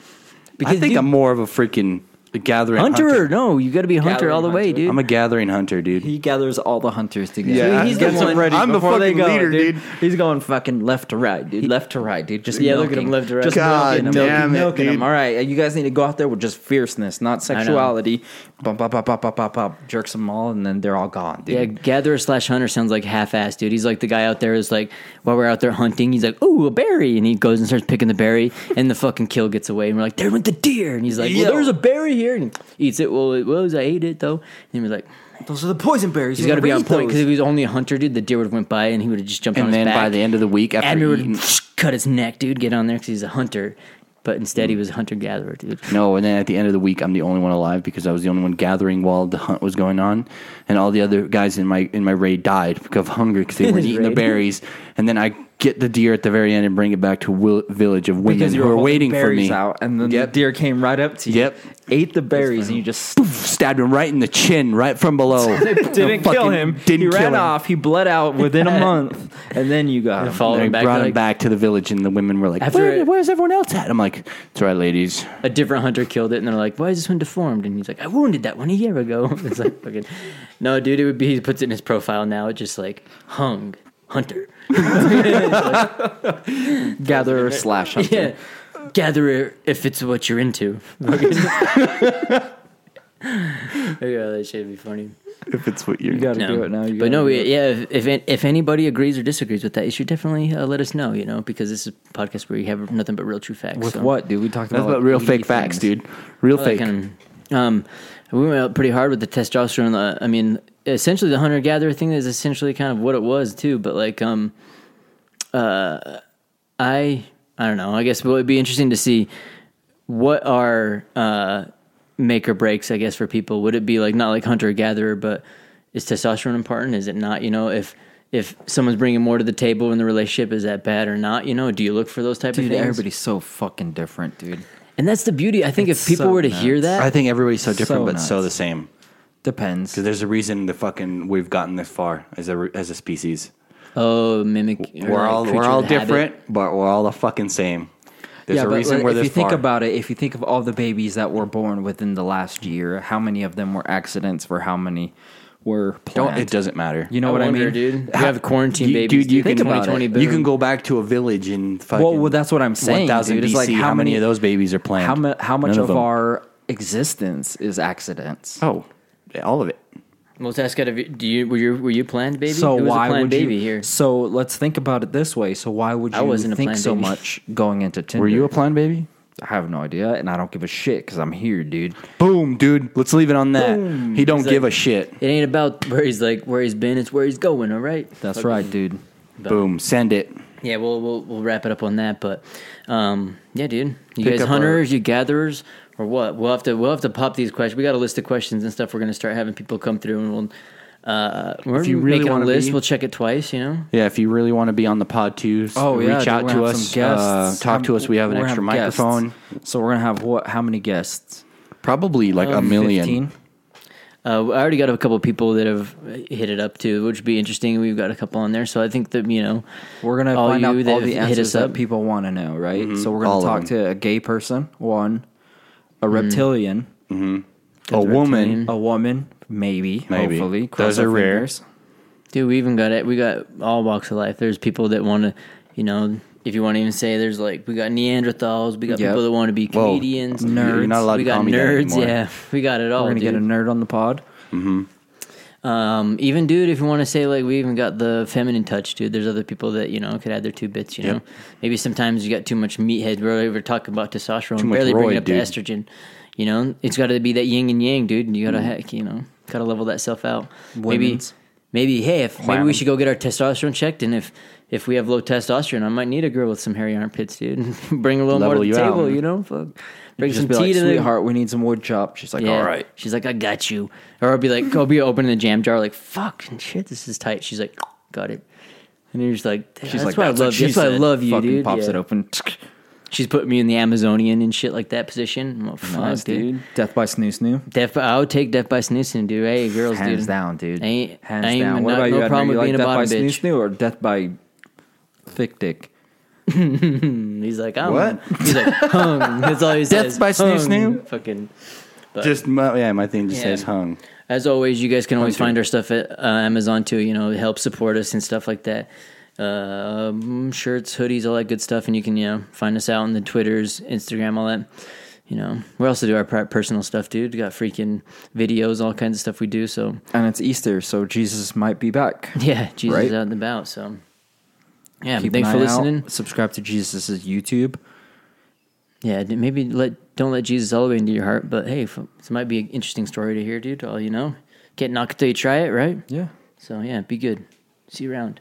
Speaker 7: I think
Speaker 6: dude,
Speaker 7: I'm more of a freaking gathering
Speaker 6: hunter. No, you got to be a hunter all the way, dude.
Speaker 7: I'm a gathering hunter, dude.
Speaker 2: He gathers all the hunters together.
Speaker 8: Yeah,
Speaker 2: He- he's
Speaker 8: gets
Speaker 2: the
Speaker 8: them
Speaker 2: one.
Speaker 8: ready I'm the before they fucking go, leader, dude. dude.
Speaker 2: He's going fucking left to right, dude. left to right, dude. Just
Speaker 6: Yeah, look at
Speaker 2: milking.
Speaker 6: him, left to right.
Speaker 2: Just
Speaker 8: God
Speaker 2: milking,
Speaker 8: damn
Speaker 2: milking,
Speaker 8: it,
Speaker 2: milking
Speaker 8: dude.
Speaker 2: him. All right, you guys need to go out there with just fierceness, not sexuality. Bump, bump, bump, bump, bump, bump, bump. Jerks them all, and then they're all gone, dude.
Speaker 6: Yeah, gatherer slash hunter sounds like half assed, dude. He's like the guy out there is like, while we're out there hunting, he's like, "Ooh, a berry," and he goes and starts picking the berry, and the fucking kill gets away, and we're like, "There went the deer," and he's like, "Well,
Speaker 2: Yo.
Speaker 6: there's a berry here,nes he eats it. Well, it was I ate it though," and we're like,
Speaker 2: Those are the poison berries.
Speaker 6: "He's got to be on point because if he was only a hunter, dude, the deer would have went by and he would have just jumped on
Speaker 7: And
Speaker 6: his
Speaker 7: then
Speaker 6: back,
Speaker 7: by the end of the week, after
Speaker 6: and we
Speaker 7: eating,
Speaker 6: would (laughs) cut his neck, dude, get on there because he's a hunter." But instead,
Speaker 2: Hmm.
Speaker 6: he was a hunter gatherer, dude.
Speaker 7: No, and then at the end of the week, I'm the only one alive because I was the only one gathering while the hunt was going on, and all the other guys in my in my raid died (laughs) because of hunger because they weren't eating the
Speaker 6: Raid.
Speaker 7: berries. And then I get the deer at the very end and bring it back to will, village of women
Speaker 2: because you
Speaker 7: who
Speaker 2: were
Speaker 7: are
Speaker 2: holding
Speaker 7: waiting for
Speaker 2: berries
Speaker 7: me.
Speaker 2: out, and then
Speaker 7: Yep.
Speaker 2: the deer came right up to you.
Speaker 7: Yep.
Speaker 2: ate the berries, and you just
Speaker 7: Stabbed him right in the chin, right from
Speaker 2: (laughs)
Speaker 7: below.
Speaker 2: didn't kill
Speaker 7: Fucking
Speaker 2: him.
Speaker 7: (laughs) Didn't
Speaker 2: he
Speaker 7: kill
Speaker 2: ran
Speaker 7: him.
Speaker 2: off. He bled out within a month, and then you got him.
Speaker 6: Followed
Speaker 7: They
Speaker 6: him back,
Speaker 7: brought him
Speaker 6: like,
Speaker 7: back to the village, and the women were like,
Speaker 6: After
Speaker 7: Where,
Speaker 6: it-
Speaker 7: "Where's everyone else at?" I'm like, "It's all right, ladies.
Speaker 6: a different hunter killed it, and they're like, "Why is this one deformed?" And he's like, "I wounded that one a year ago." (laughs) It's like, fucking, no, dude. It would be he puts it in his profile now. It's just like hung hunter, (laughs) (laughs)
Speaker 2: gatherer slash hunter.
Speaker 6: yeah, gatherer if it's what you're
Speaker 2: (laughs)
Speaker 6: into. Fucking- (laughs) yeah, that should be funny.
Speaker 8: If it's what you're.
Speaker 2: You gotta
Speaker 6: No.
Speaker 2: do it now. You
Speaker 6: but
Speaker 2: gotta
Speaker 6: no,
Speaker 2: do
Speaker 6: we,
Speaker 2: it.
Speaker 6: yeah. If, if if anybody agrees or disagrees with that, you should definitely uh, let us know. You know, because this is a podcast where you have nothing but real, true facts.
Speaker 2: with
Speaker 6: so.
Speaker 2: what, dude? We talked
Speaker 7: That's
Speaker 2: about
Speaker 7: about real
Speaker 2: weedy
Speaker 7: fake facts,
Speaker 2: things.
Speaker 7: dude. Real
Speaker 6: I
Speaker 7: fake."
Speaker 6: like him. Um, we went out pretty hard with the testosterone. Uh, I mean, essentially the hunter gatherer thing is essentially kind of what it was too. But like, um, I I don't know. I guess it would be interesting to see what are uh, make or breaks. I guess for people, would it be like not like hunter gatherer, but is testosterone important? Is it not? You know, if if someone's bringing more to the table in the relationship, is that bad or not? You know, do you look for those type
Speaker 2: Dude,
Speaker 6: of things?
Speaker 2: everybody's so fucking different, dude.
Speaker 6: and that's the beauty. I think if
Speaker 2: It's
Speaker 6: people
Speaker 2: so
Speaker 6: were to
Speaker 2: nuts.
Speaker 6: hear that,
Speaker 7: I think everybody's so different,
Speaker 2: So
Speaker 7: but so
Speaker 2: nuts.
Speaker 7: the same.
Speaker 2: Depends.
Speaker 7: There's a reason the fucking we've gotten this far as a as a species.
Speaker 6: oh, mimic. or
Speaker 7: We're
Speaker 6: like
Speaker 7: all
Speaker 6: creature
Speaker 7: we're all
Speaker 6: with habit.
Speaker 7: different, but we're all the fucking same. There's a
Speaker 2: but
Speaker 7: reason
Speaker 2: like,
Speaker 7: we're
Speaker 2: if
Speaker 7: this
Speaker 2: you think
Speaker 7: far.
Speaker 2: about it, if you think of all the babies that were born within the last year, how many of them were accidents? For how many were
Speaker 7: Don't,
Speaker 2: planned?
Speaker 7: it doesn't matter.
Speaker 2: You know what
Speaker 6: wonder,
Speaker 2: I mean,
Speaker 6: dude. We have quarantine
Speaker 7: You-
Speaker 6: babies.
Speaker 7: dude, you can,
Speaker 6: boom.
Speaker 7: you can go back to a village and fucking.
Speaker 2: Well, well, that's what I'm saying.
Speaker 7: 1000
Speaker 2: dude. It's like
Speaker 7: BC,
Speaker 2: how,
Speaker 7: many, of those babies are planned?
Speaker 2: How, mu- how much
Speaker 7: None
Speaker 2: of,
Speaker 7: them.
Speaker 2: our existence is accidents?
Speaker 7: Oh, yeah, all of it.
Speaker 6: Well, that's got to be. Do you were you were you planned baby?
Speaker 2: So
Speaker 6: it was
Speaker 2: why
Speaker 6: a planned
Speaker 2: would
Speaker 6: baby
Speaker 2: you,
Speaker 6: here?
Speaker 2: So let's think about it this way. So why would you
Speaker 6: I wasn't a
Speaker 2: think
Speaker 6: planned
Speaker 2: so
Speaker 6: baby.
Speaker 2: much going into Tinder?
Speaker 7: Were you a planned baby?
Speaker 2: I have no idea, and I don't give a shit because I'm here, dude.
Speaker 7: Boom, dude. Let's leave it on that. He don't
Speaker 6: He's
Speaker 7: give
Speaker 6: like-
Speaker 7: a shit.
Speaker 6: It ain't about where he's like where he's been. It's where he's going. All right.
Speaker 2: That's
Speaker 6: Fucking-
Speaker 2: right, dude.
Speaker 7: Boom, send it.
Speaker 6: Yeah, we'll we'll we'll wrap it up on that. But um, yeah, dude, you
Speaker 7: Pick
Speaker 6: guys
Speaker 7: up
Speaker 6: hunters, you gatherers, or what? We'll have to we'll have to pop these questions. We got a list of questions and stuff. We're gonna start having people come through, and we'll. Uh, we're
Speaker 7: you really
Speaker 6: making a
Speaker 7: wanna
Speaker 6: list.
Speaker 7: be-
Speaker 6: We'll check it twice. You know.
Speaker 7: Yeah, if you really want to be on the pod too, s-
Speaker 2: Oh yeah,
Speaker 7: reach
Speaker 2: dude,
Speaker 7: out
Speaker 2: we're
Speaker 7: to
Speaker 2: gonna have
Speaker 7: us.
Speaker 2: Some guests.
Speaker 7: uh, talk to
Speaker 2: Um,
Speaker 7: us. We have an
Speaker 2: we're gonna
Speaker 7: extra
Speaker 2: guests.
Speaker 7: microphone.
Speaker 2: So we're gonna have what? How many guests?
Speaker 7: Probably like a million.
Speaker 2: 15?
Speaker 6: Uh, I already got a couple people that have hit it up too, which would be interesting. We've got a couple on there, so I think that you know
Speaker 2: We're gonna
Speaker 6: all
Speaker 2: find
Speaker 6: you
Speaker 2: out
Speaker 6: that
Speaker 2: all the
Speaker 6: have hit
Speaker 2: answers
Speaker 6: us
Speaker 2: that
Speaker 6: up. Mm-hmm.
Speaker 2: people want to know, right? So we're gonna
Speaker 7: All of Mm.
Speaker 2: talk to a gay person, one, a reptilian,
Speaker 7: A woman.
Speaker 2: a woman, maybe,
Speaker 7: Maybe.
Speaker 2: hopefully.
Speaker 7: Those
Speaker 2: cross
Speaker 7: are
Speaker 2: our
Speaker 7: rare.
Speaker 2: fingers.
Speaker 6: Dude, we even got it. We got all walks of life. There's people that want to, you know, if you want to even say, there's like we got Neanderthals. We got
Speaker 2: Yep.
Speaker 6: people that want to be
Speaker 7: Whoa.
Speaker 6: comedians,
Speaker 7: Nerds. You're not allowed
Speaker 6: we
Speaker 7: to call
Speaker 6: got
Speaker 7: me that
Speaker 6: nerds.
Speaker 7: anymore.
Speaker 6: yeah, we got it all.
Speaker 2: We're gonna
Speaker 6: Oh, dude.
Speaker 2: get a nerd on the pod.
Speaker 6: um, even dude, if you want to say like we even got the feminine touch, dude. There's other people that you know could add their two bits. You know, maybe sometimes you got too much meathead. We're over talking about testosterone,
Speaker 7: much
Speaker 6: barely
Speaker 7: roid,
Speaker 6: bringing up
Speaker 7: dude.
Speaker 6: the estrogen. You know, it's got to be that yin and yang, dude. You gotta
Speaker 7: Mm.
Speaker 6: heck, you know, gotta level that self out.
Speaker 2: Women's.
Speaker 6: Maybe. Maybe hey, if maybe we should go get our testosterone checked, and if if we have low testosterone, I might need a girl with some hairy armpits, dude. (laughs) Bring a little
Speaker 7: Level
Speaker 6: more to
Speaker 7: you
Speaker 6: the
Speaker 7: out.
Speaker 6: table, you know. Fuck. Bring
Speaker 2: Just
Speaker 6: some
Speaker 2: be
Speaker 6: tea
Speaker 2: like,
Speaker 6: to the
Speaker 2: sweetheart, we need some wood chop. She's like,
Speaker 6: yeah.
Speaker 2: all right.
Speaker 6: She's like, I got you. Or I'll be like, go be opening the jam jar, like, fuck shit, this is tight. She's like, got it. And you're just like, She's that's
Speaker 2: like,
Speaker 6: why I
Speaker 2: "That's what
Speaker 6: love
Speaker 2: she
Speaker 6: you. That's why I
Speaker 2: said."
Speaker 6: love you,
Speaker 2: Fucking
Speaker 6: dude.
Speaker 2: pops
Speaker 6: Yeah. (laughs)
Speaker 2: it open.
Speaker 6: She's putting me in the Amazonian and shit like that position. I'm like, fuck,
Speaker 2: Nice,
Speaker 6: dude.
Speaker 2: dude. Death by snoo snoo.
Speaker 6: Death by, I'll take death by snoozing, dude. Hey, girls,
Speaker 2: Hands
Speaker 6: dude.
Speaker 2: down, dude.
Speaker 6: I ain't-
Speaker 2: Hands
Speaker 6: I ain't
Speaker 2: down.
Speaker 6: even-
Speaker 2: What
Speaker 6: not-
Speaker 2: about
Speaker 6: no
Speaker 2: you? Adam?
Speaker 6: problem
Speaker 2: You
Speaker 6: with
Speaker 2: like
Speaker 6: being a
Speaker 2: death by
Speaker 6: bottom
Speaker 2: snoo snoo or death by thick dick?
Speaker 6: And he's like, i
Speaker 7: What?
Speaker 6: (laughs) He's like, hung. That's all he says.
Speaker 7: by snoo
Speaker 6: hung.
Speaker 7: snoo?
Speaker 6: Fucking.
Speaker 7: Just my, yeah, my thing just
Speaker 6: Yeah.
Speaker 7: says hung.
Speaker 6: As always, you guys can always
Speaker 7: Hunter.
Speaker 6: find our stuff at uh, Amazon too. You know, help support us and stuff like that. Um shirts, hoodies, all that good stuff, and you can you know find us out on the Twitters, Instagram, all that. You know, we also do our pri- personal stuff, dude. We got freaking videos, all kinds of stuff we do. So (laughs)
Speaker 2: And it's Easter, so Jesus might be back.
Speaker 6: yeah, Jesus
Speaker 2: Right.
Speaker 6: out and about. So yeah,
Speaker 2: Keep an
Speaker 6: thanks for
Speaker 2: eye out.
Speaker 6: listening.
Speaker 2: Subscribe to Jesus' YouTube.
Speaker 6: Yeah, d- maybe let don't let Jesus all the way into your heart, but hey, f- this might be an interesting story to hear, dude. All you know, can't knock it till you try it, right?
Speaker 2: Yeah.
Speaker 6: So yeah, be good. See you around.